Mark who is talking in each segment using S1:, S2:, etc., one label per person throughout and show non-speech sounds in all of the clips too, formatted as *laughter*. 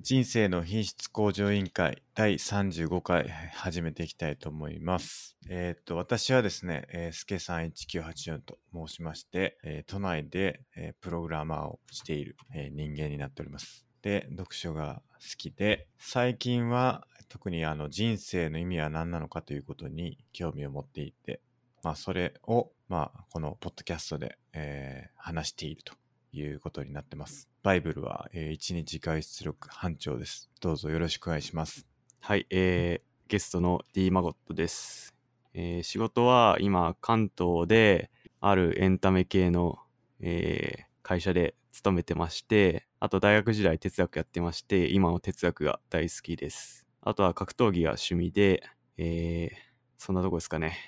S1: 人生の品質向上委員会第35回はい始めていきたいと思います。えっ、と、私はですね、えー、すけさん1984と申しまして、えー都内で、えープログラマーをしている、えー人間になっております。で、読書が好きで、最近は特にあの人生の意味は何なのかということに興味を持っていて、まあそれを、まあこのポッドキャストで、えー話しているということになってます。バイブルは、え1日外出力班長です。どうぞよろしくお願いします。
S2: はい、えーゲストの D マゴットです、えー仕事は今関東であるエンタメ系の、えー会社で勤めてましてあと大学時代哲学やってまして今の哲学が大好きですあとは格闘技が趣味で、えーそんなとこですかね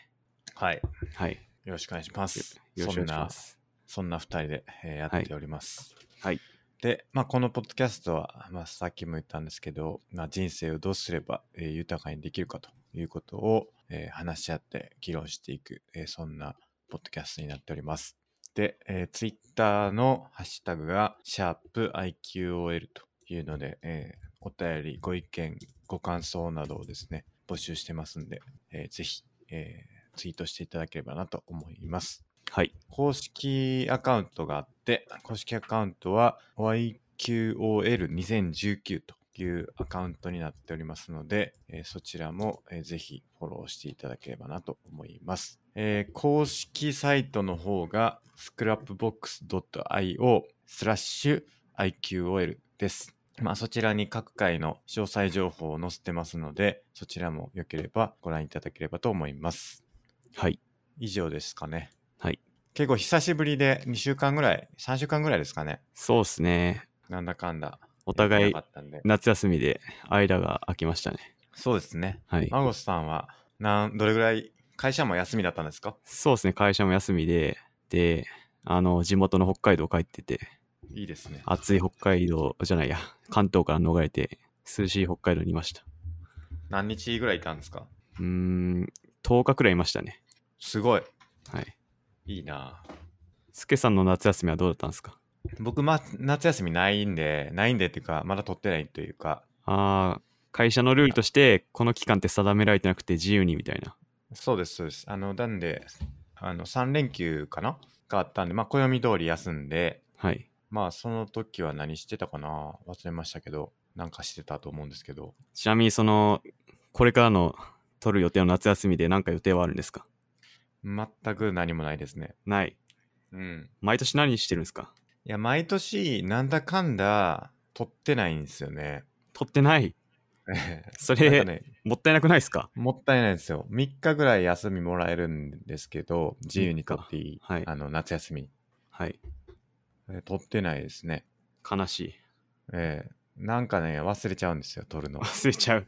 S1: はい。
S2: はい
S1: よろしくお願いします。
S2: よよろしくお願いします
S1: そんな2人で、えーやっております。
S2: はいはい
S1: で、まあ、このポッドキャストは、まあ、さっきも言ったんですけど、まあ、人生をどうすれば、えー豊かにできるかということを、えー話し合って議論していく、えーそんなポッドキャストになっております。で、えー、Twitter のハッシュタグが、シャープ i q o l というので、えーお便り、ご意見、ご感想などをですね、募集してますんで、えーぜひ、えーツイートしていただければなと思います。
S2: はい
S1: 公式アカウントがあって、公式アカウントは YQOL2019 というアカウントになっておりますので、えーそちらも、えーぜひフォローしていただければなと思います。えー公式サイトの方が scrapbox.io スラッシュ IQOL です。まあ、そちらに各回の詳細情報を載せてますので、そちらも良ければご覧いただければと思います。
S2: はい
S1: 以上ですかね。
S2: はい。
S1: 結構久しぶりで2週間ぐらい、3週間ぐらいですかね。
S2: そうっすね
S1: なんだかんだ。
S2: お互い
S1: やってなかったんで
S2: 夏休みで間が空きましたね
S1: そうですね。
S2: はい
S1: マゴスさんは、なん、どれぐらい、会社も休みだったんですか
S2: そうですね、会社も休みで、で、あの、地元の北海道帰ってて、
S1: いいですね。
S2: 暑い北海道じゃないや、関東から逃れて、涼しい北海道にいました。
S1: 何日ぐらいいたんですか
S2: うーん、10日くらいいましたね。
S1: すごい。
S2: はい。
S1: いいなぁ
S2: スケさんの夏休みはどうだったんですか
S1: 僕、ま、夏休みないんで、ないんでっていうか、まだ取ってないというか、
S2: ああ、会社のルールとして、この期間って定められてなくて自由にみたいな。
S1: そうです、そうです。あの、なんで、あの、3連休かながあったんで、まあ、暦通り休んで、
S2: はい。
S1: まあ、その時は何してたかな忘れましたけど、なんかしてたと思うんですけど、
S2: ちなみに、その、これからの取る予定の夏休みで何か予定はあるんですか
S1: 全く何もないですね。
S2: ない。
S1: うん。
S2: 毎年何してるんですか
S1: いや、毎年、なんだかんだ、取ってないんですよね。
S2: 取ってない。それ、
S1: *laughs* なんかね、
S2: もったいなくないですか
S1: もったいないんですよ。3日ぐらい休みもらえるんですけど、自由に取っていい、
S2: はい
S1: あの夏休み。
S2: はい。
S1: えー取ってないですね。
S2: 悲しい。
S1: えーなんかね、忘れちゃうんですよ、取
S2: *laughs*
S1: るの。
S2: 忘れちゃう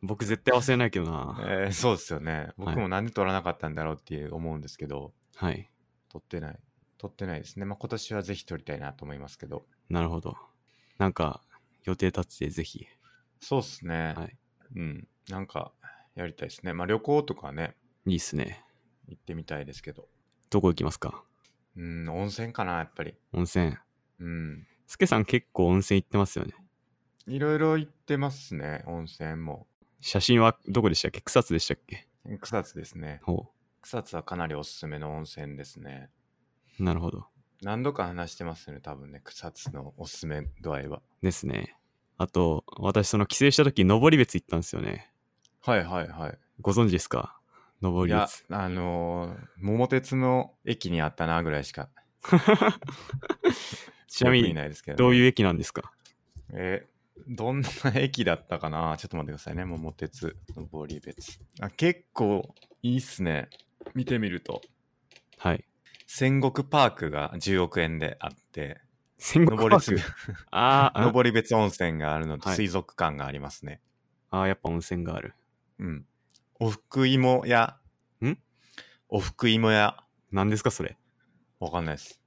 S2: 僕絶対忘れないけどな、
S1: えーそうですよね。
S2: は
S1: 僕
S2: い
S1: もなんで取らなかったんだろうっていう思うんですけど、
S2: はい
S1: 取ってない。取ってないですね。まあ、今年はぜひ取りたいなと思いますけど。
S2: なるほどなんか予定立ててぜひ
S1: そうっすね。
S2: はい
S1: うん。なんか、やりたいですね。まあ、旅行とかね、
S2: いいっすね
S1: 行ってみたいですけど。
S2: どこ行きますか
S1: うん、温泉かな、やっぱり。
S2: 温泉
S1: うん。
S2: スケさん結構温泉行ってますよね
S1: いろいろ行ってますね、温泉も。
S2: 写真はどこでしたっけ草津でしたっけ
S1: 草津ですね。
S2: ほ
S1: 草津はかなりおすすめの温泉ですね。
S2: うなるほど
S1: 何度か話してますよね、多分ね、草津のおすすめ度合いは。
S2: ですねあと私その帰省した時登別行ったんですよね
S1: はいはいはい。
S2: ご存知ですか登
S1: いや
S2: 別、
S1: あのー桃鉄の駅にあったなぐらいしか、
S2: ちなみ
S1: 記憶
S2: に
S1: ないですけどね、
S2: どういう
S1: う
S2: 駅なんですか
S1: えーどんな駅だったかなち *laughs* ょっと待ってくださいね、桃鉄、登別。あ、結構いいっすね。見てみると。
S2: はい
S1: 戦国パークが10億円であって、
S2: 戦国パ
S1: 登
S2: ー
S1: 別
S2: クあーあ
S1: 登別温泉があるのと
S2: はい
S1: 水族館がありますね。
S2: あーやっぱ温泉がある
S1: うん。おふく芋屋。
S2: ん
S1: おふく芋屋。
S2: 何ですかそれ
S1: わかんないです。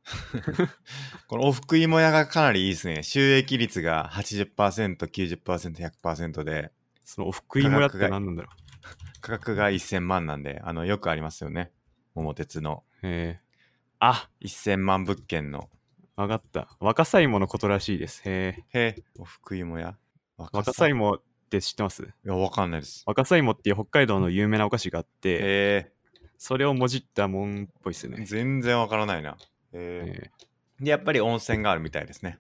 S1: *laughs* このおふく芋屋がかなりいいですね。収益率が80%、90%、100%で、
S2: そのお福井村っ
S1: 価格
S2: て
S1: が
S2: 何なんだろう
S1: 価格が1000万なんで、あの、よくありますよね。桃鉄の
S2: えー、あ
S1: 1000万物件の。
S2: わかった。若さいものことらしいです。へえ。
S1: へえ、おふく芋屋。
S2: 若さ
S1: い
S2: 芋って知ってます
S1: や、わかんないです。
S2: 若さ芋っていう北海道の有名なお菓子があって、
S1: え
S2: それをもじったもんっぽいですよ
S1: ー、
S2: ね。
S1: 全然わからないな。えー
S2: えー
S1: で、やっぱり温泉があるみたいですね。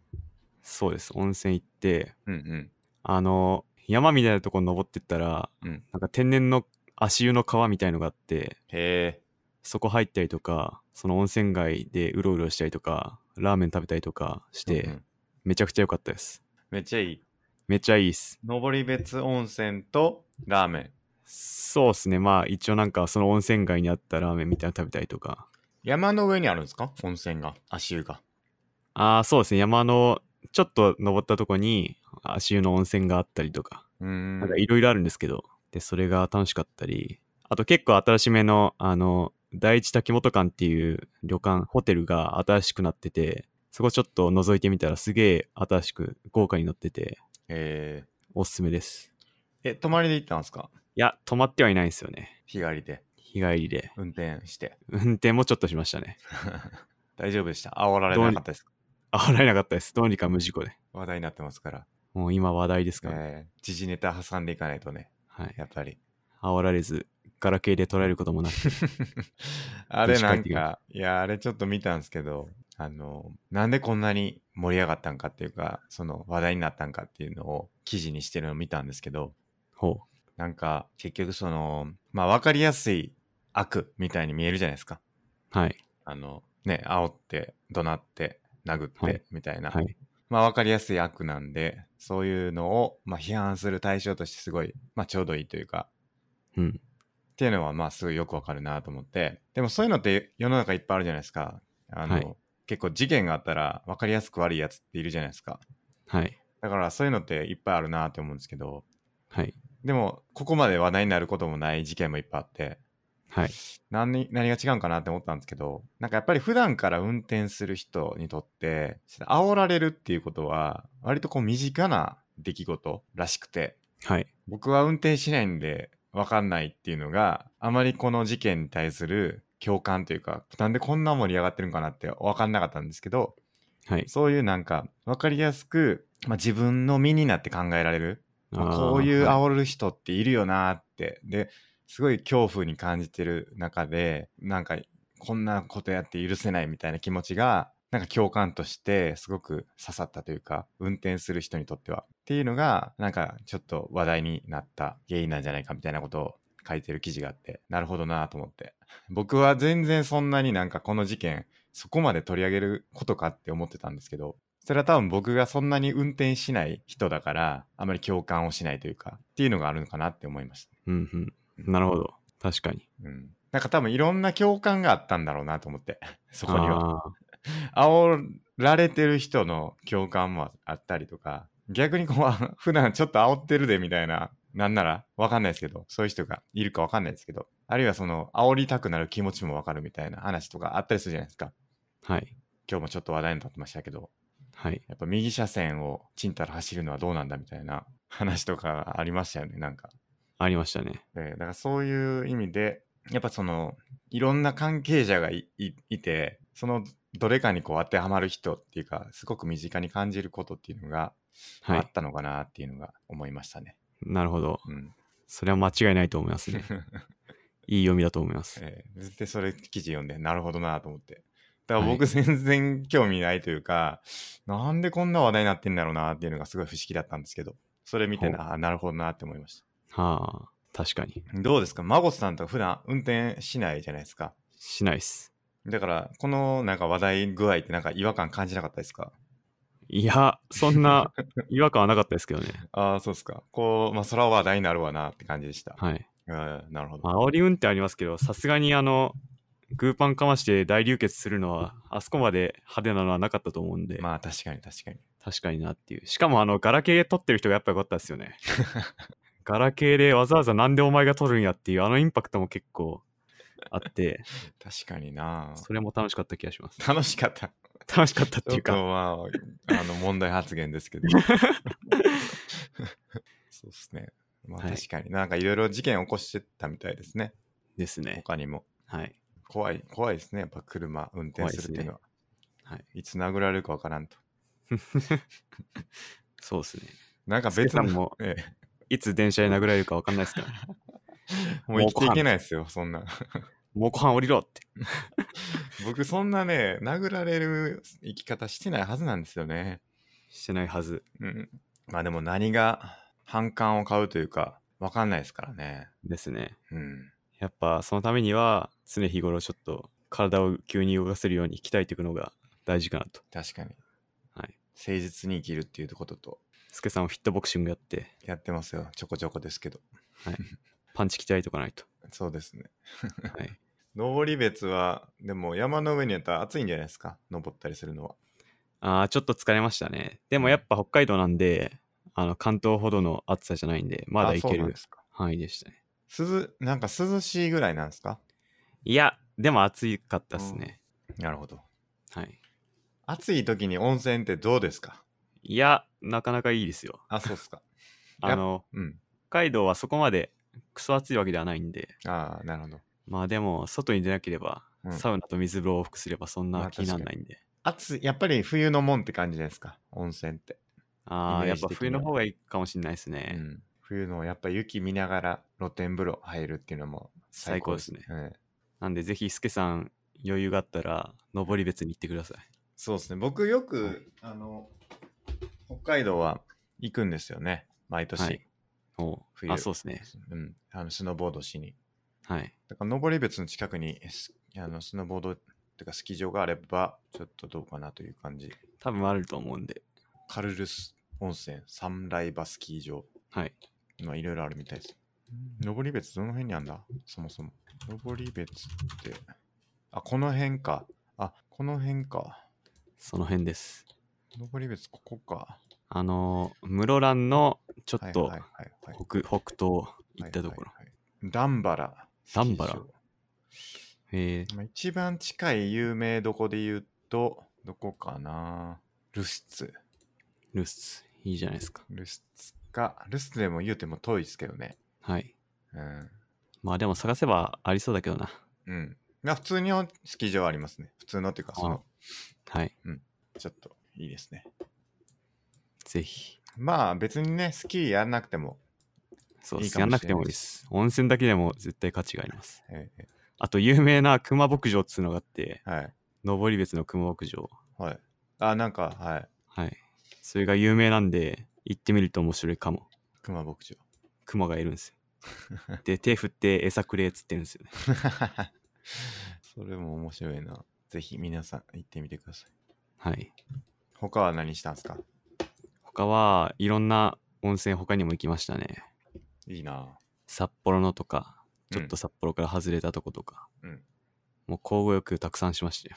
S2: そうです。温泉行って、
S1: うんうん。
S2: あの、山みたいなところ登ってったら、
S1: うん
S2: なんか天然の足湯の川みたいのがあって、
S1: へえ。
S2: そこ入ったりとか、その温泉街でうろうろしたりとか、ラーメン食べたりとかして、
S1: うんうん
S2: めちゃくちゃ良かったです。
S1: めっちゃいい。
S2: めっちゃいいっす。
S1: 登別温泉とラーメン。
S2: そうっすね。まあ一応なんかその温泉街にあったラーメンみたいなの食べたりとか。
S1: 山の上にあるんですか温泉が、足湯が。
S2: ああ、そうですね。山のちょっと登ったとこに足湯の温泉があったりとか、
S1: うーん。
S2: なんかいろいろあるんですけど、で、それが楽しかったり、あと結構新しめの、あの、第一滝本館っていう旅館、ホテルが新しくなってて、そこちょっと覗いてみたらすげえ新しく豪華になってて、
S1: え
S2: おすすめです。
S1: ー、え、泊まりで行ったんですか
S2: いや、泊まってはいないんですよね。
S1: 日帰りで。
S2: 日帰りで。
S1: 運転して。 *laughs*
S2: 運転もちょっとしましたね。
S1: 大丈夫でした。煽られなかったです。
S2: あられなかったです。どうにか無事故で。
S1: 話題になってますから。
S2: もう今話題ですから、ね
S1: えー、時事ネタ挟んでいかないとね、
S2: はい。
S1: やっ
S2: *laughs*
S1: ぱり。
S2: 煽られず、ガラケーで捉えることもなく。
S1: あれなん
S2: 確か
S1: か、いや、あれちょっと見たんですけど、あの、なんでこんなに盛り上がったんかっていうか、その話題になったんかっていうのを記事にしてるのを見たんですけど、
S2: ほ
S1: なんか、結局その、まあ、わかりやすい悪みたいに見えるじゃないですか。
S2: う。はい。
S1: あの、ね、煽って、怒鳴って、殴っ
S2: はい
S1: て、みたいな。
S2: はい。
S1: まあ、わかりやすい悪なんで、そういうのを、まあ、批判する対象としてすごい、まあ、ちょうどいいというか、
S2: うん。
S1: っていうのはまあすごいよくわかるなと思ってでもそういうのって世の中いっぱいあるじゃないですかあの、
S2: はい
S1: 結構事件があったら分かりやすく悪いやつっているじゃないですか
S2: はい。
S1: だからそういうのっていっぱいあるなって思うんですけど
S2: はい。
S1: でもここまで話題になることもない事件もいっぱいあって
S2: はい。
S1: 何に何が違うんかなって思ったんですけどなんかやっぱり普段から運転する人にとって煽られるっていうことは割とこう身近な出来事らしくて
S2: はい。
S1: 僕は運転しないんで分かんないっていうのがあまりこの事件に対する共感というかなんでこんな盛り上がってるんかなって分かんなかったんですけど
S2: はい。
S1: そういうなんか分かりやすく、まあ、自分の身になって考えられるまあ
S2: あー
S1: こういう
S2: は
S1: 煽る人っているよなーってですごい恐怖に感じてる中でなんかこんなことやって許せないみたいな気持ちがなんか共感としてすごく刺さったというか運転する人にとってはっていうのがなんかちょっと話題になった原因なんじゃないかみたいなことを書いてる記事があってなるほどなーと思って僕は全然そんなになんかこの事件そこまで取り上げることかって思ってたんですけどそれは多分僕がそんなに運転しない人だからあまり共感をしないというかっていうのがあるのかなって思いまし
S2: うんうん。なるほど。確かに。
S1: た、うん、なんか多分いろんな共感があったんだろうなと思って *laughs* そこには
S2: あー
S1: 煽られてる人の共感もあったりとか逆にこう *laughs* あ普段ちょっと煽ってるでみたいななんならわかんないですけどそういう人がいるかわかんないですけどあるいはその煽りたくなる気持ちもわかるみたいな話とかあったりするじゃないですか
S2: はい。
S1: 今日もちょっと話題になってましたけど
S2: はい。
S1: やっぱ右車線をちんたら走るのはどうなんだみたいな *laughs* 話とかありましたよね、なんか。
S2: ありましたね。
S1: でだからそういう意味で、やっぱその、いろんな関係者がいいいて、そのどれかにこう当てはまる人っていうか、すごく身近に感じることっていうのが
S2: は
S1: あっ
S2: い。
S1: たのかなっていうのが思いましたね。
S2: なるほど。 *laughs*
S1: うん。
S2: それは間違いないと思いま
S1: *laughs*
S2: すね。いい読みだと思います。
S1: えーで、それ記事読んで、なるほどなと思って。だから
S2: は
S1: 僕全然興味ないというか、なんでこんな話題になってんだろうなっていうのがすごい不思議だったんですけど、それ見てな、あなるほどなって思いました。
S2: はあ。確かに。
S1: どうですか孫さんとか普段運転しないじゃないですか。
S2: しないっす。
S1: だから、このなんか話題具合ってなんか違和感感じなかったですか
S2: いや、そ
S1: *laughs*
S2: んな違和感はなかったですけどね。
S1: ああ、そうですか。こう、まあ、それは話題になるわなって感じでした。
S2: はい。
S1: うん、なるほど。
S2: まあ煽り運転ありますけど、さすがにあの、グーパンかまして大流血するのは、あそこまで派手なのはなかったと思うんで、
S1: まあ、確かに確かに。
S2: 確かになっていう。しかもあの、ガラケー撮ってる人がやっぱ良かったですよね。ガラケーでわざわざなんでお前が撮るんやっていう、あのインパクトも結構あ
S1: *laughs*
S2: って、
S1: 確かにな。
S2: それも楽しかった気がします。
S1: 楽しかった。っ
S2: 楽しかったって
S1: て
S2: い
S1: いううか、
S2: か、
S1: まあ、あの、問題発言ですけ *laughs* ど。そうですね。まあ、
S2: はい
S1: 確かに、なんかいろいろ事件起こしてたみたいですね。
S2: ですね。
S1: 他にも。
S2: はい。
S1: 怖い、怖いですね。やっぱ車運転するっていうのは。、
S2: 怖いですねはい
S1: つ殴られるかわからんと。
S2: そうですね。
S1: なんか
S2: スケ
S1: 別
S2: さん
S1: の、
S2: も
S1: え
S2: いつ電車で殴られるか分かんないですから、 *laughs*
S1: え、もう生きていけないですよ、そんな。 *laughs*
S2: もうご飯降りろって。
S1: 僕、そんなね、殴られる生き方してないはずなんですよね。
S2: してないはず
S1: うん。まあでも何が反感を買うというか、わかんないですからね。
S2: ですね。
S1: うん。
S2: やっぱそのためには常日頃ちょっと体を急に動かせるように鍛えていくのが大事かなと。
S1: 確かに。
S2: はい。
S1: 誠実に生きるっていうことと、
S2: スケさんはフィットボクシングやって
S1: やってますよ。ちょこちょこですけど。
S2: パンチ鍛えとかないと。
S1: そうですね。
S2: はい。
S1: 登り別は、でも山の上にやったら暑いんじゃないですか。登ったりするのは。
S2: ああ、ちょっと疲れましたね。でもやっぱ北海道なんで、あの関東ほどの暑さじゃないんで、まだい
S1: そう
S2: け
S1: なん
S2: る
S1: ですか。
S2: 範囲でしたね。
S1: 涼、なんか涼しいぐらいなんですか
S2: いや、でも暑かったっすね。
S1: なるほど。
S2: はい。
S1: 暑い時に温泉ってどうですか
S2: いや、なかなかいいですよ。
S1: あ、そうっすか。いや
S2: あの、
S1: うん。
S2: 北海道はそこまでクソ暑いわけではないんで、
S1: ああ、なるほど。
S2: まあでも、外に出なければ、
S1: うん
S2: サウナと水風呂を往復すればそん
S1: ま
S2: な
S1: あ
S2: 気にならないんで。
S1: 暑い、やっぱり冬のもんって感じじゃないですか。温泉って。
S2: あ
S1: イ
S2: あ、
S1: メ
S2: や
S1: ー
S2: っ
S1: ジ
S2: ぱ
S1: 的には
S2: 冬の方がいいかもしれないですね。
S1: うん、冬のやっぱ雪見ながら露天風呂入るっていうのも
S2: 最高ですね。
S1: うん
S2: なんで、ぜひ、スケさん、余裕があったら、登別に行ってください。
S1: そうですね僕よくあの北海道は行くんですよね毎年、
S2: はいおう
S1: 冬
S2: あ、そうですね。
S1: うん、あのスノーボードしに
S2: はい。
S1: だから登別の近くにスあのスノーボードとかスキー場があればちょっとどうかなという感じ
S2: 多分あると思うんで。
S1: カルルス温泉サンライバスキー場
S2: はい。
S1: まあいろいろあるみたいです登別どの辺にあんだそもそも。登別って。あ、この辺か。あ、この辺か。
S2: その辺です。
S1: 登別ここか。
S2: あのー、室蘭のちょ
S1: は
S2: っ
S1: い
S2: と
S1: はいはいはい。
S2: 北,、北東行ったところ。
S1: はいはいはい。ダンバラ。
S2: ダンバラ
S1: スキー場
S2: え
S1: まあ一番近い有名どこで言うと、どこかな。ルスツ。
S2: ー、ルス、いいじゃないですか。
S1: ルスツか。ルスツでも言うても遠いですけどね。
S2: はい。
S1: うん。
S2: まあでも探せばありそうだけどな。
S1: うん。まあ普通にスキー場はありますね。普通のっていうか、その、
S2: はい。
S1: ちょっといいですね。
S2: ぜひ。
S1: まあ別にね、スキーやらなくても
S2: そう
S1: い
S2: で
S1: い
S2: す。
S1: かもしれない
S2: やんなくてもいいです。温泉だけでも絶対価値があります。
S1: ええ
S2: あと、有名な熊牧場っつうのがあって、
S1: はい。
S2: 登別の熊牧場。
S1: はい。あ、なんか、はい。
S2: はい。それが有名なんで、行ってみると面白いかも。
S1: 熊牧場。 *laughs*
S2: 熊がいるんですよ。で、手振って餌くれっつってるんですよね。
S1: それも面白いな。ぜひ皆さん行ってみてください。
S2: はい。
S1: 他は何したんですか
S2: 他はいろんな温泉他にも行きましたね
S1: いいな
S2: 札幌のとか
S1: う
S2: ち
S1: ん
S2: ょっと札幌から外れたとことか、
S1: うん
S2: もう交互浴たくさんしましたよ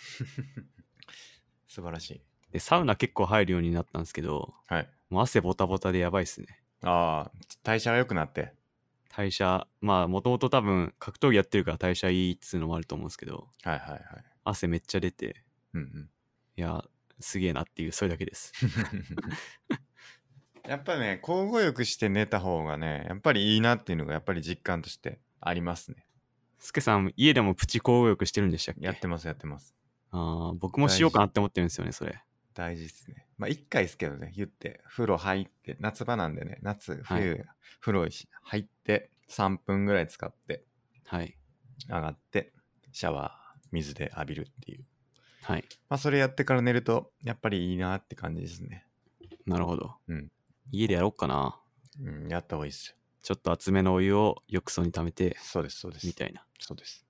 S1: 素晴らしい。
S2: でサウナ結構入るようになったんですけど
S1: はい。
S2: もう汗ボタボタでやばいっすね
S1: ああ、代謝が良くなって。
S2: 代謝まあもともと多分格闘技やってるから代謝いいっつうのもあると思うんですけど
S1: はいはいはい。
S2: 汗めっちゃ出て
S1: うんうん。 *laughs*
S2: いやすげえなっていうそれだけです
S1: やっぱね、交互浴して寝た方がね、やっぱりいいなっていうのがやっぱり実感としてありますね。
S2: スケさん家でもプチ交互浴してるんでしたっけ
S1: やってますやってます。
S2: あー僕もしようかなって思ってるんですよねそれ
S1: 大事ですね。まあ、一回ですけどね、言って、風呂入って、夏場なんでね、夏、冬、風呂入って、3分ぐらい使って、
S2: はい
S1: 上がって、シャワー、水で浴びるっていう。
S2: はい
S1: まあ、それやってから寝ると、やっぱりいいなって感じですね。
S2: なるほど、
S1: うん
S2: 家でやろうかな
S1: うん、やった方がいいですよ。
S2: ちょっと厚めのお湯を浴槽に溜めて、
S1: そうです、そうです。
S2: みたいな。
S1: そうです。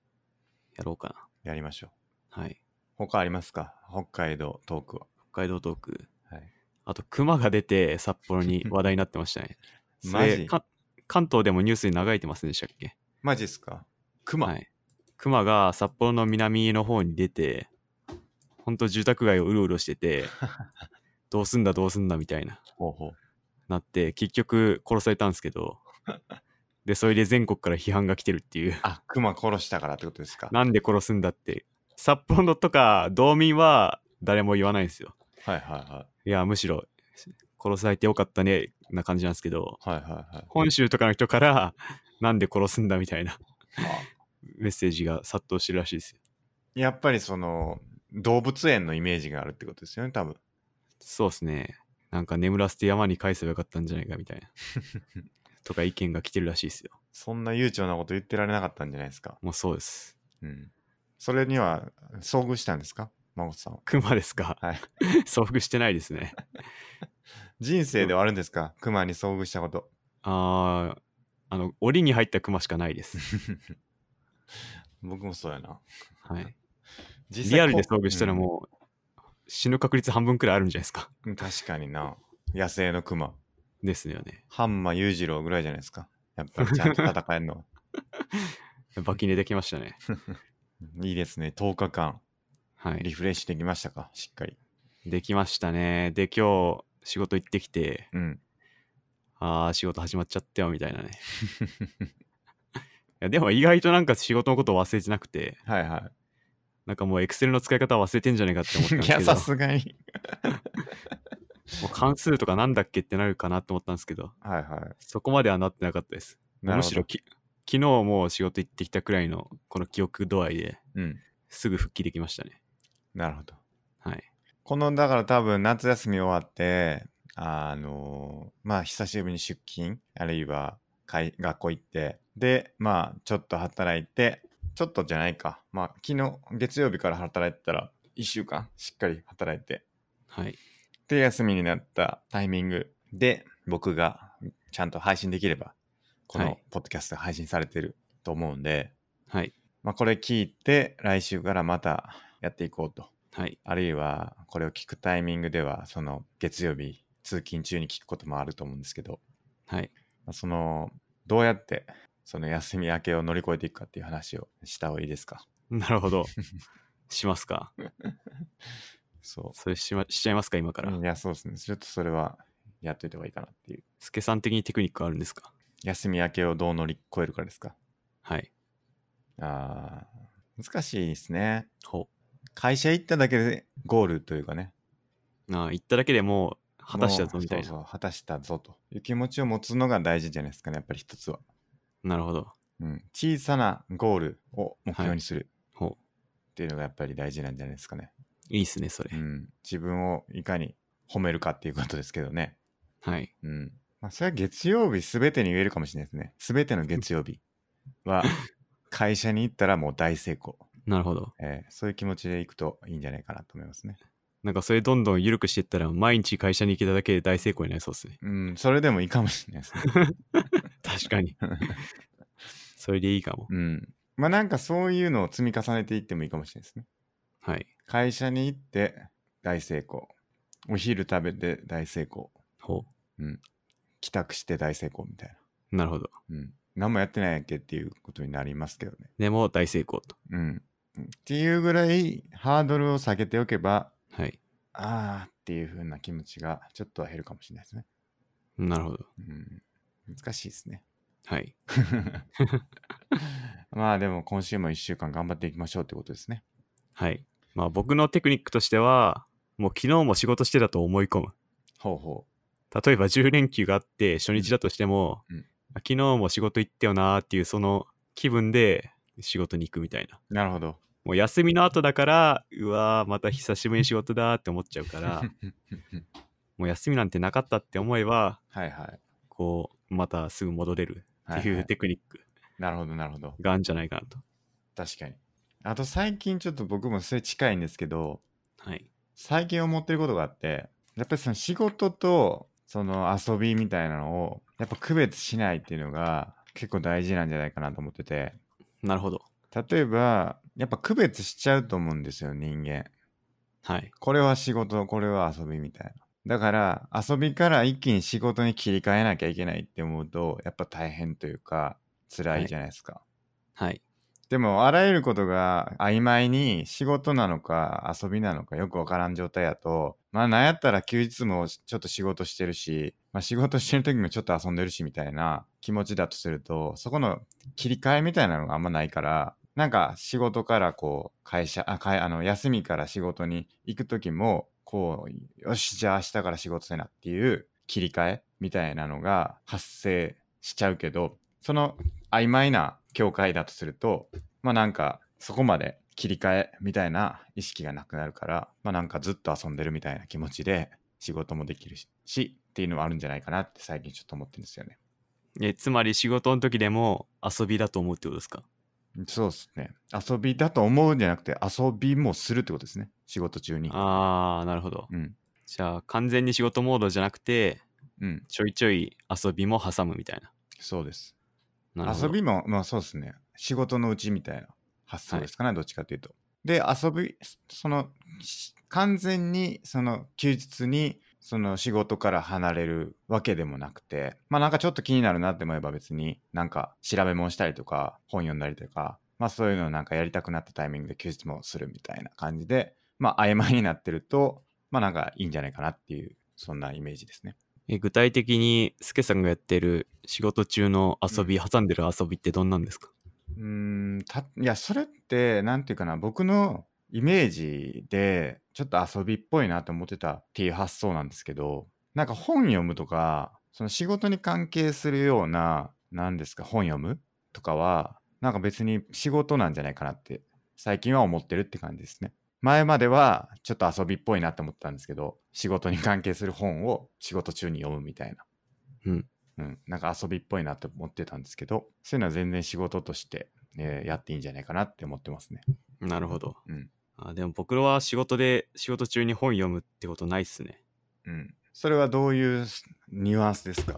S2: やろうか
S1: やりましょう。
S2: な。はい。
S1: 他ありますか北海道トークは。
S2: 北海道トーク。
S1: はい。。
S2: あと、熊が出て札幌に話題になってましたねそれ
S1: マジ
S2: か関東でもニュースに流れてませんでしたっけ
S1: マジですか熊、
S2: はい。熊が札幌の南の方に出て、ほんと住宅街をうろうろし
S1: *laughs*
S2: てて、どうすんだどうすんだみたいな、
S1: ほうほう。
S2: なって、結局殺されたんですけど、で、それで全国から批判が来てるっていう。
S1: あ、熊殺したからってことですか
S2: なんで殺すんだって。札幌のとか道民は誰も言わないんですよ。
S1: はいはいはい
S2: や、むしろ殺されてよかったねな感じなんですけど、
S1: い。はいはいはい。
S2: 本州とかの人からなんで殺すんだみたいな
S1: あ
S2: メッセージが殺到してるらしいですよ。
S1: やっぱりその動物園のイメージがあるってことですよね、多分。
S2: そうですね。なんか眠らせて山に返せばよかったんじゃないか
S1: *laughs*
S2: みたいなとか意見が来てるらしいですよ
S1: そんな悠長なこと言ってられなかったんじゃないですか。
S2: もうそうです
S1: うん。それには遭遇したんですか真琴さんは。
S2: 熊ですか、
S1: はい
S2: *laughs* 遭遇してないですね
S1: 人生ではあるんですか熊に遭遇したこと。
S2: あーあの檻に入った熊しかないです、
S1: 僕もそうやな。
S2: はい、
S1: 実際
S2: リアルで
S1: こ
S2: 遭
S1: う
S2: 遇したら
S1: うん
S2: もう死ぬ確率半分くらいあるんじゃないですか *laughs*
S1: うん確かにな。野生の熊。
S2: ですよね
S1: ハンマー裕次郎ぐらいじゃないですか。やっぱりちゃんと戦えるのは。 *laughs*
S2: バキ寝てきましたね
S1: いいですね。10日間
S2: は
S1: リ
S2: い
S1: フレッシュできましたかしっかり。
S2: できましたねで今日仕事行ってきて
S1: うん。
S2: ああ仕事始まっちゃったよみたいなね *laughs* いやでも意外となんか仕事のことを忘れてなくて
S1: はいは
S2: なんかもうエクセルの使い方忘れてんじゃねえかって思ったんで
S1: い。い
S2: す
S1: や、
S2: けど
S1: さすがに。
S2: もう関数とかなんだっけってなるかなと思ったんですけど
S1: はいはい。
S2: そこまではなってなかったです
S1: なるほど
S2: むしろき昨日もう仕事行ってきたくらいのこの記憶度合いで
S1: うん。
S2: すぐ復帰できましたね
S1: なるほど。
S2: はい
S1: この、だから多分夏休み終わって、あのーまあ、久しぶりに出勤、あるいは会学校行って、で、まあ、ちょっと働いて、ちょっとじゃないか。まあ、昨日、月曜日から働いてたら、1週間しっかり働いて、
S2: はい
S1: で、休みになったタイミングで、僕がちゃんと配信できれば、こ
S2: は
S1: の
S2: い
S1: ポッドキャストが配信されてると思うんで、
S2: はい
S1: まあ、これ聞いて、来週からまたやっていこうと。
S2: はい
S1: あるいは、これを聞くタイミングでは、その月曜日、通勤中に聞くこともあると思うんですけど、
S2: はい
S1: まあその、どうやって、その休み明けを乗り越えていくかっていう話をした方がいいですか。
S2: なるほど *laughs* しますか
S1: そ
S2: それし,、ま、しちゃいますか今か
S1: う。
S2: ら
S1: うんいや、そうですね。ちょっとそれは、やっといた方がいいかなっていう。
S2: スケさん的にテクニックあるんですか
S1: 休み明けをどう乗り越えるかですか。
S2: はい
S1: あー難しいですね。
S2: ほ
S1: 会社行っただけでゴールというかね。
S2: うああ言っただけでもう果たしたぞ
S1: もう
S2: みたいな
S1: そうそう果たしたぞという気持ちを持つのが大事じゃないですかね、やっぱり一つは。
S2: なるほど
S1: うん、小さなゴールを目標にする
S2: ほ
S1: っていうのがやっぱり大事なんじゃないですかね。
S2: ういいっすねそれ、
S1: うん、自分をいかに褒めるかっていうことですけどね。
S2: はい
S1: うん。まあ、それは月曜日すべてに言えるかもしれないですね。すべての月曜日は会社に行ったらもう大成功。
S2: なるほど
S1: えーそういう気持ちで行くといいんじゃないかなと思いますね。
S2: なんかそれどんどん緩くしていったら毎日会社に行けただけで大成功になりそう
S1: *laughs*
S2: ですね
S1: うん、それでもいいかもしれないですね。
S2: 確
S1: *laughs*
S2: かにそれでいいかも
S1: うん。まあなんかそういうのを積み重ねていってもいいかもしれないですね。
S2: はい
S1: 会社に行って大成功。お昼食べて大成功。
S2: ほ
S1: 帰宅して大成功みたいう
S2: なるほど
S1: な。うん。何もやってないやんけっていうことになりますけどね。
S2: でも大成功と
S1: うん。っていうぐらいハードルを下げておけば、
S2: はい
S1: あーっていう風な気持ちがちょっとは減るかもしれないですね。
S2: なるほど
S1: うん。難しいですね。 *laughs*
S2: はい
S1: まあでも今週も1週間頑張っていきましょうってことですね。
S2: はいまあ僕のテクニックとしてはもう昨日も仕事してたと思い込む
S1: ほうほ
S2: 例えば10連休があって初日だとしても、
S1: うん
S2: あ昨日も仕事行ったよなーっていうその気分で仕事に行くみたいな
S1: う。なるほ *laughs* ど。
S2: もう休みの後だからうわーまた久しぶりに仕事だーって思っちゃうから
S1: *laughs*
S2: もう休みなんてなかったって思えば
S1: はいはい。
S2: こうまたすぐ戻れる
S1: は
S2: っ
S1: い
S2: てい
S1: は
S2: う
S1: い
S2: テクニック
S1: なるほどなるほど。
S2: があるんじゃないかなと
S1: 確かに。あと最近ちょっと僕もそれ近いんですけど、
S2: はい
S1: 最近思ってることがあって、やっぱりその仕事とその遊びみたいなのをやっぱ区別しないっていうのが結構大事なんじゃないかなと思ってて、
S2: なるほど
S1: 例えばやっぱ区別しちゃうと思うんですよ人間。
S2: はい
S1: これは仕事、これは遊びみたいな。だから遊びから一気に仕事に切り替えなきゃいけないって思うとやっぱ大変というか辛いじゃないですか。
S2: はい
S1: でもあらゆることが曖昧に仕事なのか遊びなのかよくわからん状態やとまあなんやったら休日もちょっと仕事してるし、まあ、仕事してる時もちょっと遊んでるしみたいな気持ちだとするとそこの切り替えみたいなのがあんまないからなんか仕事からこう会社あ会あの休みから仕事に行く時もこうよしじゃあ明日から仕事せなっていう切り替えみたいなのが発生しちゃうけどその曖昧な境界だとするとまあなんかそこまで切り替えみたいな意識がなくなるからまあなんかずっと遊んでるみたいな気持ちで仕事もできるししっていうのはあるんじゃないかなって最近ちょっと思ってるんですよね。
S2: えつまり仕事の時でも遊びだと思うってことですか
S1: そうですね。遊びだと思うんじゃなくて遊びもするってことですね。仕事中に。
S2: ああなるほど
S1: うん。
S2: じゃあ完全に仕事モードじゃなくて
S1: うん。
S2: ちょいちょい遊びも挟むみたいな
S1: そうです。
S2: なるほど
S1: 遊びも、まあそうですね。仕事のうちみたいな発想ですかね、どっちかというと。で、遊び、その、し完全にその休日にその仕事から離れるわけでもなくて、まあなんかちょっと気になるなって思えば別になんか調べ物したりとか本読んだりとか、まあそういうのをなんかやりたくなったタイミングで休日もするみたいな感じで、まあ曖昧になってると、まあなんかいいんじゃないかなっていう、そんなイメージですね。
S2: え具体的にスケさんがやってる仕事中の遊び、挟んでる遊びってどんなんですか
S1: うーんたいやそれってなんていうかな僕のイメージでちょっと遊びっぽいなと思ってたっていう発想なんですけどなんか本読むとかその仕事に関係するような何ですか本読むとかはなんか別に仕事なんじゃないかなって最近は思ってるって感じですね。前まではちょっと遊びっぽいなって思ってたんですけど仕事に関係する本を仕事中に読むみたいな
S2: うん
S1: うん、なんか遊びっぽいなって思ってたんですけどそういうのは全然仕事として、ね、やっていいんじゃないかなって思ってますね。
S2: なるほど、
S1: うん
S2: あでも僕は仕事で仕事中に本読むってことないっすね
S1: うん、それはどういうニュアンスですか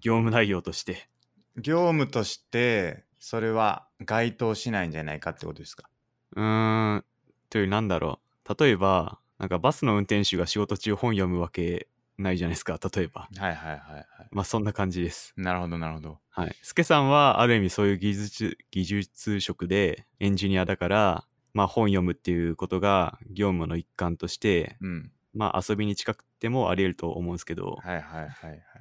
S2: 業務内容として
S1: 業務としてそれは該当しないんじゃないかってことですか
S2: うーんというなんだろう例えばなんかバスの運転手が仕事中本読むわけないじゃないですか例えば
S1: はいはいはいはい。
S2: まあそんな感じです
S1: なるほどなるほど。
S2: はいスケさんはある意味そういう技術技術職でエンジニアだからまあ本読むっていうことが業務の一環として
S1: うん。
S2: まあ遊びに近くてもあり得ると思うんですけど、
S1: はいはいはいはい。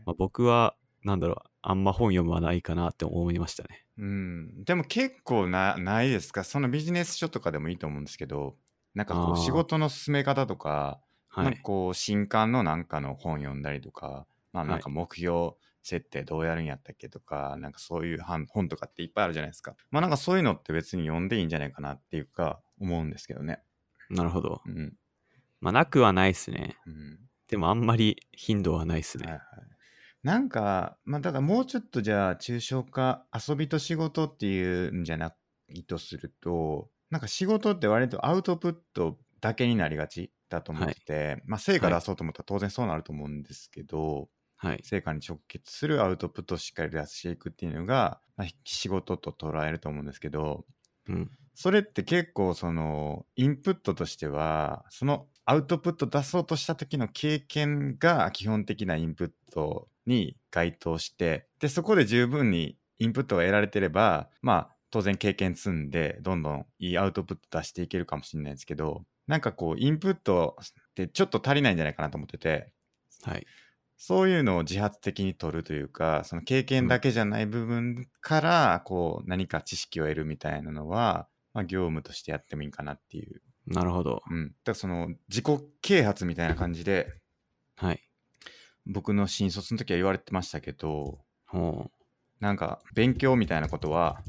S2: まあ、僕はなんだろうあんま本読むはないかなって思いましたね
S1: うん、でも結構なないですかそのビジネス書とかでもいいと思うんですけどなんかこ
S2: あー
S1: う仕事の進め方とか
S2: は
S1: なんか
S2: い
S1: こう新刊のなんかの本読んだりとか、まあ
S2: はい
S1: なんか目標設定どうやるんやったっけとか、なんかそういう本本とかっていっぱいあるじゃないですか。まあなんかそういうのって別に読んでいいんじゃないかなっていうか思うんですけどね。
S2: なるほど
S1: うん。
S2: まあなくはないっすね
S1: うん。
S2: でもあんまり頻度はないっすね、
S1: はいはい。なんか、まあだからもうちょっとじゃあ抽象化、遊びと仕事っていうんじゃないとすると、なんか仕事って割とアウトプットだけになりがちだと思ってて、まあ成果出そうと思ったら当然そうなると思うんですけど、
S2: はい
S1: 成果に直結するアウトプットをしっかり出していくっていうのが、まあ、仕事と捉えると思うんですけど
S2: うん
S1: それって結構そのインプットとしてはそのアウトプット出そうとした時の経験が基本的なインプットに該当してでそこで十分にインプットが得られてればまあ当然経験積んでどんどんいいアウトプット出していけるかもしれないですけどなんかこうインプットってちょっと足りないんじゃないかなと思ってて
S2: はい
S1: そういうのを自発的に取るというか、その経験だけじゃない部分から、こう、何か知識を得るみたいなのは、まあ、業務としてやってもいいかなっていう。
S2: なるほど
S1: うん。だからその、自己啓発みたいな感じで、
S2: はい
S1: 僕の新卒の時は言われてましたけど、
S2: ほ
S1: なんか、勉強みたいなことは、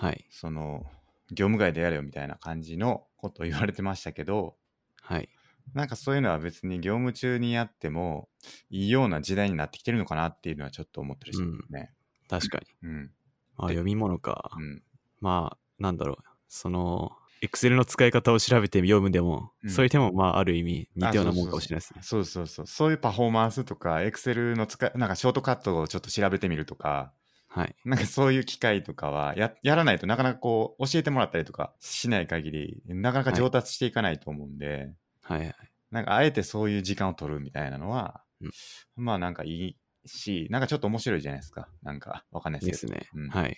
S2: うはい
S1: その、業務外でやれよみたいな感じのことを言われてましたけど、
S2: はい
S1: なんかそういうのは別に業務中にやってもいいような時代になってきてるのかなっていうのはちょっと思ってるしね。
S2: 確かに
S1: うん。
S2: まあ
S1: で
S2: 読み物か、
S1: うん。
S2: まあなんだろうそのエクセルの使い方を調べて読むでも、
S1: うん
S2: それでもまあある意味似
S1: あ
S2: たような
S1: そう
S2: も
S1: そ
S2: ん
S1: う
S2: かもしれないですね
S1: そうそうそう。そういうパフォーマンスとか、Excel の使い、なんかショートカットをちょっと調べてみるとか、
S2: はい
S1: なんかそういう機会とかはや、やらないとなかなかこう、教えてもらったりとかしない限り、なかなか上達していかないと思うんで、
S2: はいはい
S1: なんかあえてそういう時間を取るみたいなのは、
S2: うん
S1: まあなんかいいし、なんかちょっと面白いじゃないですか。なんかわかんないですけ
S2: で
S1: ど。
S2: すね、
S1: うん
S2: はい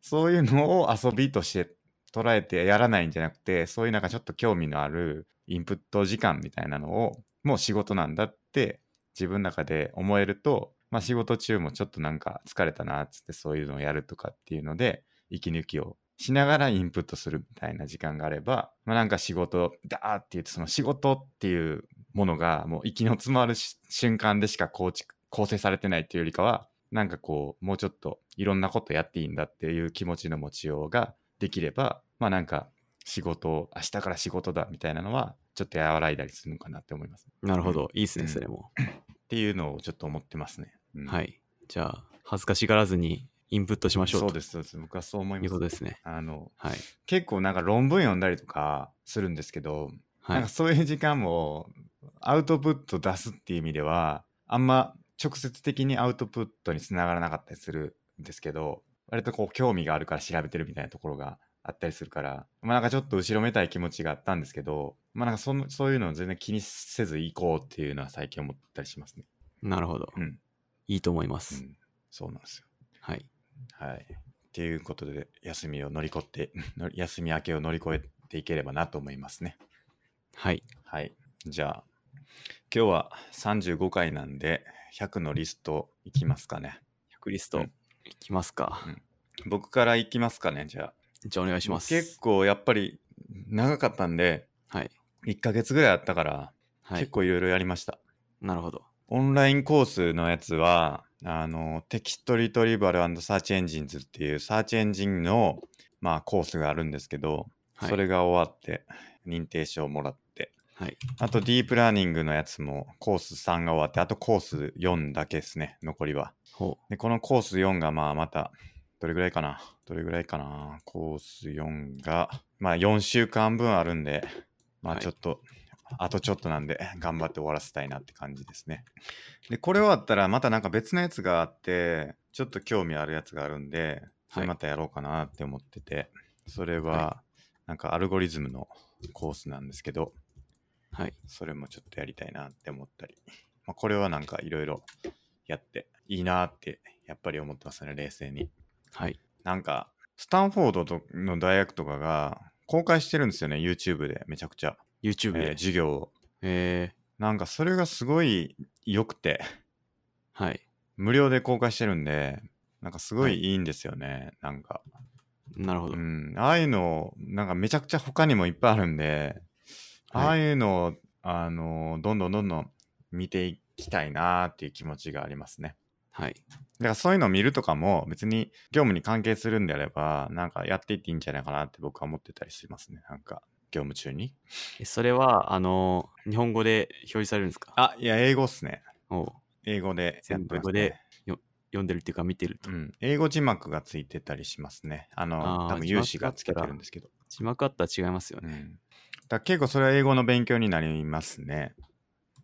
S1: そういうのを遊びとして捉えてやらないんじゃなくて、そういうなんかちょっと興味のあるインプット時間みたいなのを、もう仕事なんだって自分の中で思えると、まあ仕事中もちょっとなんか疲れたなっつってそういうのをやるとかっていうので、息抜きをしながらインプットするみたいな時間があれば、まあなんか仕事だーって言って、その仕事っていうものがもう息の詰まるし瞬間でしか構築構成されてないっていうよりかはなんかこうもうちょっといろんなことやっていいんだっていう気持ちの持ちようができればまあなんか仕事を明日から仕事だみたいなのはちょっと和らいだりするのかなって思います。
S2: なるほど。いいです
S1: う
S2: ね、
S1: ん
S2: それも。
S1: っていうのをちょっと思ってますね。うん
S2: はい。じゃあ、恥ずかしがらずにインプットしましょう
S1: そう
S2: と
S1: です、そうです。僕はそう思い
S2: いうこ
S1: ま
S2: と
S1: す。
S2: ですね。
S1: あの、
S2: はい。
S1: 結構なんか論文読んだりとかするんですけど、
S2: は
S1: なん
S2: い
S1: か。そういう時間もアウトプット出すっていう意味ではあんま直接的にアウトプットにつながらなかったりするんですけど割とこう興味があるから調べてるみたいなところがあったりするからまあなんかちょっと後ろめたい気持ちがあったんですけどまあなんかそのそういうのを全然気にせず行こうっていうのは最近思ったりしますね。
S2: なるほど。
S1: うん、
S2: いいと思いま
S1: う
S2: す。
S1: ん、そうなんですよ。
S2: はい。
S1: はい。っていうことで休みを乗り越って *laughs* の休み明けを乗り越えていければなと思いますね。
S2: はい。
S1: はい。じゃあ、今日は35回なんで、100のリストいきますかね。
S2: 100リス
S1: う
S2: ト
S1: ん
S2: いきますか。
S1: 僕からいきますかね、じゃあ。
S2: じゃあ、お願いします。
S1: 結構やっぱり長かったんで、
S2: はい。
S1: 1ヶ月ぐらいあったから、
S2: はい。
S1: 結構いろいろやりました。
S2: なるほど。
S1: オンラインコースのやつは、あの、テキストリトリバルサーチエンジンズっていうサーチエンジンの、まあ、コースがあるんですけど、
S2: はい。
S1: それが終わって、認定証をもらって、
S2: はい。
S1: あとディープラーニングのやつもコース3が終わって、あとコース4だけですね、残りは。
S2: ほ
S1: で、このコース4がまあまた、どれぐらいかなどれぐらいかなコース4が、まあ4週間分あるんで、まあ
S2: はい
S1: ちょっと、あとちょっとなんで、頑張って終わらせたいなって感じですね。で、これ終わったらまたなんか別のやつがあって、ちょっと興味あるやつがあるんで、それまたやろうかなって思ってて、それは
S2: は、
S1: なんかアルゴリズムのコースなんですけど、
S2: う。はい。
S1: それもちょっとやりたいなって思ったり、まあ、これはなんかいろいろやっていいなってやっぱり思ってますね冷静に
S2: はい。
S1: なんかスタンフォードとの大学とかが公開してるんですよね YouTube でめちゃくちゃ、え
S2: YouTube
S1: ー
S2: で。
S1: 授業を
S2: え
S1: なんかそれがすごい良くて
S2: ー、はい。
S1: 無料で公開してるんでなんかすごいいいんですよね、なんか
S2: なるほど
S1: う。ん、ああいうの、なんかめちゃくちゃ他にもいっぱいあるんで、
S2: はい
S1: ああいうのを、あの、どんどんどんどん見ていきたいなーっていう気持ちがありますね。
S2: はい。
S1: だからそういうのを見るとかも別に業務に関係するんであれば、なんかやっていっていいんじゃないかなって僕は思ってたりしますね。なんか、業務中に。
S2: えそれは、あのー日本語で表示されるんですか
S1: あ、いや、英語っすね。
S2: おう
S1: 英語でやってます、ね。
S2: 全部英語で読んでるっていうか見てると。
S1: うん、英語字幕がついてたりしますね。あの、
S2: あー
S1: 多分有志がつけてるんですけど。
S2: 字幕あったら違いますよ
S1: う
S2: ね。
S1: ん。だから結構それは英語の勉強になりますね。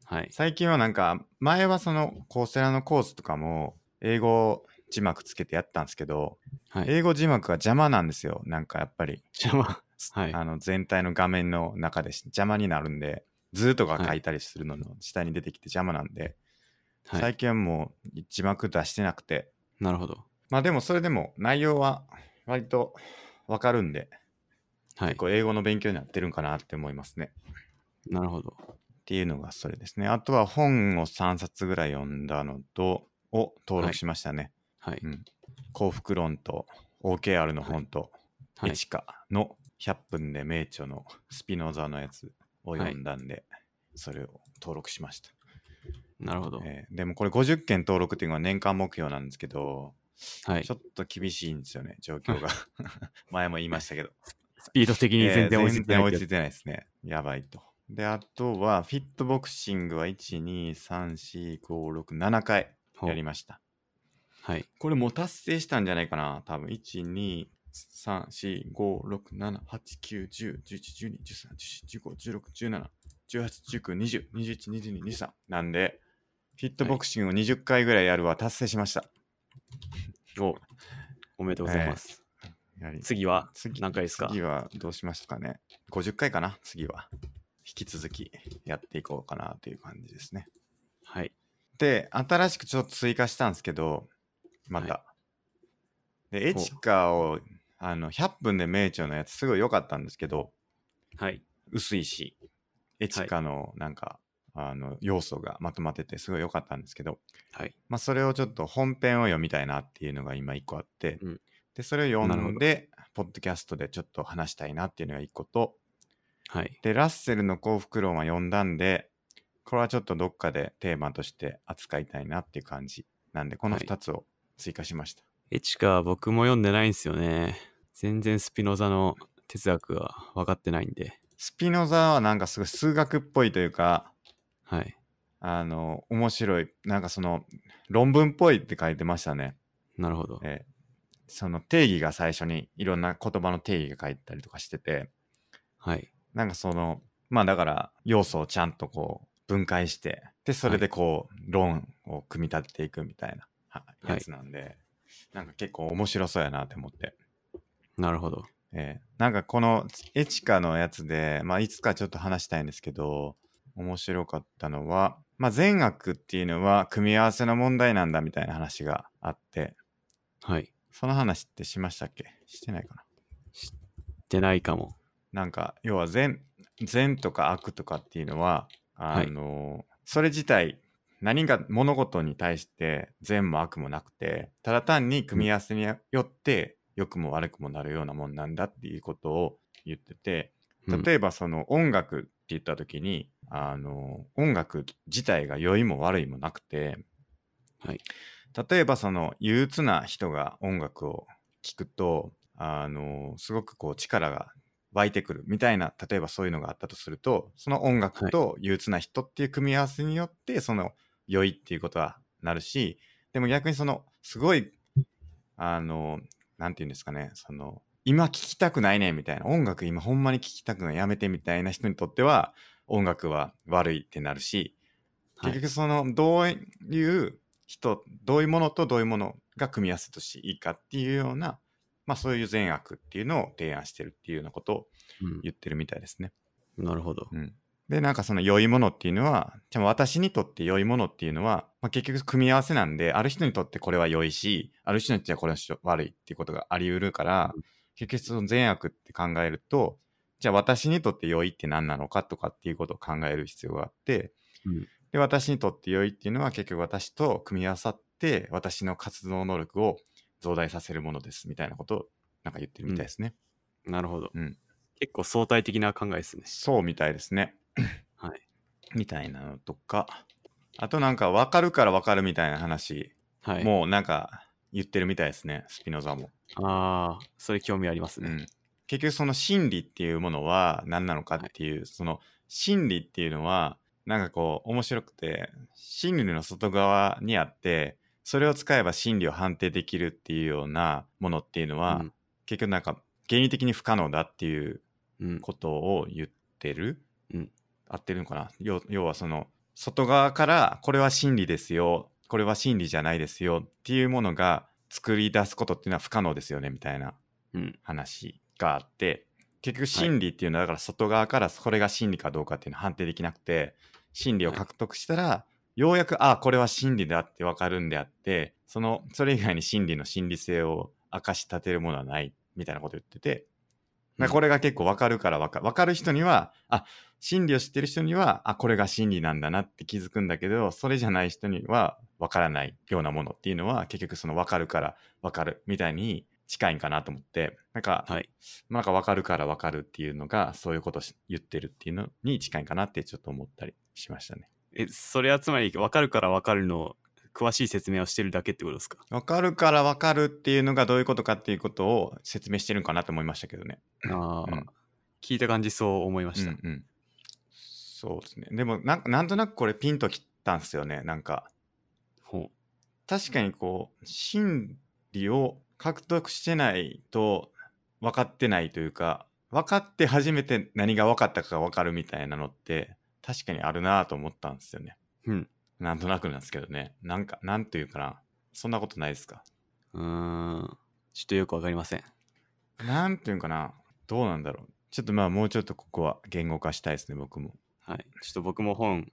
S2: はい。
S1: 最近はなんか前はそのコースラのコースとかも英語字幕つけてやったんですけど、
S2: はい。 *laughs*
S1: 英語字幕が邪魔なんですよなんかやっぱり、
S2: 邪魔。はい。
S1: あの全体の画面の中でし邪魔になるんで図とか書いたりするのの下に出てきて邪魔なんで、
S2: は
S1: 最
S2: い。
S1: 近はもう字幕出してなくて
S2: なるほど。
S1: まあでもそれでも内容は割とわかるんで
S2: はい
S1: 結。構英語の勉強になってるんかなって思いますね
S2: なるほど。
S1: っていうのがそれですねあとは本を3冊ぐらい読んだのとを登
S2: は
S1: 録
S2: い
S1: しましたね、
S2: はい。
S1: 幸福論と OKR の本と、
S2: はい
S1: エ。チカの100分で名著のスピノザのやつを読んだんで、それを登録しました、
S2: なるほど。
S1: えーでもこれ50件登録っていうのが年間目標なんですけど、
S2: はい
S1: ち。ょっと厳しいんですよね状況が *laughs* 前も言いましたけど
S2: スピード的に *laughs* 全然追いついてな
S1: えー全然追
S2: いけ
S1: い
S2: ど
S1: ついてないですね。やばいと。で、あとは、フィットボクシングは1、2、3、4、5、6、7回
S2: ほう
S1: やりました。
S2: はい。
S1: これもう達成したんじゃないかな多分1 2 3 4 5 6 7 8 9 1 0 1 1 1 2 1 3 1 4 1 5 1 6 1 7 1 8 1 9 2 0 2 1 2 2 2 2 3なんでフィットボクシングを20回ぐらいやるは達成しました、
S2: おおめでとうございます。
S1: やはり
S2: 次は
S1: 次
S2: 何回ですか
S1: 次はどうしましたかね50回かな次は引き続きやっていこうかなという感じですね
S2: はい。
S1: で新しくちょっと追加したんですけどまた、
S2: は
S1: でエチカをあの100分で名著のやつすごい良かったんですけど
S2: はい。
S1: 薄いしエチカのなんか、あの要素がまとまっててすごい良かったんですけど、
S2: はい。
S1: まあ、それをちょっと本編を読みたいなっていうのが今1個あって、
S2: うん
S1: でそれを
S2: なる
S1: 読
S2: ほ
S1: んでポッドキャストでちょっと話したいなっていうのが1個と
S2: はい。
S1: で、ラッセルの幸福論は読んだんで、これはちょっとどっかでテーマとして扱いたいなっていう感じなんで、この
S2: はい
S1: 2つを追加しました。
S2: エチカ僕も読んでないんですよね。全然スピノザの哲学が分かってないんで。
S1: スピノザはなんかすごい数学っぽいというか、
S2: はい。
S1: あの、面白い、なんかその、論文っぽいって書いてましたね。
S2: なるほど。
S1: えーその定義が最初にいろんな言葉の定義が書いてたりとかしてて、
S2: はい。
S1: なんかその、まあだから要素をちゃんとこう分解して、で、それでこう、論を組み立てていくみたいなは
S2: はい
S1: やつなんで、なんか結構面白そうやなって思って。
S2: なるほど。
S1: えーなんかこのエチカのやつで、まあいつかちょっと話したいんですけど、面白かったのは、まあ善悪っていうのは組み合わせの問題なんだみたいな話があって、
S2: はい。
S1: その話ってしましたっけしてないかな
S2: でないかも。
S1: なんか要は善善とか悪とかっていうのはあの、それ自体何が物事に対して善も悪もなくてただ単に組み合わせによって良くも悪くもなるようなもんなんだっていうことを言ってて
S2: うん
S1: 例えばその音楽って言った時に、あの音楽自体が良いも悪いもなくて、
S2: はい
S1: 例えばその憂鬱な人が音楽を聴くとあのすごくこう力が湧いてくるみたいな例えばそういうのがあったとするとその音楽と憂鬱な人っていう組み合わせによってその良いっていうことはなるしでも逆にそのすごいあのなんて言うんですかねその今聴きたくないねみたいな音楽今ほんまに聴きたくないやめてみたいな人にとっては音楽は悪いってなるし
S2: はい
S1: 結局そのどういう人どういうものとどういうものが組み合わせとしていいかっていうようなまあそういう善悪っていうのを提案してるっていうようなことを言ってるみたいですね。
S2: うん、なるほど。
S1: うん、でなんかその良いものっていうのはでも私にとって良いものっていうのは、まあ、結局組み合わせなんである人にとってこれは良いしある人にとってはこれは悪いっていうことがあり得るから、結局その善悪って考えるとじゃあ私にとって良いって何なのかとかっていうことを考える必要があって、
S2: うん
S1: で私にとって良いっていうのは結局私と組み合わさって私の活動能力を増大させるものですみたいなことをなんか言ってるみたいですね。
S2: なるほど、
S1: うん
S2: 結構相対的な考えですね。
S1: そうみたいです
S2: *clears throat*
S1: ね。
S2: はい。
S1: みたいなのとか、あとなんか分かるから分かるみたいな話、
S2: はい。
S1: もうなんか言ってるみたいですね、スピノザも。
S2: ああ、それ興味あります
S1: う
S2: ね。
S1: ん、結局その真理っていうものは何なのかっていう、その真理っていうのは、なんかこう面白くて、真理の外側にあって、それを使えば真理を判定できるっていうようなものっていうのは、
S2: うん
S1: 結局なんか原理的に不可能だっていう
S2: うん。
S1: ことを言ってる、
S2: うん
S1: 合ってるのかな要要はその外側からこれは真理ですよこれは真理じゃないですよっていうものが作り出すことっていうのは不可能ですよねみたいな
S2: うん。
S1: 話があって結局真理っていうのはだから外側からこれが真理かどうかっていうのは判定できなくて真理を獲得したら、ようやくああこれは真理だって分かるんであってそのそれ以外に真理の真理性を明かし立てるものはないみたいなこと言ってて、まあ
S2: うん
S1: これが結構分かるから分か分かる人にはあ真理を知ってる人にはあこれが真理なんだなって気づくんだけどそれじゃない人には分からないようなものっていうのは結局その分かるから分かるみたいに近いんかなと思ってなんか、
S2: はい。
S1: まあなんか分かるから分かるっていうのがそういうことし言ってるっていうのに近いかなってちょっと思ったりしましたね。
S2: え、それはつまり、分かるから分かるの、詳しい説明をしてるだけってことですか
S1: 分かるから分かるっていうのがどういうことかっていうことを説明してるんかなと思いましたけどね。
S2: ああ、
S1: うん
S2: 聞いた感じそう思いました。
S1: うんうん、そうですね。でもなんかなんとなくこれピンときたんですよね。なんか
S2: ほ
S1: 確かにこう真理を獲得してないと分かってないというか分かって初めて何が分かったかが分かるみたいなのって確かにあるなぁと思ったんですよね。
S2: う。うん。
S1: なんとなくなんですけどね。なんかなんというかな。そんなことないですか。
S2: うーん。ちょっとよくわかりません。
S1: なんていうんかな。どうなんだろう。ちょっとまあもうちょっとここは言語化したいですね僕も。
S2: はい。ちょっと僕も本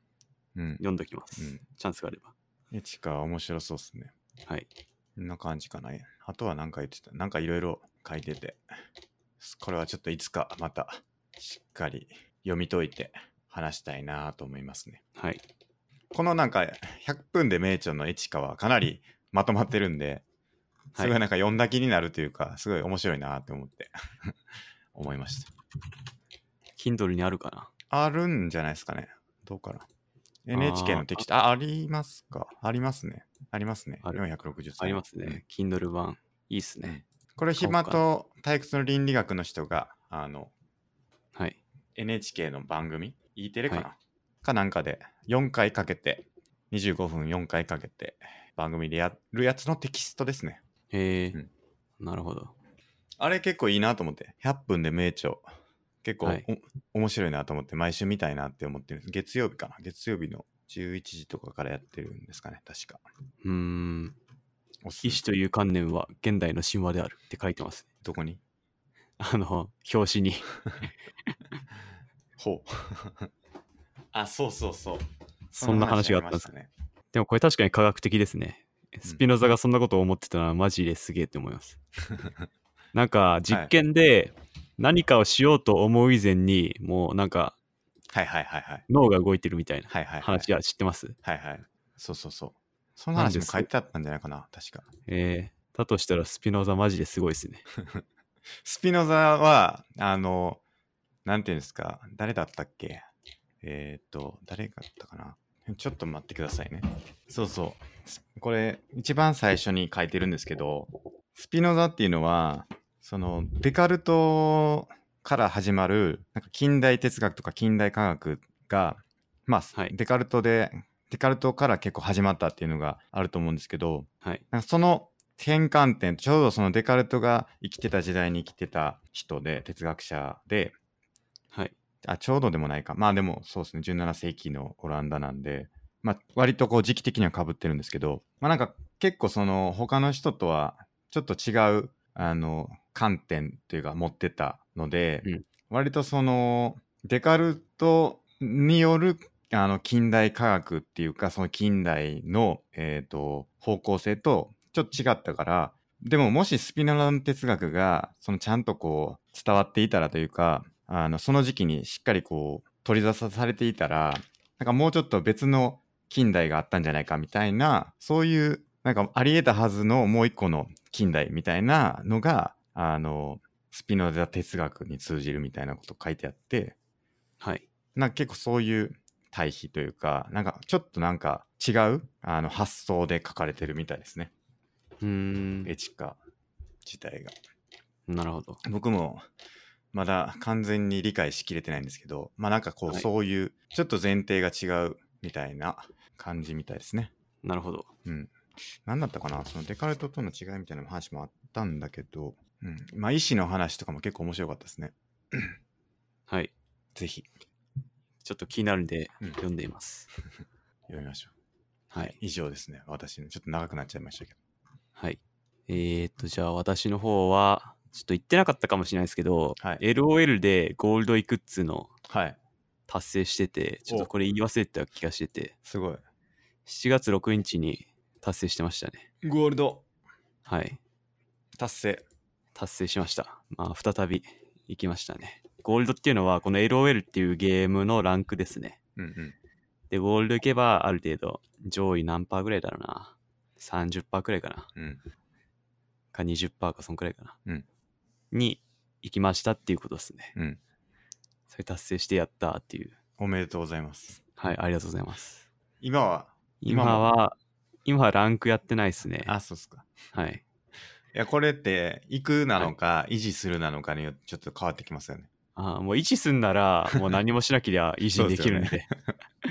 S1: うん。
S2: 読んどきます。
S1: うん
S2: チャンスがあれば。
S1: エチカ面白そうですね。
S2: はい。
S1: こんな感じかな。あとは何か言ってた。なんかいろいろ書いてて。これはちょっといつかまたしっかり読み解いて話したいなと思いますね。
S2: はい。
S1: このなんか100分で名著のエチカはかなりまとまってるんで、す
S2: は
S1: ごい
S2: い。
S1: なんか読んだ気になるというか、すごい面白いなと思って *laughs* 思いました。
S2: Kindle にあるかな
S1: あるんじゃないですかね。どうかな。NHK のテキスト、あありますかありますね。ありますね。
S2: ある
S1: 460
S2: あります
S1: うん
S2: ね。Kindle 版。いいっすね。
S1: これ暇と退屈の倫理学の人があの
S2: はい。
S1: NHK の番組 E テレかな、
S2: は
S1: かなんかで4回かけて25分4回かけて番組でやるやつのテキストですね
S2: えー
S1: うん
S2: なるほど。
S1: あれ結構いいなと思って100分で名著結構お、
S2: はい
S1: 面白いなと思って毎週見たいなって思ってる月曜日かな月曜日の11時とかからやってるんですかね確か
S2: うーん。
S1: おす
S2: 意志という観念は現代の神話であるって書いてますね。
S1: どこに
S2: あの、表紙に。
S1: ほう *laughs* あそうそうそう
S2: そんな話があったんです
S1: その話りましたね
S2: でもこれ確かに科学的ですね。スピノザがそんなことを思ってたのはマジですげえって思います。なんか実験で何かをしようと思う以前にもうなんか
S1: はいはいはいはい
S2: 脳が動いてるみたいな
S1: はいはいはい
S2: 話は知ってます。
S1: はいはいそうそうそうその話も書いてあったんじゃないかな確か
S2: えー、だとしたらスピノザマジですごいですね。
S1: スピノザはあのなんていうんですか誰だったっけえー、っと誰だったかなちょっと待ってくださいねそうそうこれ一番最初に書いてるんですけどスピノザっていうのはそのデカルトから始まるなんか近代哲学とか近代科学がまあ、
S2: はい
S1: デカルトでデカルトから結構始まったっていうのがあると思うんですけど、
S2: はい。
S1: なんかその転換点ちょうどそのデカルトが生きてた時代に生きてた人で哲学者で
S2: はい。
S1: あちょうどでもないかまあでもそうですね17世紀のオランダなんで、まあ、割とこう時期的にはかぶってるんですけど、まあ、なんか結構その他の人とはちょっと違うあの観点というか持ってたので、
S2: うん
S1: 割とそのデカルトによるあの近代科学っていうかその近代の、えー、と方向性とちょっと違ったからでももしスピノラの哲学がそのちゃんとこう伝わっていたらというかあのその時期にしっかりこう取り沙汰されていたらなんかもうちょっと別の近代があったんじゃないかみたいなそういうなんかありえたはずのもう一個の近代みたいなのがあのスピノザ哲学に通じるみたいなこと書いてあって
S2: はい。
S1: なんか結構そういう対比というかなんかちょっとなんか違うあの発想で書かれてるみたいですね
S2: うーん。
S1: エチカ自体が。
S2: なるほど。
S1: 僕もまだ完全に理解しきれてないんですけどまあなんかこう
S2: はい
S1: そういうちょっと前提が違うみたいな感じみたいですね。
S2: なるほど。
S1: うん。何だったかなそのデカルトとの違いみたいな話もあったんだけど、うん。まあ、医師の話とかも結構面白かったですね。
S2: はい。
S1: ぜひ
S2: ちょっと気になるんで
S1: うん
S2: 読んでいます。
S1: 読みましょう。
S2: はい。
S1: 以上ですね。私ね、ちょっと長くなっちゃいましたけど。
S2: はい。えー、っと、じゃあ私の方は、ちょっと言ってなかったかもしれないですけど、
S1: はい
S2: LOL でゴールドいくっつうの
S1: はい。
S2: 達成してて、ちょっとこれ言い忘れてた気がしてて、
S1: すごい。
S2: 7月6日に達成してましたね。
S1: ゴールド
S2: はい。
S1: 達成。
S2: 達成しました。まあ、再び行きましたね。ゴールドっていうのは、この LOL っていうゲームのランクですね。
S1: うんうん。
S2: で、ゴールド行けば、ある程度、上位何パーぐらいだろうな。30%パーくらいかな。
S1: うん。
S2: か20%か、そんくらいかな。
S1: うん
S2: に行きましたっていうことですね。
S1: うん。
S2: それ達成してやったっていう。
S1: おめでとうございます。
S2: はい、ありがとうございます。
S1: 今は、今
S2: 今
S1: も
S2: は、今はランクやってないですね。
S1: あ、そうっすか。
S2: はい。
S1: いや、これって、行くなのか、維持するなのかによってちょっと変わってきますよね。
S2: あーもう維持すんなら、もう何もしなければ維持できるんで。
S1: そう
S2: *laughs*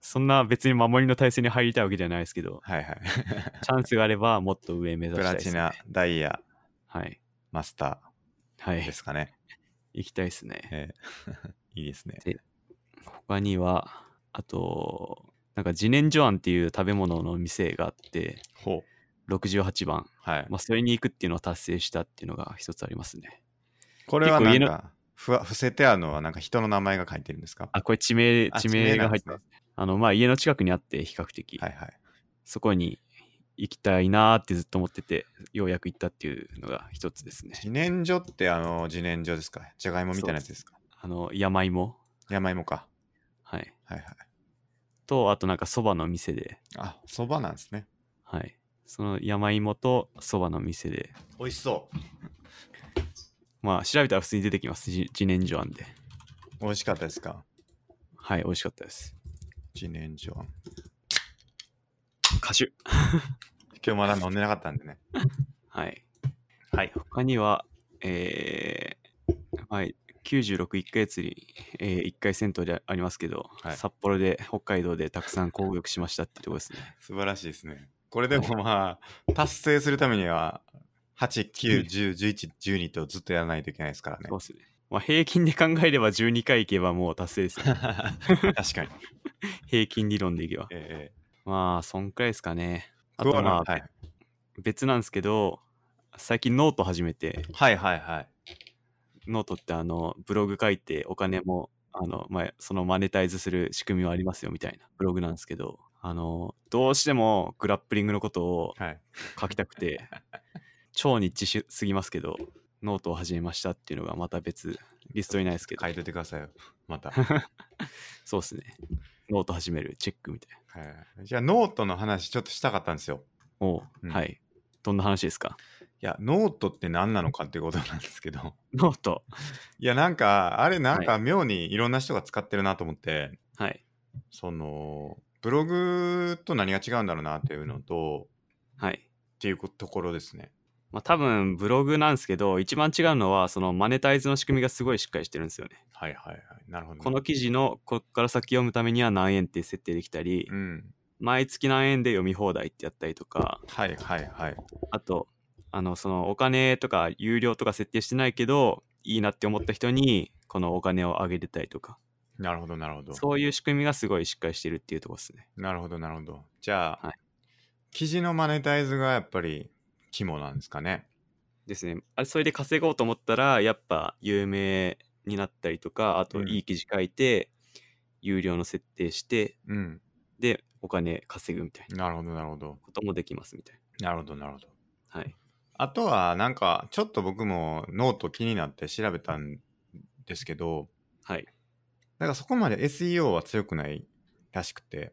S2: そんな別に守りの体制に入りたいわけじゃないですけど、
S1: はい
S2: *laughs*
S1: はい。
S2: チャンスがあればもっと上目指
S1: プ
S2: したい
S1: ラ
S2: です、
S1: チ
S2: ね。
S1: ナ、ダイヤ、
S2: はい。
S1: マスタ
S2: は
S1: ーで
S2: い。
S1: すかね。
S2: 行きたいですね。
S1: ええいいですね。
S2: 他には、あと、なんか自然薯庵っていう食べ物の店があって、
S1: ほう。
S2: 68番。
S1: はい。
S2: まあ、それに行くっていうのを達成したっていうのが一つありますね。
S1: これはな
S2: 結構家
S1: ん
S2: の
S1: か、ふわ伏せてあるのは、なんか人の名前が書いてるんですか
S2: あ、これ地名、
S1: あ
S2: 地名が入って
S1: 地名な
S2: ま
S1: ん
S2: す。
S1: で
S2: あの、まあ、家の近くにあって、比較的、
S1: はいはい。
S2: そこに行きたいなーってずっと思ってて、ようやく行ったっていうのが一つですね。
S1: 自然薯って、あの、自然薯ですかじゃがいもみたいなやつですか
S2: あの、山芋。
S1: 山芋か。
S2: はい。
S1: はいはい。
S2: と、あとなんかそばの店で、
S1: あ、そばなんですね。
S2: はい。その山芋とそばの店で、
S1: 美味しそ
S2: まあ、調べたら普通に出てきます。じ自然薯庵で。
S1: う。美味しかったですか
S2: はい、美味しかったです。
S1: 自然薯。
S2: 歌手。
S1: 今日まだ飲んでなかったんでね。
S2: はい。
S1: はい。
S2: 他には、えー、はい、 961ヶ月に、え1回銭湯でありますけど、
S1: はい
S2: 札幌で北海道でたくさん攻撃しましたってとこですね。
S1: 素晴らしいですね。これでもまあ、達成するためには、8、9、10、11、12とずっとやらないといけないですからね
S2: そう。ですね。まあ、平均で考えれば12回いけばもう達成
S1: *laughs*
S2: ですよ、
S1: 確 *laughs* かに。
S2: 平均理論でいけば。
S1: ええ
S2: まあ、そんくらいですかね。あ
S1: 僕
S2: と
S1: は
S2: まあ、
S1: はい
S2: 別なんですけど、最近ノート始めて、
S1: はいはいはい。
S2: ノートってあの、ブログ書いてお金も、あの、まあ、そのマネタイズする仕組みはありますよみたいなブログなんですけど、あの、どうしてもグラップリングのことを
S1: はい、
S2: 書きた
S1: *laughs*
S2: くて、超ニッチしすぎますけど、ノートを始めましたっていうのがまた別、リストにないですけど
S1: 書、いといてくださいよ。ま *laughs* た。
S2: そうですね。ノート始める、チェックみたいな。
S1: はい、じゃあ、ノートの話ちょっとしたかったんですよ。
S2: おう
S1: うん
S2: はい。どんな話ですか *laughs*
S1: いや、ノートって何なのかっていうことなんですけど。 *laughs*
S2: ノート。
S1: いや、なんか、あれなんか妙にいろんな人が使ってるなと思って、
S2: はい。
S1: その、ブログと何が違うんだろうなっていうのと、
S2: はい。
S1: っていうこところですね。
S2: まあ多分ブログなんですけど、一番違うのはそのマネタイズの仕組みがすごいしっかりしてるんですよね。
S1: はいはいはい。なるほど、ね。
S2: この記事のこっから先読むためには何円って設定できたり
S1: う、ん。
S2: 毎月何円で読み放題ってやったりとか、
S1: はいはいはい。
S2: あと、あの、そのお金とか有料とか設定してないけど、いいなって思った人に、このお金をあげれたりとか、
S1: なるほどなるほど。
S2: そういう仕組みがすごいしっかりしてるっていうところですね。
S1: なるほどなるほど。じゃあ、
S2: はい
S1: 記事のマネタイズがやっぱり肝なんですかね。
S2: ですね。あれ、それで稼ごうと思ったら、やっぱ有名になったりとか、あと
S1: うん
S2: いい記事書いて、有料の設定して、
S1: うん。
S2: で、お金稼ぐみたいな
S1: なるほどなるほど。
S2: こともできますみたい
S1: なるほどなるほど。
S2: な。はい。
S1: あとはなんかちょっと僕もノート気になって調べたんですけど、
S2: はい。
S1: なんかそこまで SEO は強くないらしくて、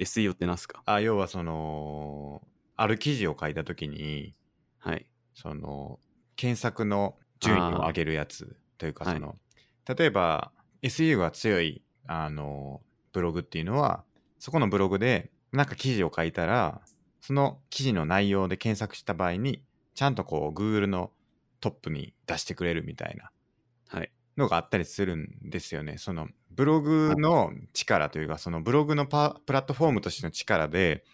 S2: SEO ってなんすか
S1: あ要はその、ある記事を書いたときに、
S2: はい。
S1: その、検索の順位を上げるやつというか、その、例えば SEO が強い、あの、ブログっていうのは、そこのブログでなんか記事を書いたら、その記事の内容で検索した場合に、ちゃんとこう Google のトップに出してくれるみたいな
S2: はい。
S1: のがあったりするんですよね。そのブログの力というか、そのブログのパプラットフォームとしての力で、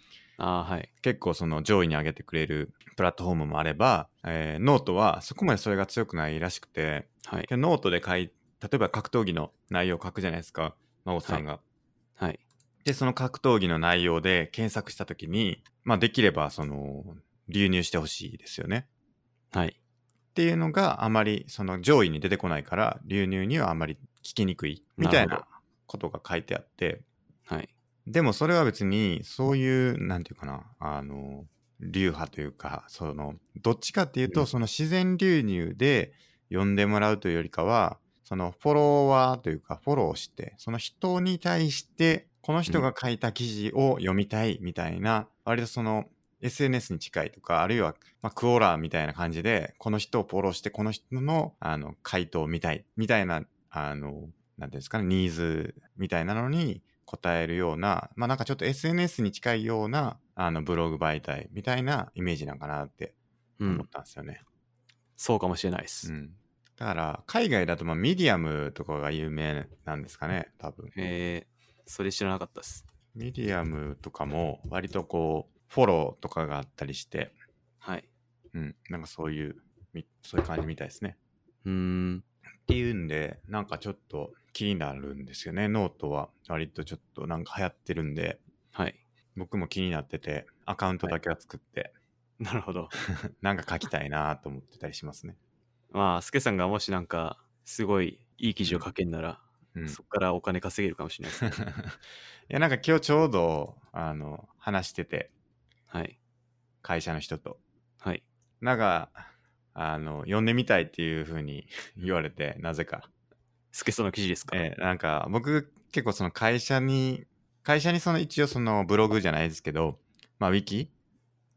S2: ああー、はい。
S1: 結構その上位に上げてくれるプラットフォームもあれば、えーノートはそこまでそれが強くないらしくて、
S2: はい
S1: で。ノートで書い、例えば格闘技の内容を書くじゃないですか、真帆さんが。
S2: はい。
S1: で、その格闘技の内容で検索したときに、まあできればその流入してほしいですよね。
S2: はい。
S1: っていうのがあまりその上位に出てこないから流入にはあまり聞きにくいみたい
S2: なる
S1: なことが書いてあって
S2: はい。
S1: でもそれは別にそういうなんていうかなあの流派というかそのどっちかっていう
S2: う
S1: と
S2: ん
S1: その自然流入で呼んでもらうというよりかはそのフォロワーというかフォローしてその人に対してこの人が書いた記事を読みたいみたいな割とその SNS に近いとか、あるいは、まあ、クオーラーみたいな感じで、この人をフォローして、この人のあの回答を見たい、みたいな、あの、なんていうんですかね、ニーズみたいなのに答えるような、まあなんかちょっと SNS に近いような、あのブログ媒体みたいなイメージなんかなって
S2: う
S1: 思っ
S2: ん。
S1: たんですよね。
S2: そうかもしれないで
S1: う
S2: す。
S1: ん。だから、海外だとまあミディアムとかが有名なんですかね、多分。
S2: えー、それ知らなかったです。
S1: ミディアムとかも割とこう、フォローとかがあったりして、
S2: はい。
S1: うん、なんかそういう、みそういう感じみたいですね。
S2: うーん。
S1: っていうんで、なんかちょっと気になるんですよね。ノートは割とちょっとなんか流行ってるんで、
S2: はい。 *laughs*
S1: 僕も気になってて、アカウントだけは作って、
S2: なるほど。
S1: なんか書きたいなと思ってたりしますね。
S2: まあ、スケさんがもしなんか、すごいいい記事を書けんなら、
S1: うん。い
S2: そこからお金稼げるかもし
S1: *laughs*
S2: れないですね。
S1: や、なんか今日ちょうど、あの、話してて、
S2: はい。
S1: 会社の人と。
S2: はい。
S1: なんか、あの、読んでみたいっていうふうに *laughs* 言われて、なぜか。
S2: スケさんの記事ですか、
S1: えーなんか僕結構その会社に会社にその一応そのブログじゃないですけどまあウィキ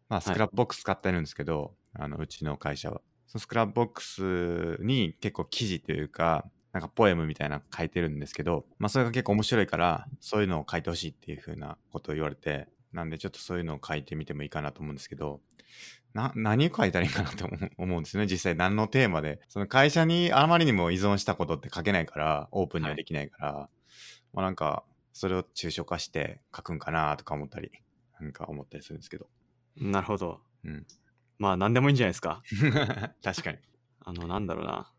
S1: まあ
S2: はい
S1: スクラップボックス使ってるんですけど、あのうちの会社はそのスクラップボックスに結構記事というかなんかポエムみたいなの書いてるんですけどまあそれが結構面白いからそういうのを書いてほしいっていう風なことを言われてなんでちょっとそういうのを書いてみてもいいかなと思うんですけどな、何書いたらいいかなって思う思うんですよね。実際何のテーマで。その会社にあまりにも依存したことって書けないから、オープンにはできないから、まあなんか、それを抽象化して書くんかなとか思ったり、なんか思ったりするんですけど。 *laughs*
S2: なるほど。
S1: うん。
S2: まあ何でもいいんじゃないですか。
S1: 確かに。
S2: あの、なんだろうな。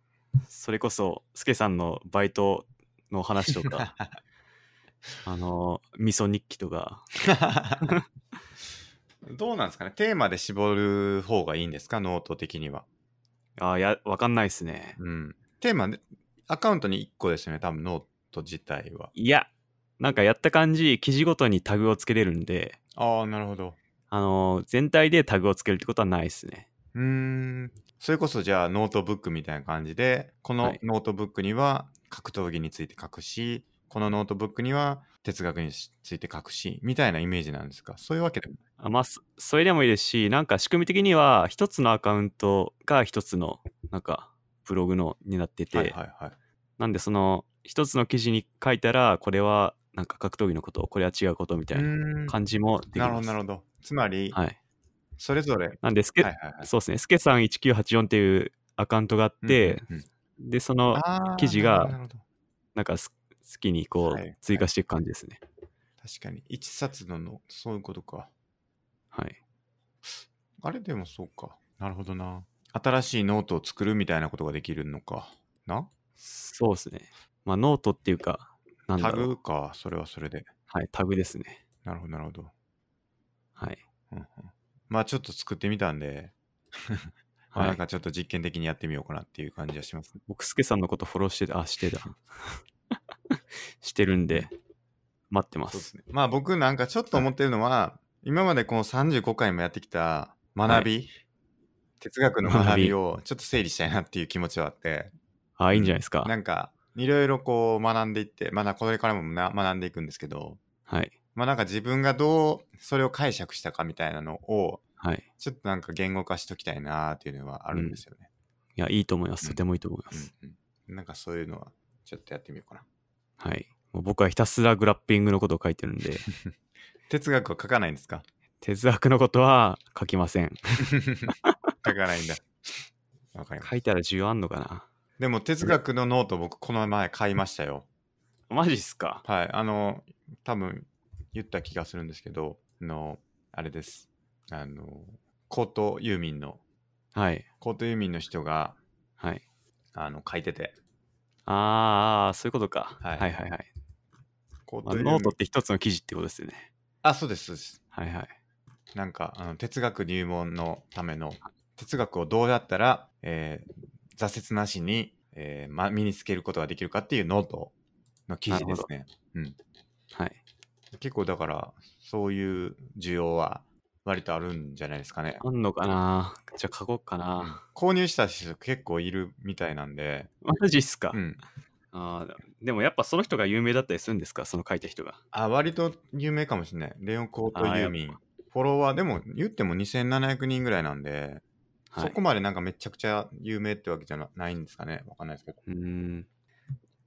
S2: それこそ、スケさんのバイトの話と
S1: *laughs*
S2: か、あの、味噌日記とか。
S1: *laughs* どうなんですかねテーマで絞る方がいいんですかノート的には。
S2: ああ、いや、わかんないですね。
S1: うん。テーマで、アカウントに1個ですよね多分ノート自体は。
S2: いや、なんかやった感じ、記事ごとにタグをつけれるんで、
S1: ああ、なるほど。
S2: あの、全体でタグをつけるってことはないですね。
S1: うーん。それこそじゃあノートブックみたいな感じで、こ
S2: は
S1: の
S2: い
S1: ノートブックには格闘技について書くし、このノートブックには哲学にしついて書くし、みたいなイメージなんですかそういうわけでもない。
S2: あまあ、そそれでもいいですし、なんか仕組み的には、一つのアカウントが一つの、なんか、ブログのになってて、
S1: はいはいはい。
S2: なんでその、一つの記事に書いたら、これはなんか格闘技のこと、これは違うことみた
S1: う
S2: いな
S1: ーん
S2: 感じもでき
S1: なるほ
S2: ま
S1: ど
S2: す。
S1: なるほど。つまり、
S2: はい。
S1: それぞれ。はい
S2: なんで、スケ、
S1: はいはい。
S2: そうですね、スケさん1984っていうアカウントがあって、
S1: うんうんうん
S2: で、その、
S1: あー
S2: 記事
S1: なる
S2: が
S1: ほどなるほど
S2: なんかす好きにこ、
S1: はいう
S2: 追加していく感じですね。
S1: 確かに、一冊のの、そういうことか。
S2: はい。
S1: あれでもそうか。なるほどな。新しいノートを作るみたいなことができるのか。な
S2: そうですね。まあ、ノートっていうか、なんだ
S1: タ
S2: ろう。
S1: グか、それはそれで。
S2: はい、タグですね。
S1: なるほど、なるほど。
S2: はい。
S1: うんうんまあちょっと作ってみたんで、まあ
S2: は
S1: なん
S2: い、
S1: かちょっと実験的にやってみようかなっていう感じはしますね。
S2: 僕、スケさんのことフォローしてた、あ、してた。 *laughs* してるんで、待ってま。
S1: そうですすね。まあ僕なんかちょっと思ってるのは、今までこの35回もやってきた学び、哲学の学びをちょっと整理したいなっていう気持ちはあって、
S2: あ、いいんじゃないですか。
S1: なんかいろいろこう学んでいって、まだこれからもな学んでいくんですけど、
S2: はい。
S1: まあなんか自分がどうそれを解釈したかみたいなのを、
S2: はい。
S1: ちょっとなんか言語化しときたいなっていうのはあるんですよね。
S2: いや、いいと思いま
S1: う
S2: す。
S1: ん
S2: とてもいいと思いま
S1: う
S2: す。
S1: んうん、なんかそういうのはちょっとやってみようかな。
S2: はい。もう僕はひたすらグラッピングのことを書いてる
S1: *laughs*
S2: んで、
S1: 哲学は書かないんですか
S2: 哲学のことは書きません。
S1: 書かないんだ。わかりま
S2: 書
S1: す。
S2: いたら需要あんのか
S1: でも哲学のノート僕この前買いましたよ。
S2: なマジっすか
S1: はい。あの、多分言った気がするんですけど、あの、あれです。あの、高等遊民の、
S2: はい。
S1: 高等遊民の人が
S2: はい。
S1: あの書いてて、
S2: あーあー、そういうことか。
S1: は
S2: はいいはいはい。
S1: 高
S2: ま
S1: 等
S2: あ、
S1: 遊
S2: ノ
S1: 民
S2: ートって一つの記事ってことですよね。
S1: あ、そうです、そうです。
S2: はいはい。
S1: なんかあの哲学入門のための哲学をどうやったら、えー挫折なしに、えーま、身につけることができるかっていうノートの記事ですね。
S2: はい。
S1: 結構だからそういう需要は割とあるんじゃないですかね。
S2: あんのかなじゃあ書こうかな。
S1: 購入した人結構いるみたいなんで、
S2: マジっすか、
S1: うん、
S2: あーでもやっぱその人が有名だったりするんですかその書いた人が。
S1: あ割と有名かもしれない。レオン・コート・ユーミ
S2: あーや
S1: ン。フォロワーでも言っても2700人ぐらいなんで、
S2: はい、
S1: そこまでなんかめちゃくちゃ有名ってわけじゃなないんですかね。わかんないですけど。
S2: うーん。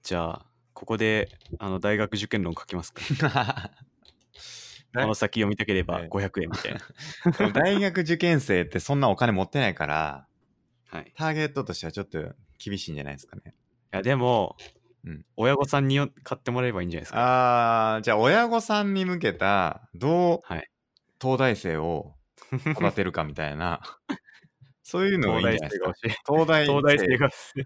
S2: じゃあ、ここであの大学受験論書きますかこの先読みたければ
S1: ええ
S2: 500円みたいな。
S1: *laughs* でも大学受験生ってそんなお金持ってないから、
S2: はい、い
S1: ターゲットとしてはちょっと厳しいんじゃないですかね。
S2: やでも、
S1: うん
S2: 親御さんによ買ってもらえばいいんじゃないですか。
S1: あー、じゃあ親御さんに向けた、どう
S2: はい、
S1: 東大生を育てるかみたいな、 *laughs* そういうのもい
S2: 東
S1: いんじゃないで
S2: 大生
S1: すか
S2: が。教え
S1: 東大
S2: 東大生が教え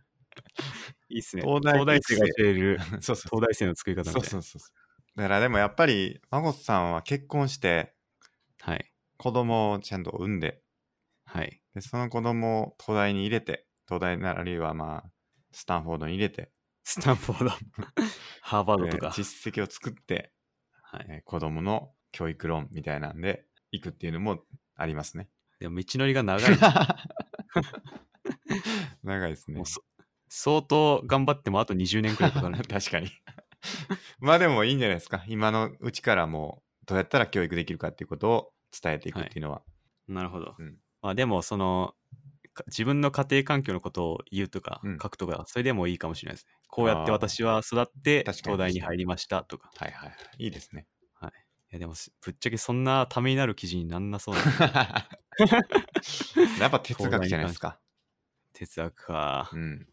S2: いいっすね。
S1: 東
S2: 東
S1: 大
S2: 大生が教える
S1: 生 *laughs* そうそう
S2: 東大生の作り方みたい
S1: そう
S2: な。
S1: そうそう。だからでもやっぱり、孫さんは結婚して、
S2: はい。
S1: 子供をちゃんと産んで、
S2: はい。
S1: でその子供を東大に入れて、東大なあるいはまあ、スタンフォードに入れて、
S2: スタンフォード、ハーバードと
S1: え
S2: か
S1: ー。実績を作って、
S2: はい、
S1: えー子供の教育論みたいなんで行くっていうのもありますね。
S2: でも道のりが長いな。
S1: *laughs* 長いですね
S2: もう。そ相当頑張ってもあと20年くらいかかる。
S1: *laughs* 確かに。まあでもいいんじゃないですか。今のうちからもうどうやったら教育できるかっていうことを伝えていくっていうのは。 *laughs*
S2: なるほど。
S1: うん
S2: まあでもそのか自分の家庭環境のことを言うとか
S1: うん
S2: 書くとか、それでもいいかもしれないですね。こうやっ
S1: あー
S2: て私は育って
S1: 確かに
S2: 東大に入りましたとか。 *laughs*
S1: はい、はいはい。いいですね。
S2: はいやでもすぶっちゃけそんなためになる記事になんなそ
S1: *laughs*
S2: うな
S1: やっぱ哲学じゃないですか。
S2: 哲学か
S1: うん。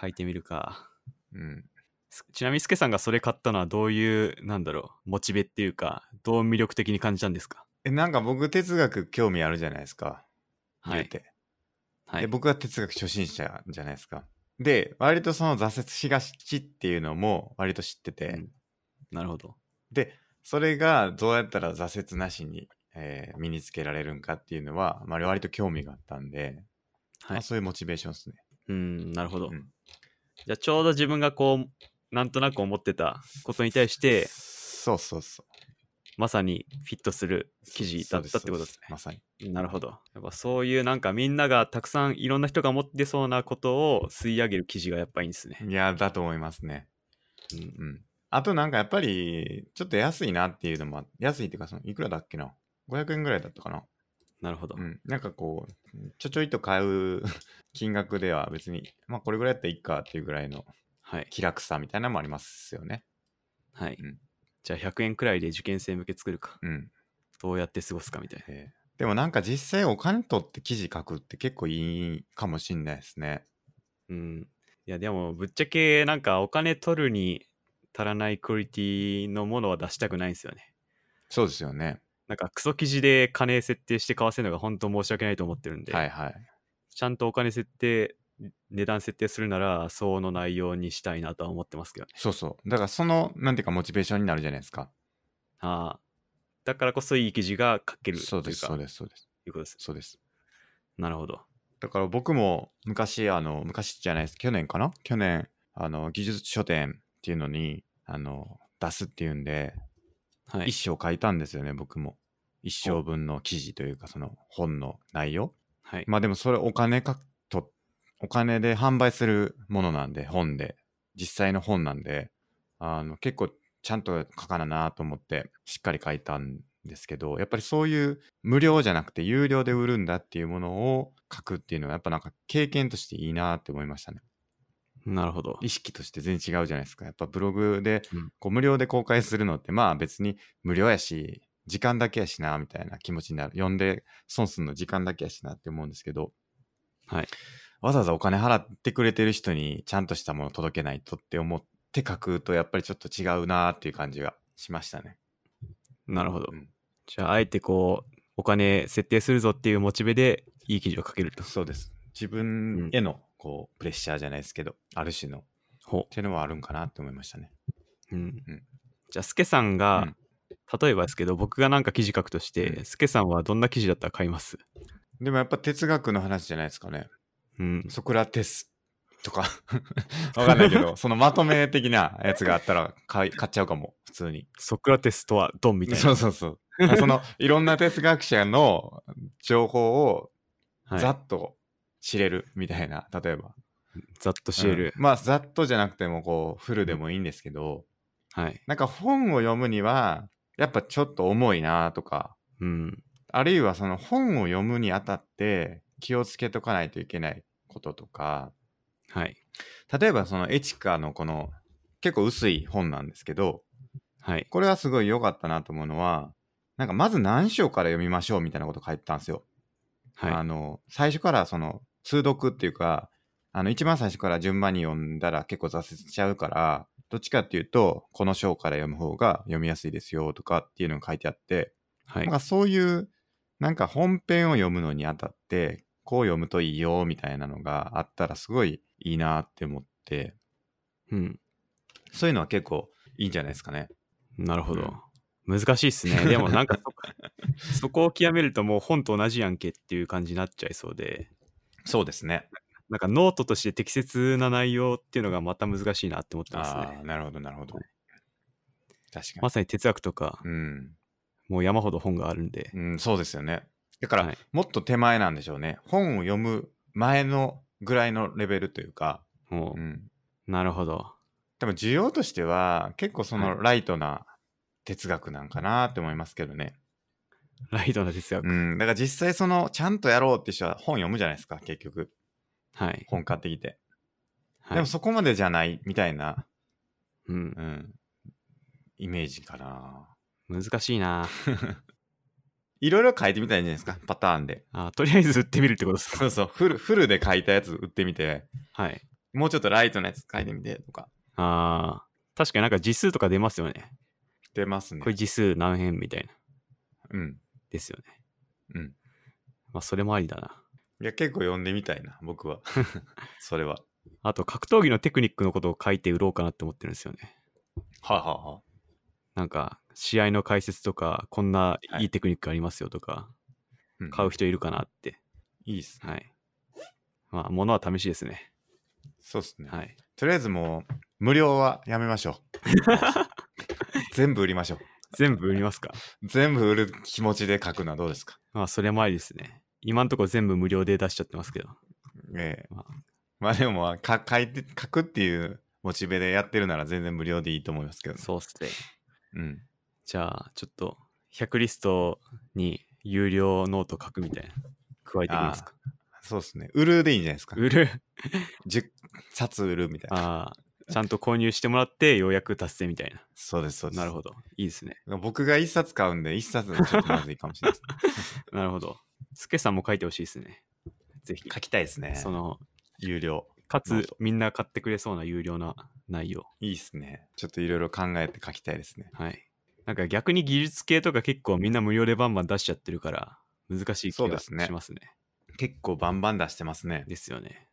S2: 書いてみるか
S1: うん。
S2: すちなみにスケさんがそれ買ったのはどういうなんだろうモチベっていうかどう魅力的に感じたんですか
S1: え、なんか僕哲学興味あるじゃないですか。
S2: は
S1: 言う
S2: い、
S1: て。
S2: は
S1: で
S2: い、
S1: 僕は哲学初心者じゃないですか。で、割とその挫折しがちっていうのも割と知ってて、
S2: うんなるほど
S1: で、それがどうやったら挫折なしに、えー身につけられるんかっていうのは、まあ、割と興味があったんで、
S2: はい
S1: まあ、そういうモチベーションですね。
S2: うんなるほど、
S1: うん
S2: じゃあちょうど自分がこうなんとなく思ってたことに対して
S1: そうそうそう。
S2: まさにフィットする記事だったってことです
S1: そうまさに。
S2: ね。なるほど。やっぱそういうなんかみんながたくさんいろんな人が持ってそうなことを吸い上げる記事がやっぱいいんですね。
S1: いや、だと思いますね。
S2: うん
S1: うん。あとなんかやっぱり、ちょっと安いなっていうのもあ、安いっていうか、その、いくらだっけな ?500 円ぐらいだったかな
S2: なるほど。
S1: うん、なんかこう、ちょちょいと買う金額では別に、まあこれぐらいやったらいいかっていうぐらいの
S2: はい。
S1: 気楽さみたいなのもありますよね。
S2: はい。
S1: うん
S2: じゃあ100円くらいで受験生向け作るか。
S1: うん。
S2: どうやって過ごすかみたいな。
S1: えーでもなんか実際お金取って記事書くって結構いいかもしんないですね。
S2: うん。いやでもぶっちゃけなんかお金取るに足らないクオリティのものは出したくないんですよね。
S1: そうですよね。
S2: なんかクソ記事で金設定して買わせるのが本当申し訳ないと思ってるんで。
S1: はいはい。
S2: ちゃんとお金設定、値段設定するなら、相応の内容にしたいなとは思ってますけどね。
S1: そうそう。だからその、なんていうかモチベーションになるじゃないですか。
S2: ああだからこそいい記事が書けるというか、
S1: そうです、そうです、そうです。
S2: いうことです。
S1: そうです。
S2: なるほど。
S1: だから僕も昔、あの、昔じゃないです。去年かな去年、あの、技術書店っていうのに、あの、出すっていうんで、
S2: はい。
S1: 一章書いたんですよね僕も一章分の記事というかその本の内容
S2: はい。
S1: まあでもそれお金かとお金で販売するものなんで本で実際の本なんであの結構ちゃんと書かななと思ってしっかり書いたんですけどやっぱりそういう無料じゃなくて有料で売るんだっていうものを書くっていうのはやっぱなんか経験としていいなって思いましたね
S2: なるほど。
S1: 意識として全然違うじゃないですか。やっぱブログで
S2: うん
S1: こう無料で公開するのってまあ別に無料やし時間だけやしなみたいな気持ちになる。読んで損するの時間だけやしなって思うんですけど、
S2: はい。
S1: わざわざお金払ってくれてる人にちゃんとしたもの届けないとって思って書くとやっぱりちょっと違うなっていう感じがしましたね。
S2: なるほど。
S1: うん
S2: じゃあ、あえてこう、お金設定するぞっていうモチベで、いい記事を書けると。
S1: そうです。自分へのこうプレッシャーじゃないですけど、ある種のっ
S2: ほ
S1: ていうのはあるんかなって思いましたね。
S2: う。うん。
S1: うん
S2: じゃあ、スケさんが、
S1: うん
S2: 例えばですけど、僕がなんか記事書くとして、
S1: うん
S2: スケさんはどんな記事だったら買います
S1: でもやっぱ哲学の話じゃないですかね。
S2: うん。
S1: ソクラテスとか *laughs* わかんないけ *laughs* ど、そのまとめ的なやつがあったら買い買っちゃうかも、普通に。
S2: ソクラテスとはドンみたい
S1: そ
S2: な。
S1: うそうそう。 *laughs* そのいろんな哲学者の情報を
S2: はい
S1: ざっと知れるみたいな、例えば。
S2: ざっと知れる。
S1: うんまあ、ざっとじゃなくても、こう、フルでもいいんですけど、
S2: はい。
S1: なんか本を読むには、やっぱちょっと重いなとか、
S2: うん。
S1: あるいはその本を読むにあたって気をつけとかないといけないこととか、
S2: はい。
S1: 例えばそのエチカのこの結構薄い本なんですけど
S2: はい。
S1: これはすごい良かったなと思うのはなんかまず何章から読みましょうみたいなこと書いてたんですよ。あ
S2: は
S1: の最初からその通読っていうかあの一番最初から順番に読んだら結構挫折しちゃうからどっちかっていうとこの章から読む方が読みやすいですよとかっていうのが書いてあって、
S2: い。
S1: なん
S2: はい。
S1: かそういうなんか本編を読むのにあたってこう読むといいよみたいなのがあったらすごいいいなって思って。
S2: うん。
S1: そういうのは結構いいんじゃないですかね。
S2: なるほど。難しいっす *laughs* ね。でもなんかそ、そこを極めるともう本と同じやんけっていう感じになっちゃいそうで、
S1: そうですね。
S2: なんかノートとして適切な内容っていうのがまた難しいなって思ってます
S1: あ
S2: ね。
S1: あ、なるほど、なるほど。確か
S2: まさに哲学とか、
S1: に。うん。
S2: もう山ほど本があるんで。
S1: うん、そうですよね。だから、
S2: はい
S1: もっと手前なんでしょうね。本を読む前のぐらいのレベルというか、
S2: も
S1: うん。
S2: う、なるほど。
S1: でも需要としては、結構そ
S2: は
S1: のライトな哲学なんかなって思いますけどね。
S2: ライトな哲学。
S1: うん。だから実際その、ちゃんとやろうって人は本読むじゃないですか、結局。
S2: はい。
S1: 本買ってきて。
S2: はい、
S1: でもそこまでじゃないみたいな、
S2: うん
S1: う。ん、イメージかな。
S2: 難しいな。
S1: いろいろ書いてみたらいいんじゃないですか、パターンで。
S2: あとりあえず売ってみるってことですか。
S1: そうそう、 *laughs* フル、フルで書いたやつ売ってみて、
S2: はい。
S1: もうちょっとライトなやつ書いてみてとか、
S2: あー確かになんか字数とか出ますよね。
S1: 出ますね
S2: こ。れ字数何編みたいな。
S1: うん。
S2: ですよね。
S1: うん。
S2: まあ、それもありだな。
S1: いや、結構読んでみたいな、僕
S2: *laughs*
S1: は。それは。
S2: あと、格闘技のテクニックのことを書いて売ろうかなって思ってるんですよね。
S1: はあ、はあは
S2: なんか、試合の解説とか、こんな
S1: はい
S2: いいテクニックありますよとか、
S1: あ、ん
S2: 買う人いるかなって。
S1: いいっすね。
S2: はい。まあ、物は試しですね。
S1: そうっすね。
S2: はい。
S1: とりあえずもう、無料はやめまし
S2: *laughs*
S1: ょう。全部売りましょう。
S2: 全部売りますか
S1: 全部売る気持ちで書くのはどうですか
S2: まあ、それもありですね。今んとこ全部無料で出しちゃってますけど。
S1: ええ
S2: まあ
S1: まあでもまあか書いて書くっていうモチベでやってるなら全然無料でいいと思いますけどね、
S2: そうっすね。
S1: うん、
S2: じゃあ、ちょっと、100リストに有料ノート書くみたいな。加えていきますか。
S1: そうですね売るでいいんじゃないですか
S2: 売る。
S1: 10冊売るみたいな
S2: ああ、ちゃんと購入してもらって、ようやく達成みたいな。
S1: そうですそうです
S2: なるほど。いいですね。
S1: ど僕が1冊買うんで1冊はちょっとまずいかもしれないで
S2: なるほど。スケさんも書いてほしいですね。ぜ
S1: す。
S2: ひ
S1: *laughs* 書きたいですね
S2: その、
S1: 有料
S2: か
S1: ノー
S2: つ
S1: ト
S2: みんな買ってくれそうな有料な内容。
S1: いいですねちょっといろいろ考えて書きたいですね
S2: はい。なんか逆に技術系とか結構みんな無料でバンバン出しちゃってるから、難しい気
S1: そう
S2: が
S1: で
S2: し
S1: すね
S2: ますね。
S1: 結構バンバン出してますね
S2: ですよね。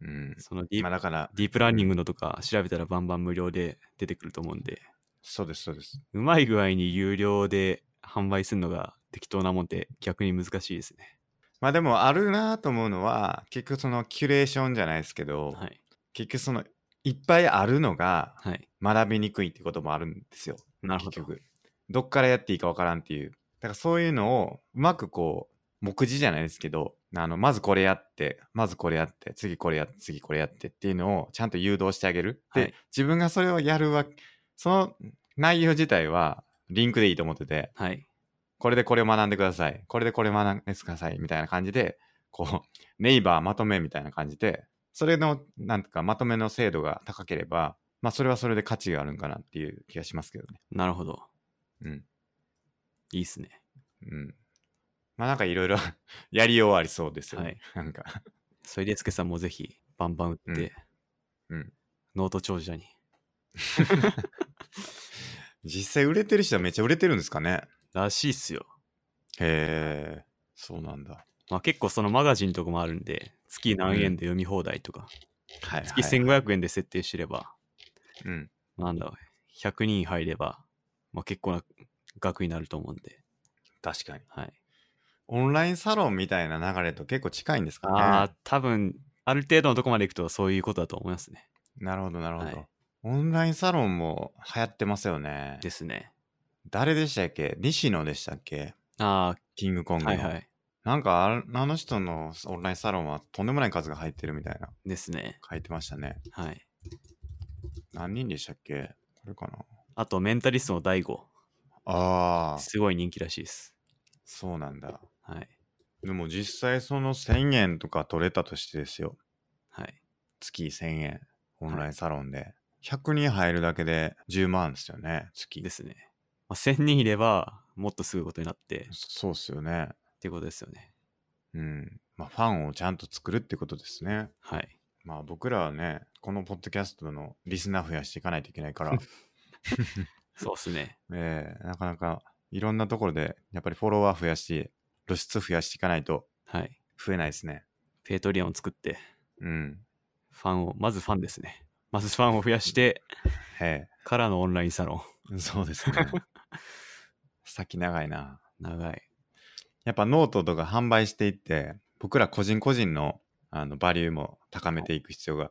S1: うん
S2: そのディー
S1: まあ
S2: プ
S1: だから
S2: ディープラーニングのとか調べたらバンバン無料で出てくると思うんで、
S1: そうですそうです
S2: うまい具合に有料で販売するのが適当なもんって逆に難しいですね。
S1: まあでもあるなと思うのは結局そのキュレーションじゃないですけど、
S2: はい。
S1: 結局そのいっぱいあるのが
S2: はい。
S1: 学びにくいってこともあるんですよ
S2: なるほ
S1: 結
S2: ど。
S1: 局どっからやっていいかわからんっていうだからそういうのをうまくこう目次じゃないですけどあのまずこれやってまずこれやって次これやって次これやってっていうのをちゃんと誘導してあげる、
S2: はい
S1: で自分がそれをやるわその内容自体はリンクでいいと思ってて
S2: はい。
S1: これでこれを学んでください。これでこれを学んでください。みたいな感じで、こう、ネイバーまとめみたいな感じで、それの、なんとかまとめの精度が高ければ、まあ、それはそれで価値があるんかなっていう気がしますけどね。
S2: なるほど。
S1: うん。
S2: いいっすね。
S1: うん。まあ、なんかいろい *laughs* ろやりようありそうですよね。なんか、
S2: それでスケさんもぜひバンバン打って、
S1: うんうん
S2: ノート長者に。
S1: 実際売れてる人はめっちゃ売れてるんですかね。
S2: らしいっすよ。
S1: へえ、そうなんだ。
S2: まあ結構そのマガジンとかもあるんで、月何円で読み放題とか、
S1: はい、はい。
S2: 月1500円で設定してれば、
S1: うん。
S2: なんだろう、100人入れば、まあ結構な額になると思うんで、
S1: 確かに。
S2: はい。
S1: オンラインサロンみたいな流れと結構近いんですかね。
S2: ああ、多分、ある程度のとこまで行くとそういうことだと思いますね。
S1: なるほど、なるほど、
S2: はい
S1: オンラインサロンも流行ってますよね。
S2: ですね。
S1: 誰でしたっけ西野でしたっけ
S2: あ
S1: キングコン
S2: あ、
S1: グの。
S2: はいはい。
S1: なんかある、あの人のオンラインサロンはとんでもない数が入ってるみたいな、
S2: ですね。
S1: 書いてましたね。
S2: はい。
S1: 何人でしたっけこれかな。
S2: あと、メンタリストの大悟、
S1: ああ、
S2: すごい人気らしいです。
S1: そうなんだ。
S2: はい。
S1: でも実際その1000円とか取れたとしてですよ。
S2: はい。
S1: 月1000円。オンラインサロンで。100人入るだけで10万ですよね、月
S2: で。すね。まあ、1000人いれば、もっとすごいことになって、っ
S1: そうっすよね。
S2: てことですよね。
S1: うん。まあ、ファンをちゃんと作るってことですね。
S2: はい。
S1: まあ僕らはね、このポッドキャストのリスナー増やしていかないといけないから、
S2: そうですね。
S1: ええなかなかいろんなところでやっぱりフォロワー増やし、露出増やしていかないと
S2: はい。
S1: 増えないですね。
S2: ペイトリアンを作って、
S1: うん。
S2: ファンを、まずファンですね。まずファンを増やして、
S1: え
S2: からのオンラインサロン。
S1: えそうです *laughs* ね。先長いな。
S2: 長い。
S1: やっぱノートとか販売していって、僕ら個人個人のあのバリューも高めていく必要が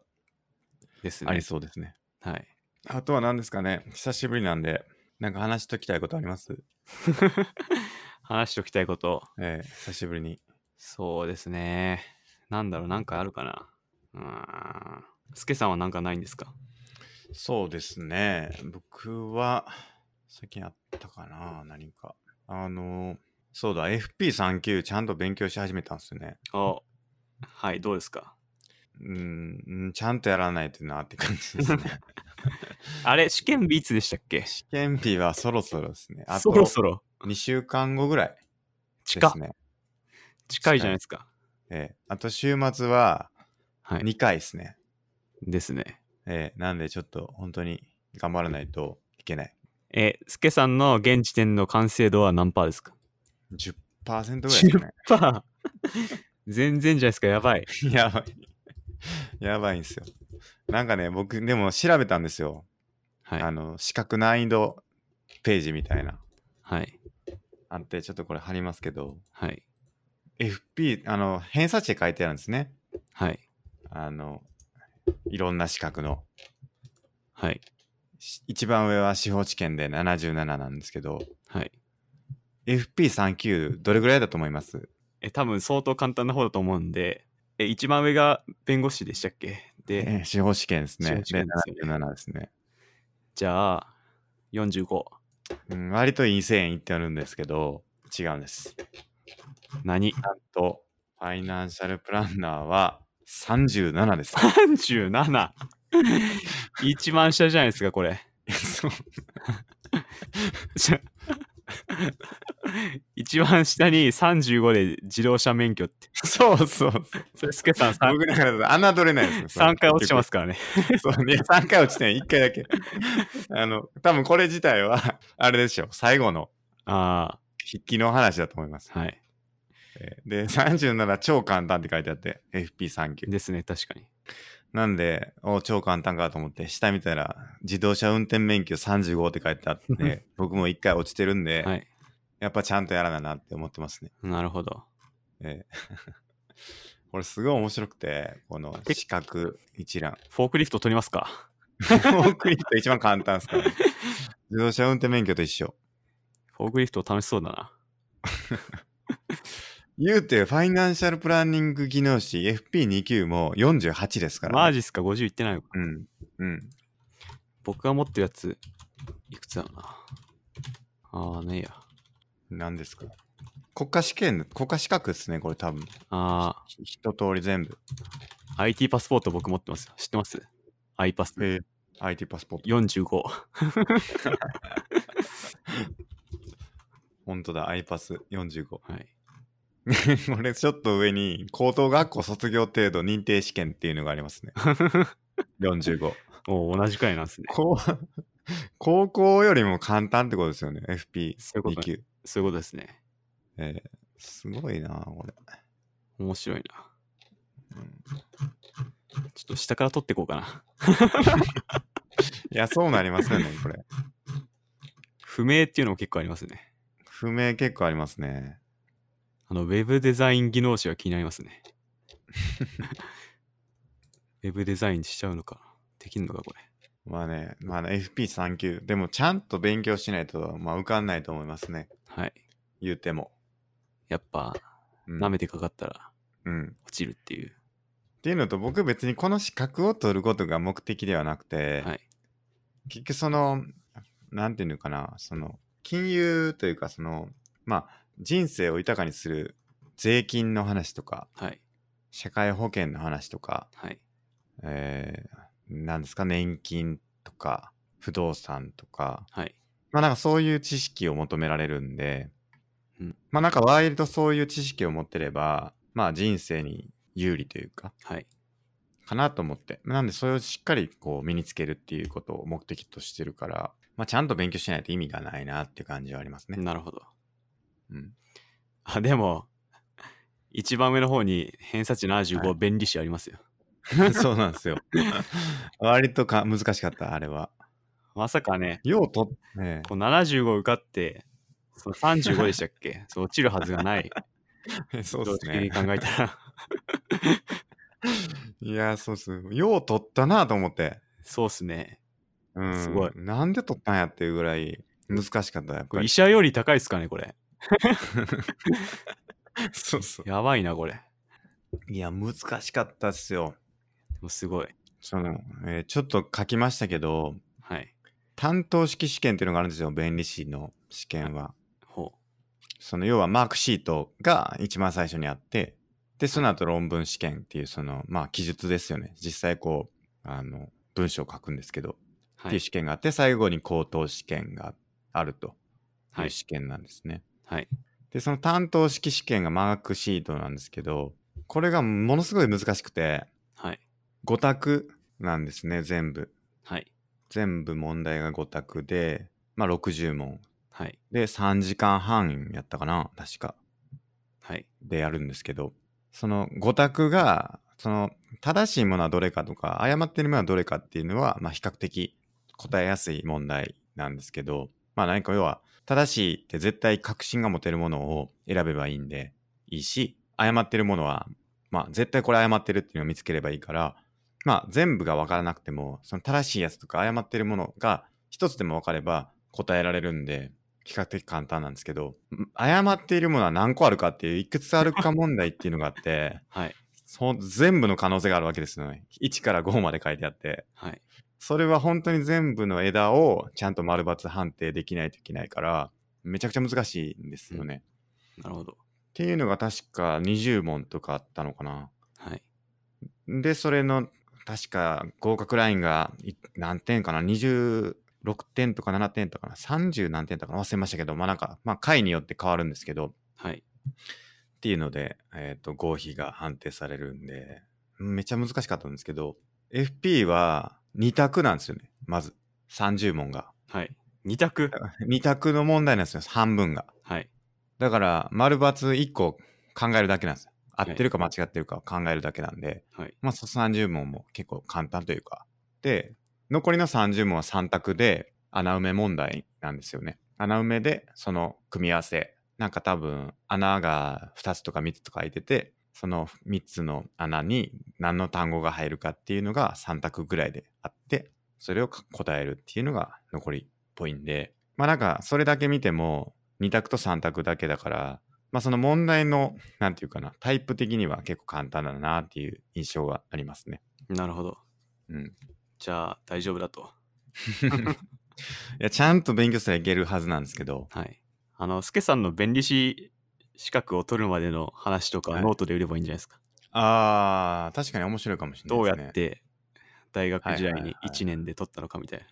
S2: です
S1: あ
S2: ね
S1: り。そうですね。
S2: はい。 *laughs*
S1: あとは何ですかね、久しぶりなんで、なんか話しときたいことあります
S2: 話しておきたいこと。
S1: ええ久しぶりに。
S2: そうですね。なんだろう、なんかあるかな。うーん。スケさんはなんかないんですか
S1: そうですね。僕は、最近あったかな何か。あの、そうだ、FP3 級ちゃんと勉強し始めたんですよね。
S2: あはい、どうですか
S1: うん、うんちゃんとやらないとなって感じ
S2: *laughs*
S1: ですね。
S2: あれ、試験日いつでしたっけ
S1: 試験日はそろそろですね。あ
S2: そ
S1: と
S2: ろそろ。
S1: 2週間後ぐらいで
S2: 近っ
S1: すね。
S2: 近いじゃないですか。
S1: ええあと週末は
S2: はい。
S1: 2回ですね。
S2: ですね。
S1: ええなんでちょっと本当に頑張らないといけない。
S2: え、スケさんの現時点の完成度は何パーです *laughs* か
S1: 10%ぐらいですかね。
S2: パー全然じゃないですか、やばい。
S1: やばい。やばいんですよ。なんかね、僕、でも調べたんですよ。
S2: はい
S1: あ。の、視覚難易度ページみたいな。
S2: はい。
S1: あって、ちょっとこれ貼りますけど、
S2: はい。
S1: FP、あの、偏差値で書いてあるんですね。
S2: はい。
S1: あの、いろんな資格の。
S2: はい。
S1: し一番上は司法試験で77なんですけど、
S2: はい。
S1: FP3 級、どれぐらいだと思います
S2: え、多分相当簡単な方だと思うんで、え、一番上が弁護士でしたっけで、
S1: ええ司法試験です
S2: 司
S1: ね
S2: 法。試験です
S1: で、
S2: よ
S1: 77ですね。
S2: じゃあ、45。
S1: うん、割と陰性円いってあるんですけど、違うんです。
S2: 何
S1: なんと、ファイナンシャルプランナーは37です。 *laughs*
S2: ?37! 一番下じゃないですか、これ。 *laughs*
S1: そう
S2: じゃ一番下に35で自動車免許って。
S1: そうそうそう。
S2: それ、スケさん 3,
S1: 僕だから侮れないですよ。
S2: 3回落ちてますからね。
S1: そうね、3回落ちてない、1回だけ。 *laughs* あの、多分これ自体は、あれでしょ、最後の
S2: あ
S1: 筆記の話だと思います。
S2: あ、はい。
S1: えーで、37超簡単って書いてあって、FP3 級。
S2: ですね、確かに。
S1: なんで、お超簡単かと思って、下見たら、自動車運転免許35って書いてあ
S2: *laughs*
S1: って、僕も1回落ちてるんで、
S2: はい。
S1: やっぱちゃんとやらななって思ってますね。え
S2: なるほど。
S1: えーこれすごい面白くて、この
S2: け
S1: 四角一覧。 *laughs*
S2: フォークリフト取りますか
S1: フォークリフト一番簡単ですから、
S2: *laughs*
S1: ね。自動車運転免許と一緒。
S2: フォークリフト楽しそうだな。
S1: 言うて、ファイナンシャルプランニング技能士 FP2 級も48ですから、
S2: マジっすか ?50 いってないのか。
S1: うん。うん。
S2: 僕が持ってるやつ、いくつだろうな。ああ、ねえや。
S1: 何ですか国家試験、国家資格ですね、これ多分。
S2: あ
S1: ひ一通り全部。
S2: あ、IT パスポート僕持ってますよ。知ってます ?i パス。
S1: えー、IT パスポート。
S2: 45。
S1: 本当だ、iPass45。こ *laughs*
S2: はい。
S1: れちょっと上に、高等学校卒業程度認定試験っていうのがあり
S2: *laughs*
S1: ますね。45。
S2: おう同じくらいなんですね。
S1: こう高校よりも簡単ってことですよね、
S2: そういうこ
S1: FP2
S2: とね
S1: 級。
S2: そういうことですね。
S1: えーすごいな、これ。
S2: 面白いな。
S1: うん
S2: ちょっと下から取っていこうかな。
S1: いや、そうなりますよね、これ。
S2: 不明っていうのも結構ありますね。
S1: 不明結構ありますね。
S2: あの、ウェブデザイン技能士は気になりま
S1: *laughs*
S2: すね。ウェブデザインしちゃうのか。できるのか、これ。
S1: まあね、まあね、FP3 級。でも、ちゃんと勉強しないと、まあ、受かんないと思いますね。
S2: はい。
S1: 言うても。
S2: やっぱ、
S1: うん
S2: 舐めてかかったら
S1: うん。
S2: 落ちるっていう。
S1: っていうのと、僕別にこの資格を取ることが目的ではなくて、
S2: はい。
S1: 結局その、なんていうのかな、その、金融というか、その、まあ、人生を豊かにする税金の話とか、
S2: はい。
S1: 社会保険の話とか、
S2: はい。
S1: えー、なんですか、年金とか、不動産とか、
S2: はい。
S1: まあなんかそういう知識を求められるんで、
S2: うん
S1: まあなんかワイルドそういう知識を持ってれば、まあ人生に有利というか、
S2: はい。
S1: かなと思って。なんでそれをしっかりこう身につけるっていうことを目的としてるから、まあちゃんと勉強しないと意味がないなっていう感じはありますね。
S2: なるほど。 *laughs*
S1: うん。
S2: あ、でも、一番上の方に偏差値75、
S1: はい
S2: 便利士ありますよ。
S1: そうなんですよ。 *laughs* 割とか難しかった、あれは。
S2: まさかね、
S1: ようと、ね
S2: こう75受かって、その35でしたっけそう落ちるはずがない。
S1: え、 *laughs* そうです
S2: 常識
S1: ね
S2: に。考えたら、
S1: いや、そうっす。よう取ったなと思って。
S2: そうっすね。
S1: うん。
S2: すごい
S1: なんで取ったんやっていうぐらい難しかった、やっ
S2: こ
S1: ぱ
S2: れ
S1: り
S2: 医。者より高いっすかね、これ。
S1: *laughs* そうそう。
S2: やばいな、これ。
S1: いや、難しかったっすよ。
S2: でもすごい。
S1: その、えーちょっと書きましたけど、
S2: はい。
S1: 担当式試験っていうのがあるんですよ、弁理士の試験は。
S2: ほ
S1: その、要はマークシートが一番最初にあって、で、その後論文試験っていう、その、まあ、記述ですよね。実際こう、あの、文章を書くんですけど、っ
S2: は
S1: ていう
S2: い。
S1: 試験があって、最後に口頭試験があるとい
S2: は
S1: う
S2: い。
S1: 試験なんですね。
S2: はい。
S1: で、その担当式試験がマークシートなんですけど、これがものすごい難しくて、
S2: はい。
S1: 5択なんですね、全部。
S2: はい。
S1: 全部問題が5択で、まあ60問。
S2: はい。
S1: で、3時間半やったかな、確か。
S2: はい。
S1: でやるんですけど、その5択が、その正しいものはどれかとか、誤っているものはどれかっていうのは、まあ比較的答えやすい問題なんですけど、まあ何か要は、正しいって絶対確信が持てるものを選べばいいんで、いいし、誤ってるものは、まあ絶対これ誤ってるっていうのを見つければいいから、まあ全部が分からなくても、その正しいやつとか誤ってるものが一つでも分かれば答えられるんで、比較的簡単なんですけど、ん誤っているものは何個あるかっていう、いくつあるか問題っていうのがあって、 *laughs*
S2: はい。
S1: そ全部の可能性があるわけですよね。1から5まで書いてあって、
S2: はい。
S1: それは本当に全部の枝をちゃんと丸×判定できないといけないから、めちゃくちゃ難しいんですよね。っ
S2: なるほど。
S1: ていうのが確か20問とかあったのかな。
S2: はい。
S1: で、それの、確か合格ラインがい何点かな、26点とか7点とかな、30何点とかな忘れましたけど、まあなんか、まあ回によって変わるんですけど、
S2: はい。
S1: っていうので、えー、と合否が判定されるんでめちゃ難しかったんですけど FP は2択なんですよねまず30問が
S2: はい。二択。
S1: 2択の問題なんですよ半分が
S2: はい。
S1: だから丸×一個考えるだけなんですよ合
S2: い
S1: ってるか間違ってるかを考えるだけなんで、
S2: はい。
S1: まあその30問も結構簡単というかで残りの30問は3択で穴埋め問題なんですよね穴埋めでその組み合わせなんか多分穴が2つとか3つとか開いててその3つの穴に何の単語が入るかっていうのが3択ぐらいであってそれをか答えるっていうのが残りっぽいんでまあなんかそれだけ見ても2択と3択だけだからまあその問題のなんていうかなタイプ的には結構簡単だなっていう印象がありますね。
S2: なるほど。 *laughs*
S1: うん
S2: じゃあ、大丈夫だと。
S1: いや、ちゃんと勉強したらいけるはずなんですけど、
S2: はい。あの、スケさんの弁理士資格を取るまでの話とか、
S1: はい
S2: ノートで売ればいいんじゃないですか。
S1: あー、確かに面白いかもしれな
S2: ど
S1: いうで
S2: や
S1: すね。
S2: って大学時代
S1: はいはい
S2: に
S1: はい
S2: 1年で取ったのかみたいな。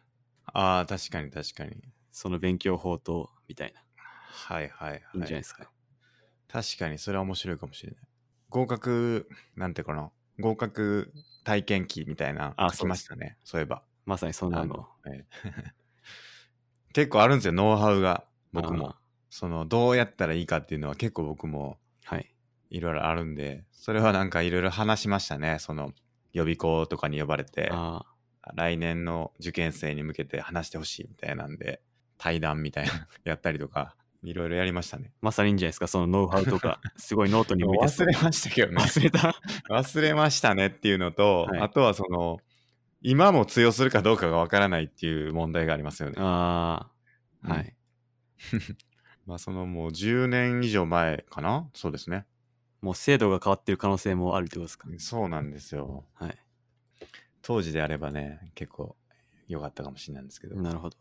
S1: あー、確かに確かに。
S2: その勉強法と、みたいな。
S1: はいはいはい。
S2: いいんじゃないですか。
S1: 確かに、それは面白いかもしれない。合格、なんていうかな、合格体験記みたいな、
S2: あ
S1: 書きましたね、そういえば。
S2: まさにそんな
S1: あ
S2: の。
S1: 結構あるんですよ、ノウハウが、僕
S2: あ
S1: も。その、どうやったらいいかっていうのは結構僕も
S2: ー。はい。
S1: いろいろあるんで、それはなんかいろいろ話しましたね、その、予備校とかに呼ばれて。
S2: あ
S1: 来年の受験生に向けて話してほしいみたいなんで対談みたいな *laughs* やったりとかいろいろやりましたね。
S2: まさにいいんじゃないですか、そのノウハウ
S1: *laughs*
S2: とか、すごいノートに向いて
S1: 忘
S2: そう
S1: れましたけどね
S2: 忘れた。
S1: *laughs* 忘れましたねっていうのと、
S2: はい
S1: あとはその今も通用するかどうかがわからないっていう問題がありますよね。
S2: ああ、は
S1: うん
S2: い。
S1: まあそのもう10年以上前かなそうですね。
S2: もう制度が変わってる可能性もあるってことですか。
S1: そうなんですよ。
S2: はい。
S1: 当時であればね結構良かったかもしれないんですけど、
S2: なるほど。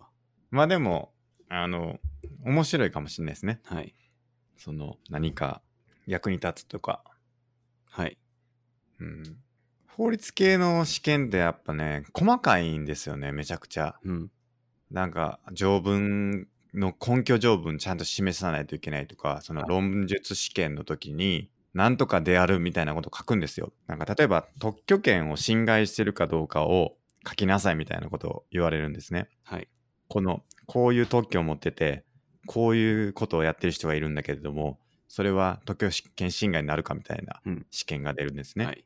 S1: まあでもあの面白いかもしれないですね。
S2: はい。
S1: その何か役に立つとか
S2: はい。
S1: うん法律系の試験ってやっぱね細かいんですよねめちゃくちゃ
S2: うん。
S1: なんか条文の根拠条文ちゃんと示さないといけないとかその
S2: はい
S1: 論述試験の時になんとかであるみたいなこと書くんですよなんか例えば特許権を侵害してるかどうかを書きなさいみたいなことを言われるんですね
S2: はい。
S1: このこういう特許を持っててこういうことをやってる人がいるんだけれどもそれは特許権侵害になるかみたいな
S2: うん
S1: 試験が出るんですね、 *laughs*
S2: はい。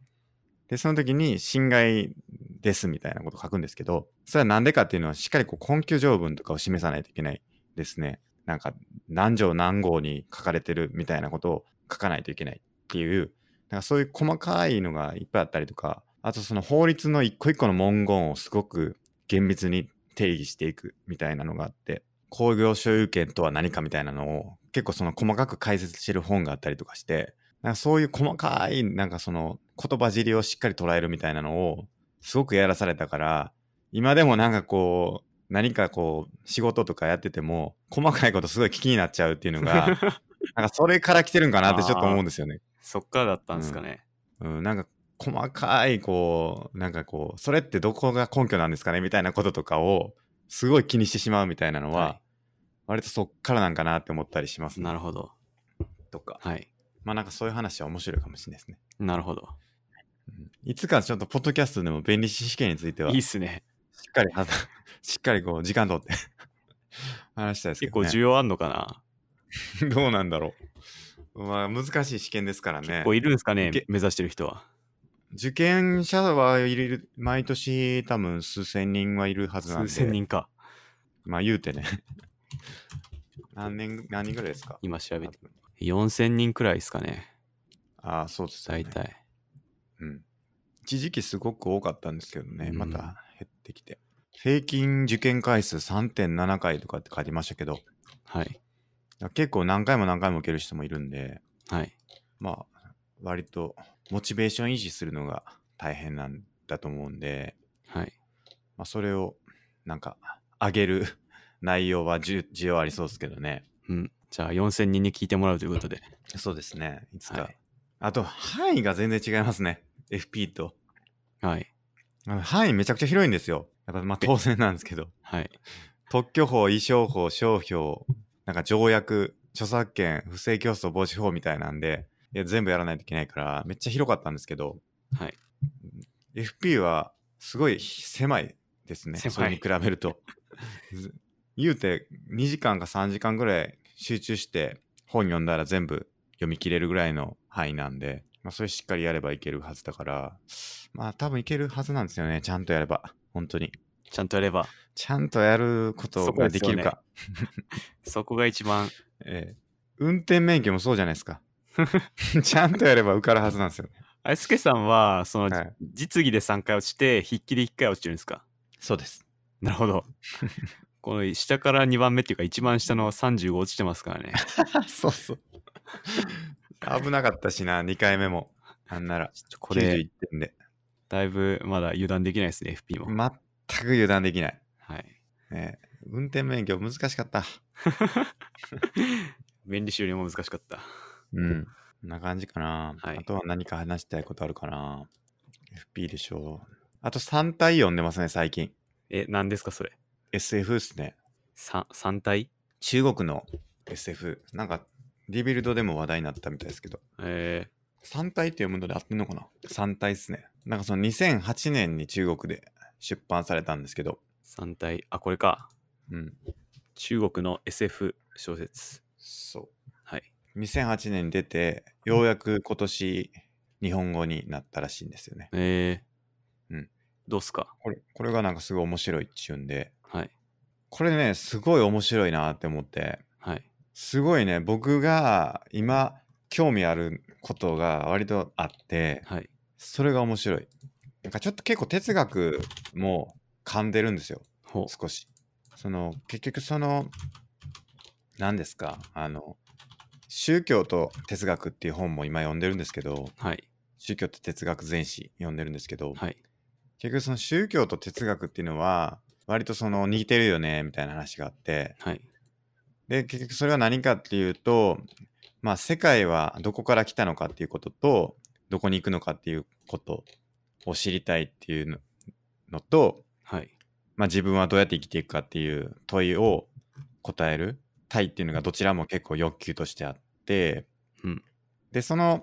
S1: で、その時に侵害ですみたいなことを書くんですけど、それはなんでかっていうのはしっかりこう根拠条文とかを示さないといけないですね。なんか何条何号に書かれてるみたいなことを書かないといけないっていう、なんかそういう細かいのがいっぱいあったりとか、あとその法律の一個一個の文言をすごく厳密に定義していくみたいなのがあって、工業所有権とは何かみたいなのを結構その細かく解説してる本があったりとかして、なんかそういう細かい、なんかその言葉尻をしっかり捉えるみたいなのをすごくやらされたから、今でもなんかこう、何かこう、仕事とかやってても、細かいことすごい気になっちゃうっていうのが、なんかそれから来てるんかなってちょっと思うんですよね。
S2: そっからだったんですかね。
S1: うん、なんか細かいこうなんかこうそれってどこが根拠なんですかねみたいなこととかをすごい気にしてしまうみたいなのは、
S2: は
S1: 割とそっからなんかなって思ったりしますね
S2: なるほど。
S1: とか
S2: はい。
S1: まあなんかそういう話は面白いかもしれないですね、
S2: なるほど。
S1: うんいつかちょっとポッドキャストでも便利知識についてはい
S2: いっ
S1: し
S2: すね。
S1: っかりは *laughs* しっかりこう時間取って *laughs* 話したいですけど、
S2: 結構
S1: ね、
S2: 需要あんのか
S1: *laughs*
S2: な、
S1: どうなんだろうまあ難しい試験ですからね
S2: 結構いるんですかね
S1: いけ
S2: 目指してる人は。
S1: 受験者はいる毎年多分数千人はいるはずなん
S2: 数
S1: で
S2: 千人か。
S1: まあ言うて
S2: *laughs*
S1: ね。何年、何人ぐらいですか
S2: 今調べて。4000人くらいですかね。
S1: ああ、そうです、ね。
S2: 大。体。
S1: うん。一時期すごく多かったんですけどね、
S2: うん
S1: また減ってきて。平均受験回数3.7回とかって書いてましたけど、
S2: はい。
S1: 結構何回も何回も受ける人もいるんで、
S2: はい。
S1: まあ、割とモチベーション維持するのが大変なんだと思うんで、
S2: はい。
S1: まあ、それをなんか上げる *laughs* 内容は需需要ありそうですけどね。
S2: うん。じゃあ4000人に聞いてもらうということで。
S1: そうですね。いつか。
S2: はい
S1: あと、範囲が全然違いますね。FP と。
S2: はい。
S1: あの範囲めちゃくちゃ広いんですよ。やっぱまあ当然なんですけど。
S2: はい。
S1: 特許法、衣装法、商標、なんか条約、著作権、不正競争防止法みたいなんで、いや全部やらないといけないから、めっちゃ広かったんですけど、
S2: はい。
S1: FP はすごい狭いですね。
S2: 狭い
S1: それに比べる
S2: *laughs*
S1: と。ず言うて2時間か3時間ぐらい集中して本読んだら全部読み切れるぐらいの範囲なんで、まあ、それしっかりやればいけるはずだから、まあ多分いけるはずなんですよね。ちゃんとやれば。本当に。
S2: ちゃんとやれば、
S1: ちゃんとやること
S2: そこ
S1: が
S2: で
S1: です
S2: よ
S1: き
S2: ね
S1: るか。
S2: そこが一番、
S1: ええ運転免許もそうじゃないです *laughs* か。ちゃんとやれば受かるはずなんですよね。
S2: あやすけさんは、その、
S1: はい
S2: 実技で3回落ちて、筆記で1回落ちてるんですか *laughs*
S1: そうです。
S2: なるほど。この下から2番目っていうか、一番下の35落ちてますからね。
S1: そう *laughs* そう。危なかったしな、2回目も。なんなら。
S2: ちょっとこ
S1: こ
S2: れ
S1: れ、91点で。
S2: だいぶまだ油断できないですね、FP も。
S1: 全く油断できない。
S2: はい。
S1: ねえ、運転免許難しかった。
S2: 便利修理も難しかった。
S1: うん。こんな感じかな。
S2: はい
S1: あとは何か話したいことあるかな。FP でしょう。あと3体読んでますね、最近。
S2: え、何ですか、それ。
S1: SF ですね。
S2: 3, 3体
S1: 中国の SF。なんか、リビルドでも話題になったみたいですけど。
S2: え
S1: 三体って読むので合ってんのかな三体っすね。なんかその2008年に中国で出版されたんですけど、
S2: ー、3体。あ、これか。
S1: うん、
S2: 中国の SF 小説。
S1: そ
S2: はい。
S1: う。2008年に出て、ようやく今年日本語になったらしいんですよね。
S2: えー、
S1: うん。
S2: どうっすか
S1: これこれがなんかすごい面白いっちゅうんで、
S2: はい。
S1: これね、すごい面白いなって思って、
S2: はい。
S1: すごいね、僕が今興味あることが割とあって、
S2: はい。
S1: それが面白い。なんかちょっと結構哲学も噛んでるんですよ。
S2: ほ
S1: 少しその結局その何ですかあの宗教と哲学っていう本も今読んでるんですけど
S2: う。はい。
S1: 宗教と哲学全史読んでるんですけど、
S2: はい。
S1: 結局その宗教と哲学っていうのは割とその似てるよねみたいな話があって
S2: はい。
S1: で結局それは何かっていうとまあ世界はどこから来たのかっていうこととどこに行くのかっていうことを知りたいっていうののと
S2: はい。
S1: まあ、自分はどうやって生きていくかっていう問いを答える体っていうのがどちらも結構欲求としてあって、
S2: うん
S1: でその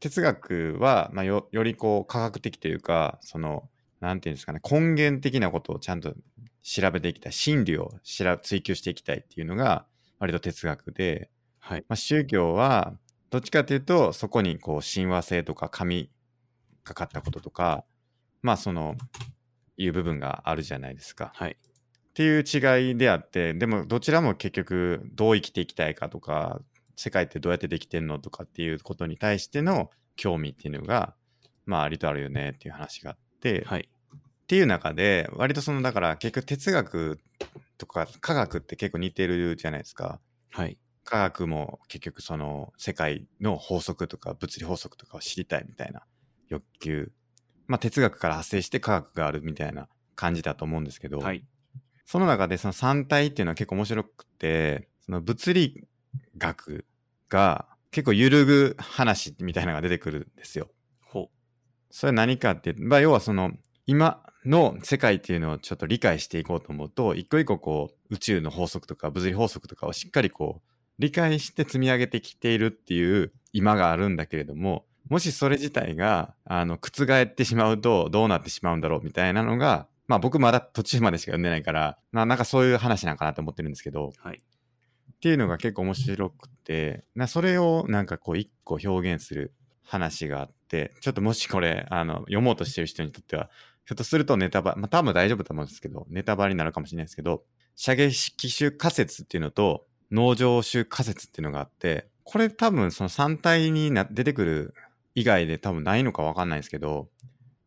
S1: 哲学は、まあ、よよりこう科学的というかそのなんていうんですかね根源的なことをちゃんと調べていきたい真理をしら追求していきたいっていうのが割と哲学で、
S2: はい。
S1: まあ、宗教はどっちかというとそこにこう神話性とか神がかったこととかまあそのいう部分があるじゃないですか。
S2: はい。
S1: っていう違いであってでもどちらも結局どう生きていきたいかとか世界ってどうやってできてんのとかっていうことに対しての興味っていうのがまあありとあるよねっていう話があって、
S2: はい。
S1: っていう中で割とそのだから結局哲学とか科学って結構似てるじゃないですか。
S2: はい。
S1: 科学も結局その世界の法則とか物理法則とかを知りたいみたいな欲求まあ哲学から発生して科学があるみたいな感じだと思うんですけど、
S2: はい。
S1: その中でその三体っていうのは結構面白くて、その物理学が結構揺るぐ話みたいなのが出てくるんですよ。
S2: ほ
S1: それは何かっていう、まあ、要はその今の世界っていうのをちょっと理解していこうと思うと一個一個こう宇宙の法則とか物理法則とかをしっかりこう理解して積み上げてきているっていう今があるんだけれどももしそれ自体があの覆ってしまうとどうなってしまうんだろうみたいなのがまあ僕まだ途中までしか読んでないから、まあなんかそういう話なんかなと思ってるんですけど、
S2: はい。
S1: っていうのが結構面白くてなそれをなんかこう一個表現する話があってちょっともしこれあの読もうとしてる人にとってはひょっとするとネタバレ、まあ、多分大丈夫だと思うんですけどネタバレになるかもしれないですけど射撃種仮説っていうのと農場種仮説っていうのがあってこれ多分その3体にな出てくる以外で多分ないのか分かんないですけど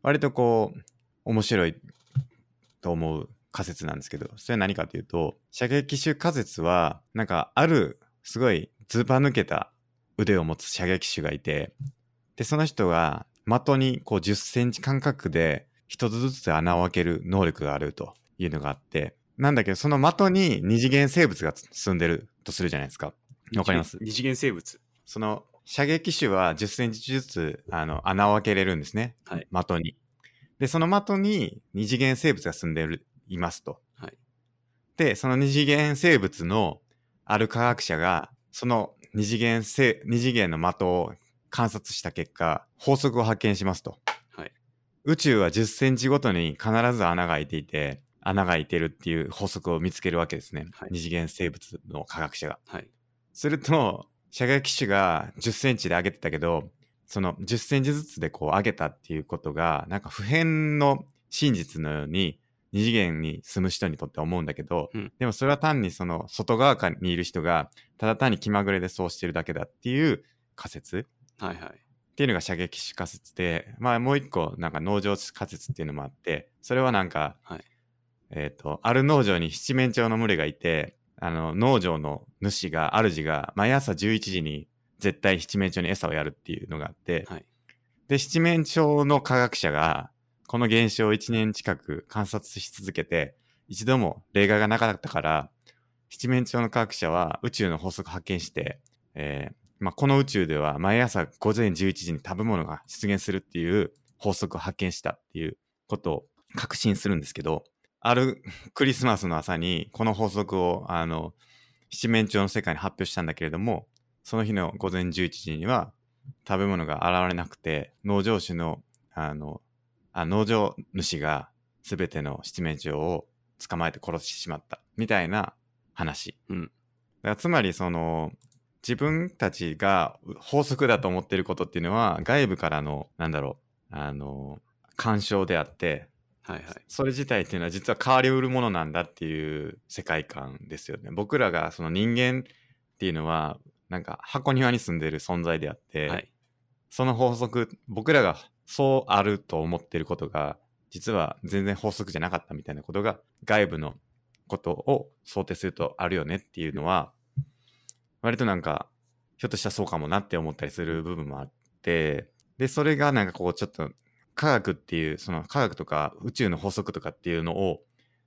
S1: 割とこう面白いと思う仮説なんですけどそれは何かというと射撃手仮説はなんかあるすごいずば抜けた腕を持つ射撃手がいてでその人が的にこう1 0センチ間隔で一つずつ穴を開ける能力があるというのがあってなんだけどその的に二次元生物が住んでるとするじゃないですかわかります
S2: 二次二次元生物。
S1: その射撃手は10センチずつあの穴を開けれるんですね、
S2: はい
S1: 的に。で、その的に二次元生物が住んでるいますと。
S2: はい
S1: で、その二次元生物のある科学者が、その二次元せ二次元の的を観察した結果、法則を発見しますと。
S2: はい
S1: 宇宙は10センチごとに必ず穴が開いていて、穴が開いてるっていう法則を見つけるわけですね。
S2: はい
S1: 二次元生物の科学者が。
S2: はい。
S1: すると射撃手が1 0センチで上げてたけどその1 0センチずつでこう上げたっていうことがなんか普遍の真実のように二次元に住む人にとっては思うんだけど、
S2: うん
S1: でもそれは単にその外側にいる人がただ単に気まぐれでそうしてるだけだっていう仮説
S2: はいはい。
S1: っていうのが射撃手仮説で、まあもう一個なんか農場仮説っていうのもあって、それはなんか、
S2: はい
S1: えっ、と、ある農場に七面鳥の群れがいて、あの、農場の主が、主が、毎朝11時に絶対七面鳥に餌をやるっていうのがあって、
S2: はい
S1: で、七面鳥の科学者が、この現象を1年近く観察し続けて、一度も例外がなかったから、七面鳥の科学者は宇宙の法則を発見して、えーまあ、この宇宙では毎朝午前11時に食べ物が出現するっていう法則を発見したっていうことを確信するんですけど、あるクリスマスの朝にこの法則をあの七面鳥の世界に発表したんだけれども、その日の午前11時には食べ物が現れなくて、農場主の、あの、あ農場主が全ての七面鳥を捕まえて殺してしまったみたいな話。
S2: うん
S1: だからつまりその自分たちが法則だと思っていることっていうのは外部からのなんだろうあの干渉であって、
S2: はいはい。
S1: それ自体っていうのは実は変わりうるものなんだっていう世界観ですよね。僕らがその人間っていうのはなんか箱庭に住んでる存在であって、
S2: はい。
S1: その法則僕らがそうあると思ってることが実は全然法則じゃなかったみたいなことが外部のことを想定するとあるよねっていうのは割となんかひょっとしたらそうかもなって思ったりする部分もあってでそれがなんかこうちょっと科学っていうその科学とか宇宙の法則とかっていうのを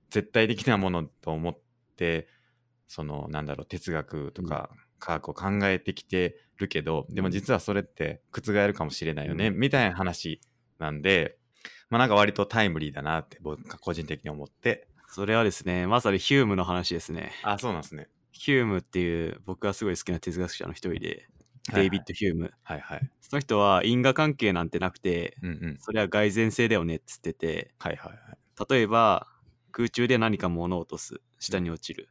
S1: 絶対的なものと思ってそのなんだろう哲学とか科学を考えてきてるけど、でも実はそれって覆るかもしれないよね、
S2: うん
S1: みたいな話なんでまあなんか割とタイムリーだなって僕が個人的に思って
S2: それはですね、まさにヒュームの話ですね。
S1: あそうなんですね
S2: ヒュームっていう僕がすごい好きな哲学者の一人で、デイビッド・ヒューム。
S1: はいはい
S2: その人は因果関係なんてなくて、
S1: うんうん
S2: それは蓋然性だよねっつってて、
S1: はいはいはい
S2: 例えば空中で何か物を落とす下に落ちる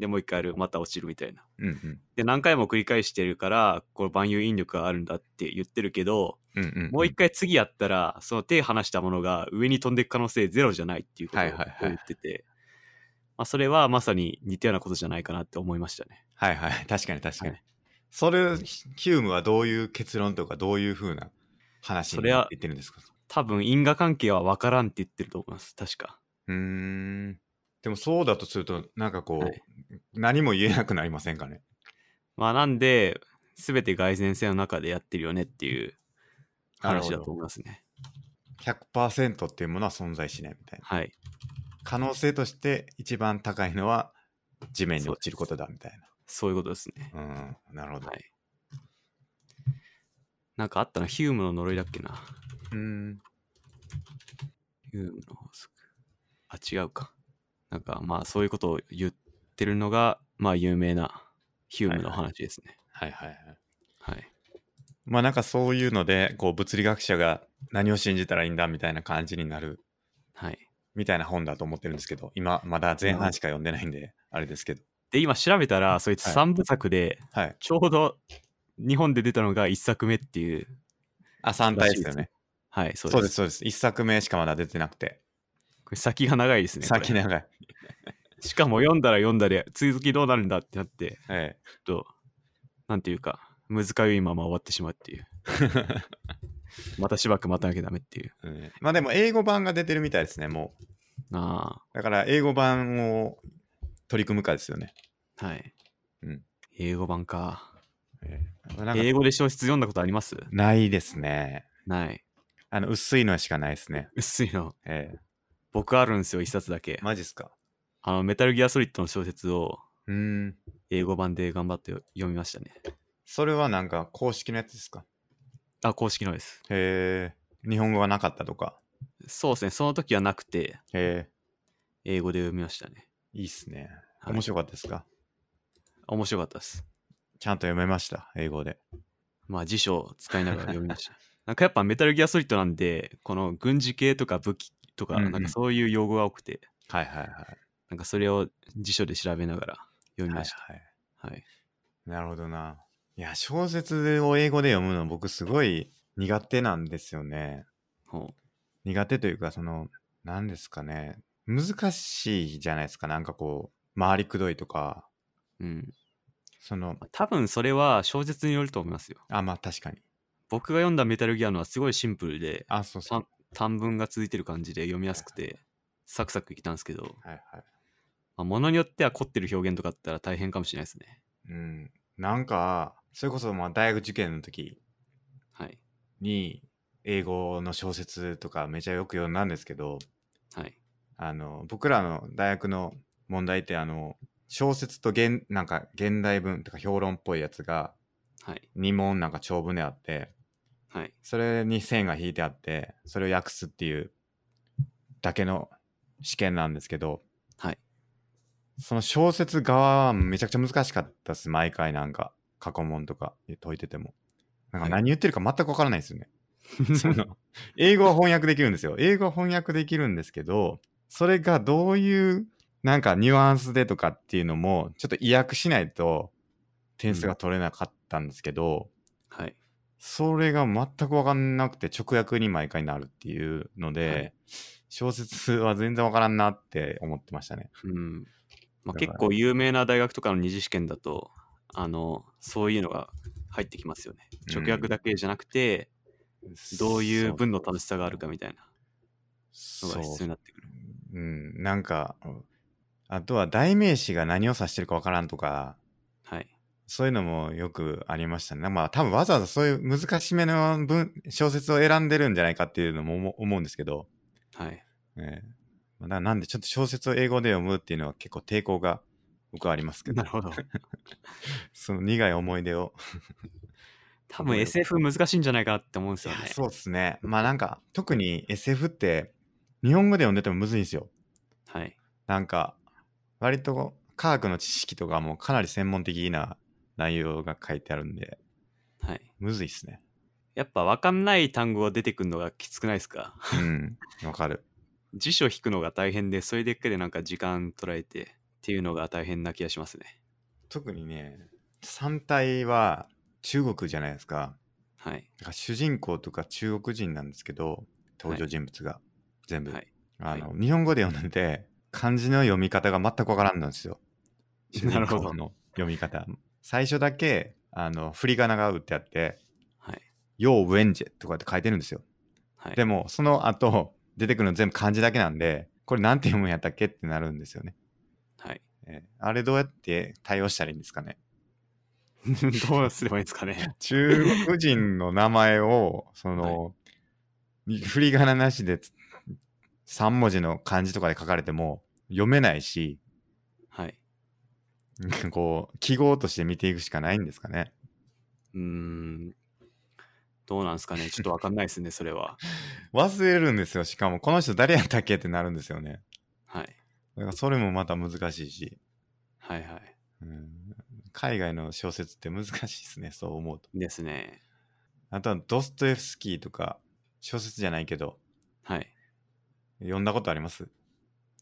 S2: でもう一回やるまた落ちるみたいな
S1: うんうん
S2: で何回も繰り返してるからこの万有引力があるんだって言ってるけど
S1: うんうんん
S2: もう一回次やったらその手離したものが上に飛んでいく可能性ゼロじゃないっていうことを
S1: はいはいはい
S2: 言ってて、まあ、それはまさに似たようなことじゃないかなって思いましたね
S1: はいはい確かに確かに、
S2: はい
S1: それヒュームはどういう結論とかどういうふうな話に
S2: それ
S1: 言
S2: は
S1: ってるんですか
S2: 多分因果関係は分からんって言ってると思います確か
S1: うーんでもそうだとするとなんかこう、
S2: はい
S1: 何も言えなくなりませんかね
S2: まあなんで全て蓋然性の中でやってるよねっていう話だと思いますね
S1: 100%っていうものは存在しないみたいな
S2: はい
S1: 可能性として一番高いのは地面に落ちることだみたい
S2: そういうことですね
S1: なうんなるほど、
S2: はいなんかあったな、ヒュームの呪いだっけな。
S1: うん。
S2: ヒュームの法則。あ、違うか。なんかまあそういうことを言ってるのが、まあ有名なヒュームの話ですね。
S1: はいはいはい。
S2: はい。
S1: まあなんかそういうので、こう物理学者が何を信じたらいいんだみたいな感じになる
S2: はい。
S1: みたいな本だと思ってるんですけど、今まだ前半しか読んでないんで、あれですけど。
S2: で、今調べたら、そいつ
S1: はい
S2: 3部作で、
S1: はい。
S2: ちょうど日本で出たのが1作目っていう。
S1: あ、3体ですよね。
S2: はい、そう
S1: そうで
S2: です。
S1: す、そうです。1作目しかまだ出てなくて。
S2: これ先が長いですね。
S1: 先
S2: これ
S1: 長い。
S2: しかも読んだら読んだで、続きどうなるんだってなって、
S1: え
S2: ちょっと、なんていうか、難しいまま終わってしまうって
S1: *laughs*
S2: いう。またしばらく待たなきゃダメっていう。
S1: え。うんまあでも英語版が出てるみたいですね、もう。
S2: あ
S1: だから英語版を取り組むかですよね。
S2: あ、はい。
S1: うん
S2: 英語版か。
S1: ええなんか
S2: 英語で小説読んだことあります
S1: ないですね。
S2: ない。
S1: あの、薄いのしかないですね。
S2: 薄いの。
S1: ええ。
S2: 僕あるんですよ、一冊だけ。
S1: マジっすか。
S2: あの、メタルギアソリッドの小説を
S1: うーん。
S2: 英語版で頑張って読みましたね。
S1: それはなんか公式のやつですか
S2: あ、公式のです。
S1: へえ。日本語がなかったとか。
S2: そうですね、その時はなくて、
S1: へ
S2: 英語で読みましたね。
S1: え。いいっすね。
S2: はい
S1: 面白かったですか、
S2: 面白かったです。
S1: ちゃんと読めました、英語で。
S2: まあ辞書を使いながら読みま *laughs* した。なんかやっぱメタルギアソリッドなんで、この軍事系とか武器とか、
S1: うんうん
S2: なんかそういう用語が多くて、
S1: はいはいはい。
S2: なんかそれを辞書で調べながら読み
S1: はいは
S2: ま
S1: い
S2: した。、はい。
S1: なるほどな。いや、小説を英語で読むの僕すごい苦手なんですよね。
S2: ほ
S1: 苦手というか、その、何ですかね。難しいじゃないですか。なんかこう、回りくどいとか、
S2: う。うん。
S1: その、
S2: まあ多分それは小説によると思いますよ。
S1: あ、まあ確かに。
S2: 僕が読んだメタルギアのはすごいシンプルで、
S1: あ、そうそう。
S2: 短文が続いてる感じで読みやすくて、サクサクいったんですけど、
S1: はいはい。
S2: まあ、ものによっては凝ってる表現とかあったら大変かもしれないですね。
S1: うん。なんか、それこそまあ大学受験の時
S2: はい。
S1: に、英語の小説とかめちゃよく読んだんですけど、
S2: はい。
S1: あの僕らの大学の問題ってあの小説と現なんか現代文とか評論っぽいやつが
S2: はい。
S1: 2問なんか長文であって
S2: はい。
S1: それに線が引いてあってそれを訳すっていうだけの試験なんですけど、
S2: はい、
S1: その小説側はめちゃくちゃ難しかったです毎回なんか過去問とか解いててもなんか
S2: はい
S1: 何言ってるか全く分からないですよね。
S2: *laughs*
S1: その英語は翻訳できるんですよ。英語は翻訳できるんですけど、それがどういうなんかニュアンスでとかっていうのも、ちょっと意訳しないと点数が取れなかったんですけど、
S2: はい。
S1: それが全く分かんなくて直訳に毎回なるっていうので、
S2: はい
S1: 小説は全然分からんなって思ってましたね。
S2: うん。
S1: だか
S2: まあ、
S1: ら
S2: 結構有名な大学とかの二次試験だと、あの、そういうのが入ってきますよね。
S1: うん
S2: 直訳だけじゃなくて、どういう文の楽しさがあるかみたいな
S1: そ
S2: のが必要
S1: う
S2: になってくる。
S1: うん、なんか、あとは代名詞が何を指してるか分からんとか、
S2: はい。
S1: そういうのもよくありましたね。まあ多分わざわざそういう難しめの文小説を選んでるんじゃないかっていうのも思思うんですけど、
S2: はい。
S1: ええまあ、だからなんでちょっと小説を英語で読むっていうのは結構抵抗が僕はありますけ
S2: な
S1: ど
S2: る、ほど。
S1: その苦い思い出を。
S2: 多
S1: どう
S2: 分
S1: よ
S2: SF 難しいんじゃないかなって思うんです
S1: い
S2: よ
S1: や
S2: ね。
S1: そうですね。まあなんか特に SF って日本語で読んでてもむずいんですよ。
S2: はい。
S1: なんか割と科学の知識とかもかなり専門的な内容が書いてあるんで、
S2: はい。
S1: むずいっすね。
S2: やっぱ分かんない単語が出てくるのがきつくないですか
S1: うん、わか
S2: *laughs*
S1: る。
S2: 辞書引くのが大変で、それだけでなんか時間取られてっていうのが大変な気がしますね。
S1: 特にね三体は中国じゃないですか
S2: はい。
S1: だから主人公とか中国人なんですけど登場人物が全部、
S2: はい。
S1: あの日本語で読んでて漢字の読み方が全くわからんのですよ主
S2: な
S1: 人
S2: るほど
S1: 公の読み方最初だけあの振り仮名が打ってあって
S2: はい。
S1: 「ようウェンジェ」とかって書いてるんですよ
S2: はい。
S1: でもその後出てくるの全部漢字だけなんでこれなんて読むんやったっけってなるんですよね、 *laughs*
S2: はい。
S1: えーあれどうやって対応したらいいんですかね
S2: どうすればいいんですかね。
S1: 中国人の名前を、その、振り仮名なしで3文字の漢字とかで書かれても読めないし、
S2: はい。
S1: こう、記号として見ていくしかないんですかね。
S2: うーん。どうなんですかねちょっとわかんないですね、それは。
S1: 忘れるんですよ。しかも、この人誰やったっけってなるんですよね。
S2: はい。
S1: だからそれもまた難しいし、
S2: はいはい。
S1: うん、海外の小説って難しいですね、そう思うと。
S2: ですね。
S1: あとはドストエフスキーとか、小説じゃないけど、
S2: はい。
S1: 読んだことあります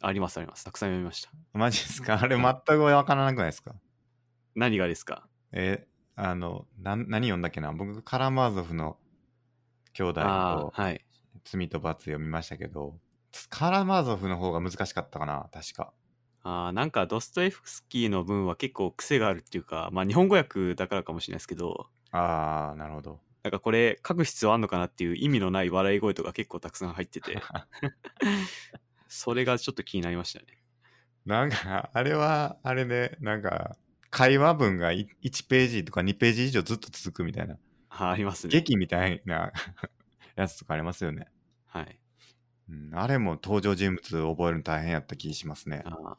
S2: ありますあります。たくさん読みました。
S1: マジですかあれ全くわからなくないですか
S2: 何がですか
S1: えーあの、なん何読んだっけな僕、カラマーゾフの兄弟
S2: あ
S1: と
S2: あ、はい。
S1: 罪と罰読みましたけど、カラマーゾフの方が難しかったかな確か。
S2: あーなんかドストエフスキーの文は結構癖があるっていうか、まあ日本語訳だからかもしれないですけど、
S1: あー、なるほど。
S2: なんかこれ書く必要あんのかなっていう意味のない笑い声とか結構たくさん入ってて、それがちょっと気になりましたね。
S1: なんか、あれは、あれで、なんか、会話文がい1ページとか2ページ以上ずっと続くみたいな、
S2: あーありますね。
S1: 劇みたいな *laughs* やつとかありますよね。
S2: はい。
S1: うん、あれも登場人物を覚えるの大変やった気しますね。
S2: ああ。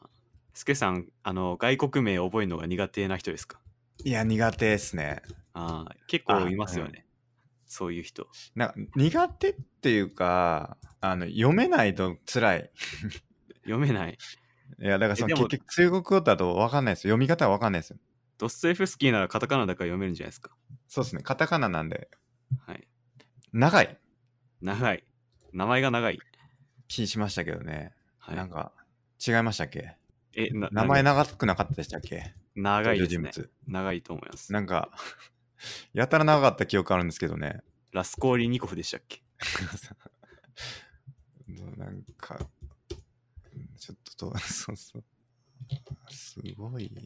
S2: スケさん、あの、外国名覚えるのが苦手な人ですか
S1: いや、苦手ですね。
S2: ああ、結構いますよね。そういう人。
S1: なんか苦手っていうか、あの、読めないと辛い。
S2: 読めない。
S1: いや、だからそ
S2: えで
S1: の
S2: も
S1: 結局中国語だと分かんないですよ。読み方は分かんないですよ。
S2: ドストエフスキーならカタカナだから読めるんじゃないですか。
S1: そうですね。カタカナなんで、
S2: はい。
S1: 長い
S2: 長い。名前が長い。
S1: 気しましたけどね。
S2: はい、
S1: なんか、違いましたっけ
S2: え、な
S1: 名前
S2: な
S1: 長くなかったでしたっけ
S2: 長いです
S1: 登
S2: ね
S1: 場。人
S2: 長いと思います
S1: 物。。なんか、 *laughs* やたら長かった記憶あるんですけどね。
S2: ラスコーリニコフでしたっけ
S1: なんか、ちょっとど *laughs* う、そうそう。すごいな。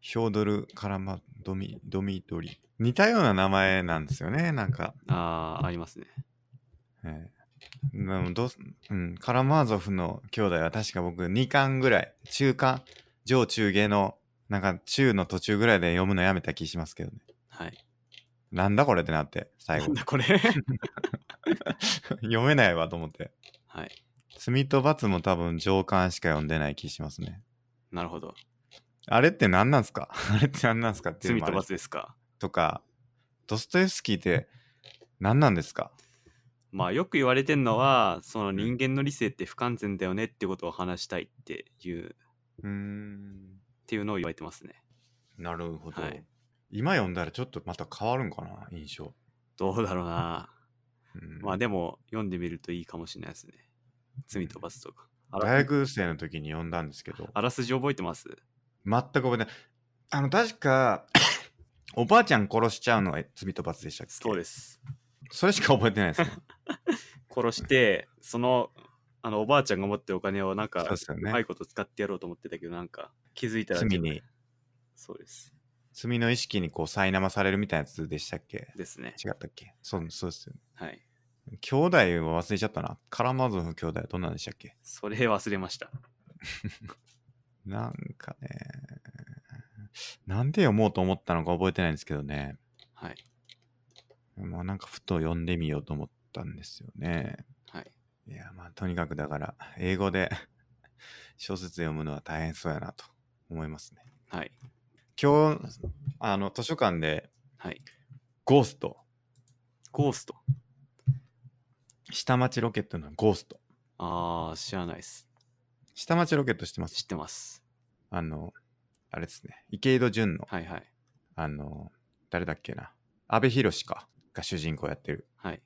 S1: ヒョードル・カラマ・ドミ、ドミドリ。似たような名前なんですよね、なんか。
S2: ああ、ありますね。
S1: ええでもどうすうん、カラマーゾフの兄弟は確か僕2巻ぐらい中間上中下のなんか中の途中ぐらいで読むのやめた気しますけどね
S2: はい。
S1: なんだこれってなって最
S2: な *laughs*
S1: 後
S2: んだこれ
S1: 読めないわと思って
S2: はい。
S1: 罪と罰も多分上巻しか読んでない気しますね
S2: なるほど。
S1: あれって何なんすか *laughs* あれって何なんすかっていうの
S2: 罪
S1: もあ
S2: と
S1: れ
S2: 罰ですか。
S1: とかドストエフスキーって何なんですか
S2: まあよく言われてるのは、その人間の理性って不完全だよねってことを話したいっていう、っ
S1: うーん
S2: ていうのを言われてますね。
S1: なるほど、
S2: はい
S1: 今読んだらちょっとまた変わるんかな印象
S2: どうだろうな。
S1: うん
S2: まあでも読んでみるといいかもしれないですね。罪と罰とか。あら
S1: 大学生の時に読んだんですけど、
S2: あらすじ覚えてます
S1: 全く覚えてない。あの、確か、 *coughs* おばあちゃん殺しちゃうのが罪と罰でしたっけ
S2: そうです。
S1: それしか覚えてない
S2: *laughs*
S1: ですね。
S2: 殺して、そのあのおばあちゃんが持ってるお金をなん
S1: そう
S2: か
S1: で、すよ
S2: う
S1: ね。
S2: まいこと使ってやろうと思ってたけど、なんか気づいたら
S1: 罪
S2: 自分
S1: に、
S2: そうです。
S1: 罪の意識にこう、苛まされるみたいなやつでしたっけ
S2: ですね。
S1: 違ったっけそう、そうですよね。
S2: はい。
S1: 兄弟は忘れちゃったな。カラマゾフ兄弟はどんなんでしたっけ
S2: それ忘れました。
S1: なんかね、なんで読もうと思ったのか覚えてないんですけどね。
S2: はい。
S1: まあなんかふと読んでみようと思ったんですよね。
S2: はい。
S1: いや、まあ、とにかくだから、英語で *laughs* 小説読むのは大変そうやなと思いますね。
S2: はい。
S1: 今日、あの、図書館で、
S2: はい。
S1: ゴースト、
S2: ゴースト。
S1: 下町ロケットのゴースト。
S2: ああ、知らないです。
S1: 下町ロケットしてます
S2: 知。ってます。
S1: あの、あれですね、池井戸潤の、
S2: はいはい。
S1: あの、誰だっけな、阿部寛か、が主人公やってる、
S2: はい。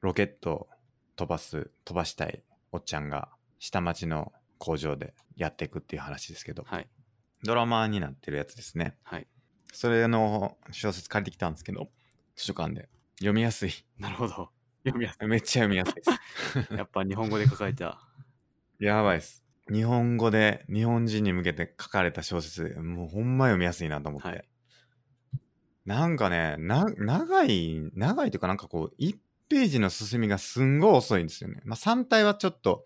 S1: ロケットを飛ばす、飛ばしたいおっちゃんが、下町の工場でやっていくっていう話ですけど、
S2: はい。
S1: ドラマーになってるやつですね。
S2: はい。
S1: それの小説借りてきたんですけど、図書館で。読みやすい。
S2: なるほど。読みやす
S1: めっちゃ読みやすいです。
S2: い。やっぱ日本語で書かれた。
S1: やばいです。日本語で日本人に向けて書かれた小説、もうほんま読みやすいなと思って。
S2: はい
S1: なんかね、な、長い、長いというかなんかこう、1ページの進みがすんごい遅いんですよね。まあ3体はちょっと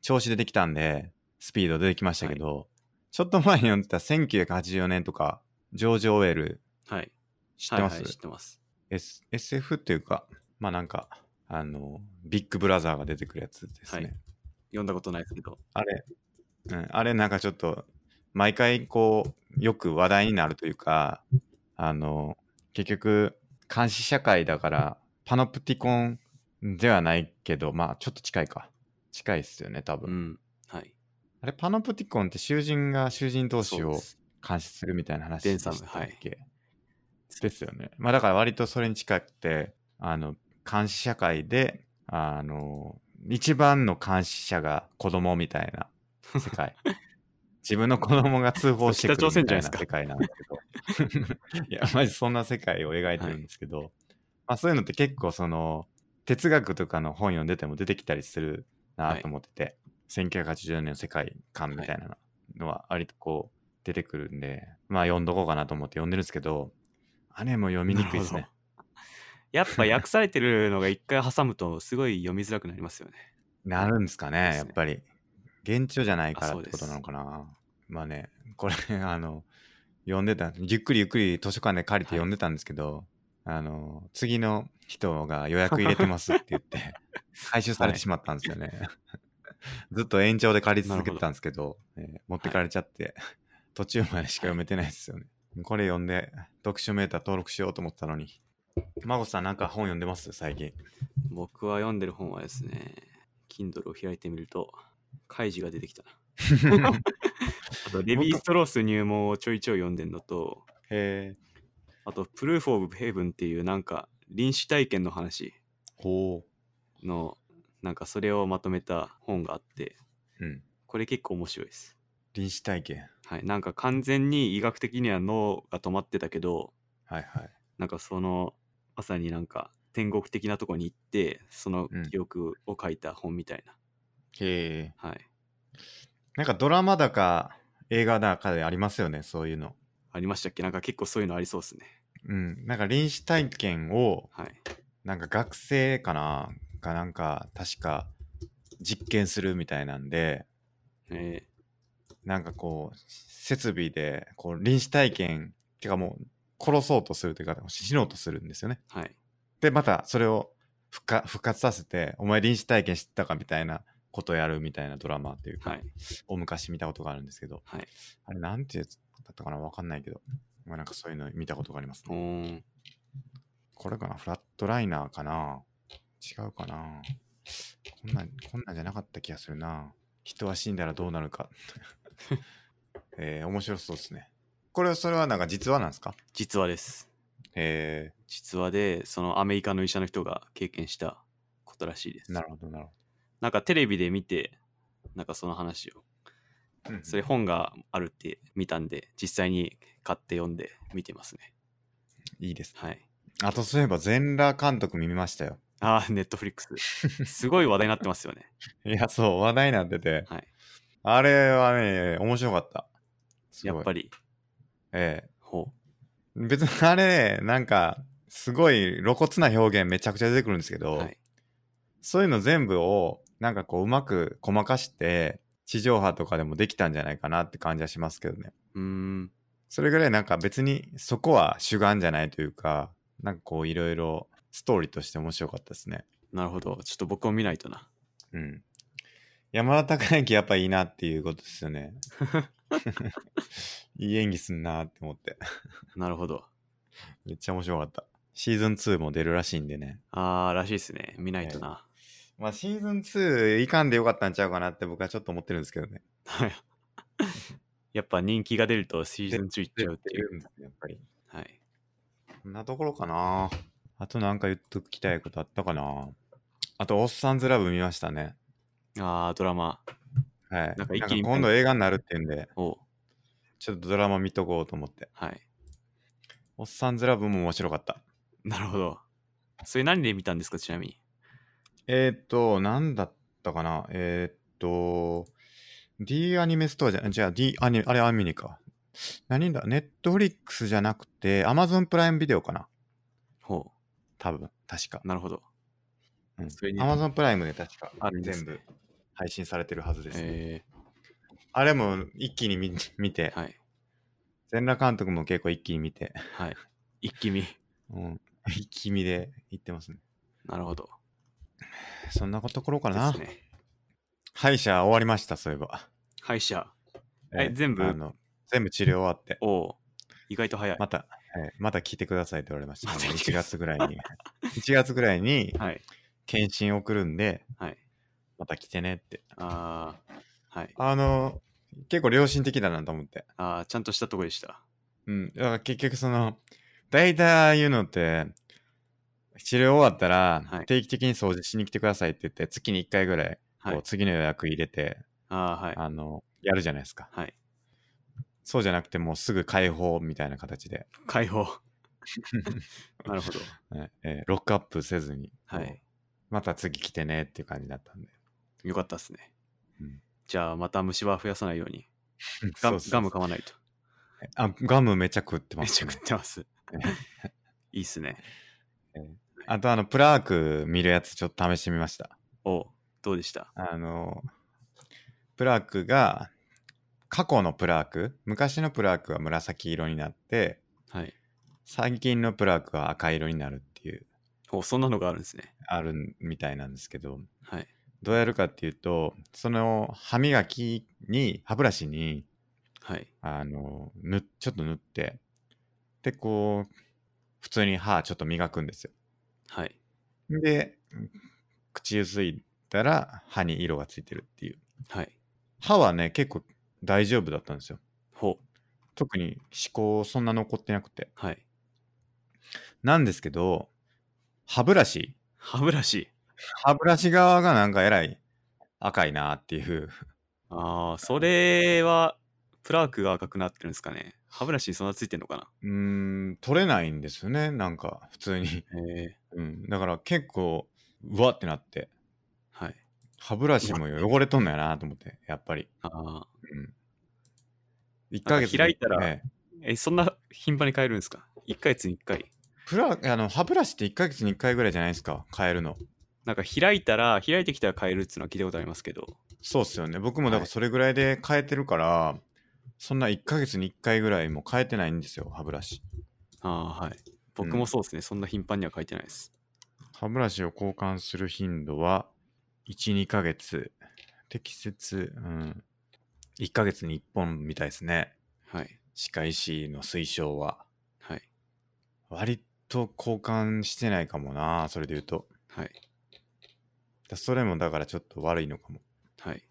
S1: 調子出てきたんで、スピード出てきましたけど、ちょっと前に読んでた1984年とか、ジョージ・オーウェル、
S2: はい。
S1: 知ってます、
S2: はいはい、知ってます。
S1: S、SF っていうか、まあなんか、あの、ビッグブラザーが出てくるやつですね。
S2: はい読んだことないですけど。
S1: あれ、うん、あれなんかちょっと、毎回こう、よく話題になるというか、あの、結局、監視社会だから、パノプティコンではないけど、まあ、ちょっと近いか。近いっすよね、多
S2: う
S1: 分。
S2: ん。はい。
S1: あれ、パノプティコンって囚人が囚人同士
S2: そうで
S1: を
S2: す
S1: 監視するみたいな話
S2: デ
S1: で
S2: ン
S1: し
S2: サ
S1: たっ
S2: ム
S1: け、ですよね。まあだから割とそれに近くて、あの、監視社会で、あの、一番の監視者が子供みたいな世 *laughs* 界。自分の子供が通報してくるみたいな
S2: 北
S1: 世
S2: 朝
S1: 界なんですけど。 *laughs* いや、マジそんな世界を描いてるんですけど、まあそういうのって結構その、哲学とかの本読んでても出てきたりするなと思ってて、1980年の世界観みたいなのは割とこう出てくるんで、まあ読んどこうかなと思って読んでるんですけど、あれも読みにくいです
S2: な
S1: ね
S2: る。やっぱ訳されてるのが一回挟むとすごい読みづらくなりますよね。
S1: なるんですか
S2: で
S1: ね、
S2: すね
S1: やっぱり。現地じゃないか
S2: あ
S1: ら
S2: そ
S1: っ
S2: う
S1: て
S2: です
S1: ことなのかな。まあね、これ、 *laughs* あの、読んでた、ゆっくりゆっくり図書館で借りて
S2: はい
S1: 読んでたんですけど、あの、次の人が予約入れてますって言
S2: *laughs*
S1: って、回収されてしまったんですよね。 *laughs* ずっと延長で借り続けてたんですけど、えー持ってかれちゃって、途中までしか読めてないですよね。これ読んで、読書メーター登録しようと思ったのに。孫さんなんか本読んでます最近。
S2: 僕は読んでる本はですね、Kindle を開いてみると、カイジが出てきたな。あと、レヴィ・ストロース入門をちょいちょい読んでんのと、
S1: へえ。
S2: あと、プルーフ・オブ・ヘイブンっていうなんか、臨死体験の話
S1: ほ
S2: の、なんかそれをまとめた本があって、
S1: う。うん。
S2: これ結構面白いです。
S1: 臨死体験。
S2: はい、なんか完全に医学的には脳が止まってたけど、
S1: はいはい。
S2: なんかそのまさになんか天国的なとこに行ってその
S1: うん
S2: 記憶を書いた本みたいな、
S1: へえ。
S2: はい
S1: なんかドラマだか映画だかでありますよね、そういうの。
S2: ありましたっけなんか結構そういうのありそうですね
S1: うん。なんか臨死体験を、
S2: はい
S1: なんか学生かながなんか確か実験するみたいなんで、
S2: え
S1: なんかこう、設備でこう臨死体験、てかもう殺そうとするというか、死のうとするんですよね。
S2: ー、はい
S1: で、またそれを復活復活させて、お前臨死体験してたかみたいなことをやるみたいなドラマっていうか、
S2: はい
S1: お昔見たことがあるんですけど、
S2: はい
S1: あれなんてやつだったかなわかんないけど、まあ、なんかそういうの見たことがあります、
S2: お
S1: ね。
S2: ー
S1: これかなフラットライナーかな違うかなこんなん、こんなんじゃなかった気がするな。人は死んだらどうなる
S2: *laughs*
S1: か。えー、面白そうですね。これは、それはなんか実話なんですか
S2: 実話です
S1: え
S2: 実話でそのアメリカの医者の人が経験したことらしいです
S1: ー、なるほど、なるほ
S2: なんかテレビで見てなんかその話を
S1: ど。うん
S2: それ本があるって見たんで実際に買って読んで見てますね
S1: いいです。
S2: はい
S1: あと、そういえば、全裸監督見ましたよ。
S2: ああネットフリック
S1: *laughs*
S2: スすごい話題になってますよね
S1: いや、そう、話題になってて、
S2: はい
S1: あれはね、面白かった。
S2: やっぱ
S1: り。
S2: り
S1: ええ
S2: ほ
S1: 別にあれなんかすごい露骨な表現めちゃくちゃ出てくるんですけ
S2: う
S1: ど、
S2: はい
S1: そういうの全部をなんかこううまくごまかして地上波とかでもできたんじゃないかなって感じはしますけどね
S2: うーん
S1: それぐらいなんか別にそこは主眼じゃないというかなんかこういろいろストーリーとして面白かったですね
S2: なるほどちょっと僕を見ないとな
S1: うん山田孝之やっぱいいなっていうことですよ
S2: *laughs*
S1: ね *laughs* いい演技すんなって思って
S2: なるほど
S1: めっちゃ面白かったシーズン2も出るらしいんでね
S2: あーらしいですね見ないとな、
S1: まあ、シーズン2いかんでよかったんちゃうかなって僕はちょっと思ってるんですけどね。
S2: はいやっぱ人気が出るとシーズン中行っちゃうっていう
S1: やっぱり。
S2: はい
S1: こんなところかな。あとなんか言っときたいことあったかな。あと、オッサンズラブ見ましたね。
S2: あードラマ
S1: はい。
S2: な
S1: なんん
S2: か
S1: か
S2: 一気に
S1: 今度映画になるっていうんで、
S2: を
S1: ちょっとドラマ見とこうと思って。
S2: はい
S1: オッサンズラブも面白かった。
S2: なるほどそれ何で見たんですかちなみに
S1: えー、っと、なんだったかな。えー、っと、D アニメストアじゃない、じゃあ D アニメ、あれアニメか。何だ、ネットフリックスじゃなくて、アマゾンプライムビデオかな。
S2: ほ
S1: 多分、確か
S2: う。なるほど
S1: うん
S2: それに
S1: Amazon プライムで確か
S2: あるんです
S1: 全部配信されてるはずです。
S2: え
S1: あれも一気に見見て
S2: ー、、はい
S1: 全裸監督も結構一気に見て、
S2: はい一気見
S1: うん、 *laughs* 一気見で行ってますね。
S2: なるほど
S1: そんなところか
S2: で
S1: な
S2: す。ね
S1: 歯医者終わりました、そういえば。
S2: 歯医者はい全部
S1: あの全部治療終わって、
S2: おう意外と早い
S1: またはいまた聞いてくださいって言われました、
S2: ま
S1: ね。
S2: た聞いて
S1: 1
S2: くださ
S1: 月ぐらいに。1月 *laughs* ぐらいに、
S2: はい。
S1: 検診送るんで、
S2: はい。
S1: また来てねって。
S2: ああ、はい。
S1: あの、結構良心的だなと思って。
S2: ああ、ちゃんとしたとこでした。
S1: うん。だから結局その、大体言うのって、治療終わったら
S2: はい
S1: 定期的に掃除しに来てくださいって言って、月に1回ぐらい、
S2: は
S1: こ、。
S2: いう
S1: 次の予約入れて、
S2: ああ、はい。
S1: あの、やるじゃないですか。
S2: はい。
S1: そうじゃなくて、もうすぐ解放みたいな形で、
S2: 解
S1: *laughs*
S2: 放。なるほど。
S1: ねえーロックアップせずに、
S2: は
S1: こ。
S2: いう
S1: また次来てねっていう感じだったんで。
S2: よかったですね。
S1: うん
S2: じゃあ、また虫歯増やさないように。
S1: そ
S2: ガ
S1: う
S2: ム
S1: そうそう
S2: ガム買わないと。
S1: あ、ガムめちゃ食ってま
S2: めっ
S1: す、
S2: ち
S1: ね
S2: ゃ。食ってます。いいっすね。
S1: あとあの、プラーク見るやつちょっと試してみました。
S2: おうどうでした
S1: あの、プラークが、過去のプラーク、昔のプラークは紫色になって、
S2: はい。
S1: 最近のプラークは赤色になるっていう、
S2: おそんなのがあるんですね。
S1: あるみたいなんですけど、
S2: はい。
S1: どうやるかっていうと、その歯磨きに、歯ブラシに、
S2: はい。
S1: あの、ぬちょっと塗って、で、こう、普通に歯ちょっと磨くんですよ。
S2: はい。
S1: で、口ゆすいだら歯に色がついてるっていう。
S2: はい。
S1: 歯はね、結構大丈夫だったんですよ。
S2: ほう。
S1: 特に歯垢そんな残ってなくて。
S2: はい。
S1: なんですけど、歯ブラシ、
S2: 歯ブラシ。
S1: 歯ブラシ側がなんかえらい赤いなっていう。 *laughs*
S2: ああ、それは、プラークが赤くなってるんですかね。歯ブラシにそんなついてんのか
S1: うーん、取れないんですよね、なんか普通に。 *laughs*
S2: なへえ。
S1: うん、だから結構、うわってなって、
S2: はい。
S1: 歯ブラシも汚れとんのやなと思って、やっぱり。
S2: ああ。
S1: 1ヶ月に
S2: 開いたら
S1: ね
S2: え、そんな頻繁に変えるんですか ?1 ヶ月に1回。
S1: プラあの歯ブラシって1ヶ月に1回ぐらいじゃないですか、変えるの。
S2: なんか開いたら、開いてきたら変えるっていうのは聞いたことありますけど。
S1: そうっすよね。僕もだか
S2: は
S1: ら
S2: い
S1: それぐらいで変えてるから、そんな1ヶ月に1回ぐらいも変えてないんですよ、歯ブラシ。
S2: ああ、はい。僕
S1: う
S2: も
S1: ん
S2: そうですね。そんな頻繁には書いてないです。
S1: 歯ブラシを交換する頻度は、1、2ヶ月。適切、うん。1ヶ月に1本みたいですね。
S2: はい。
S1: 歯科医師の推奨は。
S2: はい。
S1: 割と交換してないかもな、それで言うと。
S2: はい。
S1: だそれもだからちょっと悪いのかも。
S2: はい。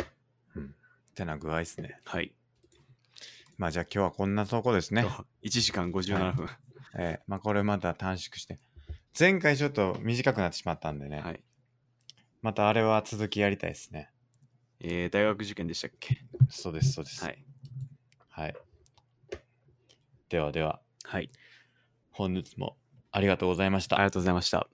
S1: ってな具合ですね。
S2: はい。
S1: まあじゃあ今日はこんなとこですね。
S2: 1時間57分。
S1: えーまあこれまた短縮して。前回ちょっと短くなってしまったんでね。
S2: はい。
S1: またあれは続きやりたいですね。
S2: えー、大学受験でしたっけ
S1: そうです、そうです。
S2: は
S1: はい。
S2: い。
S1: ではでは、
S2: はい。
S1: 本日もありがとうございました
S2: あり。がとうございました。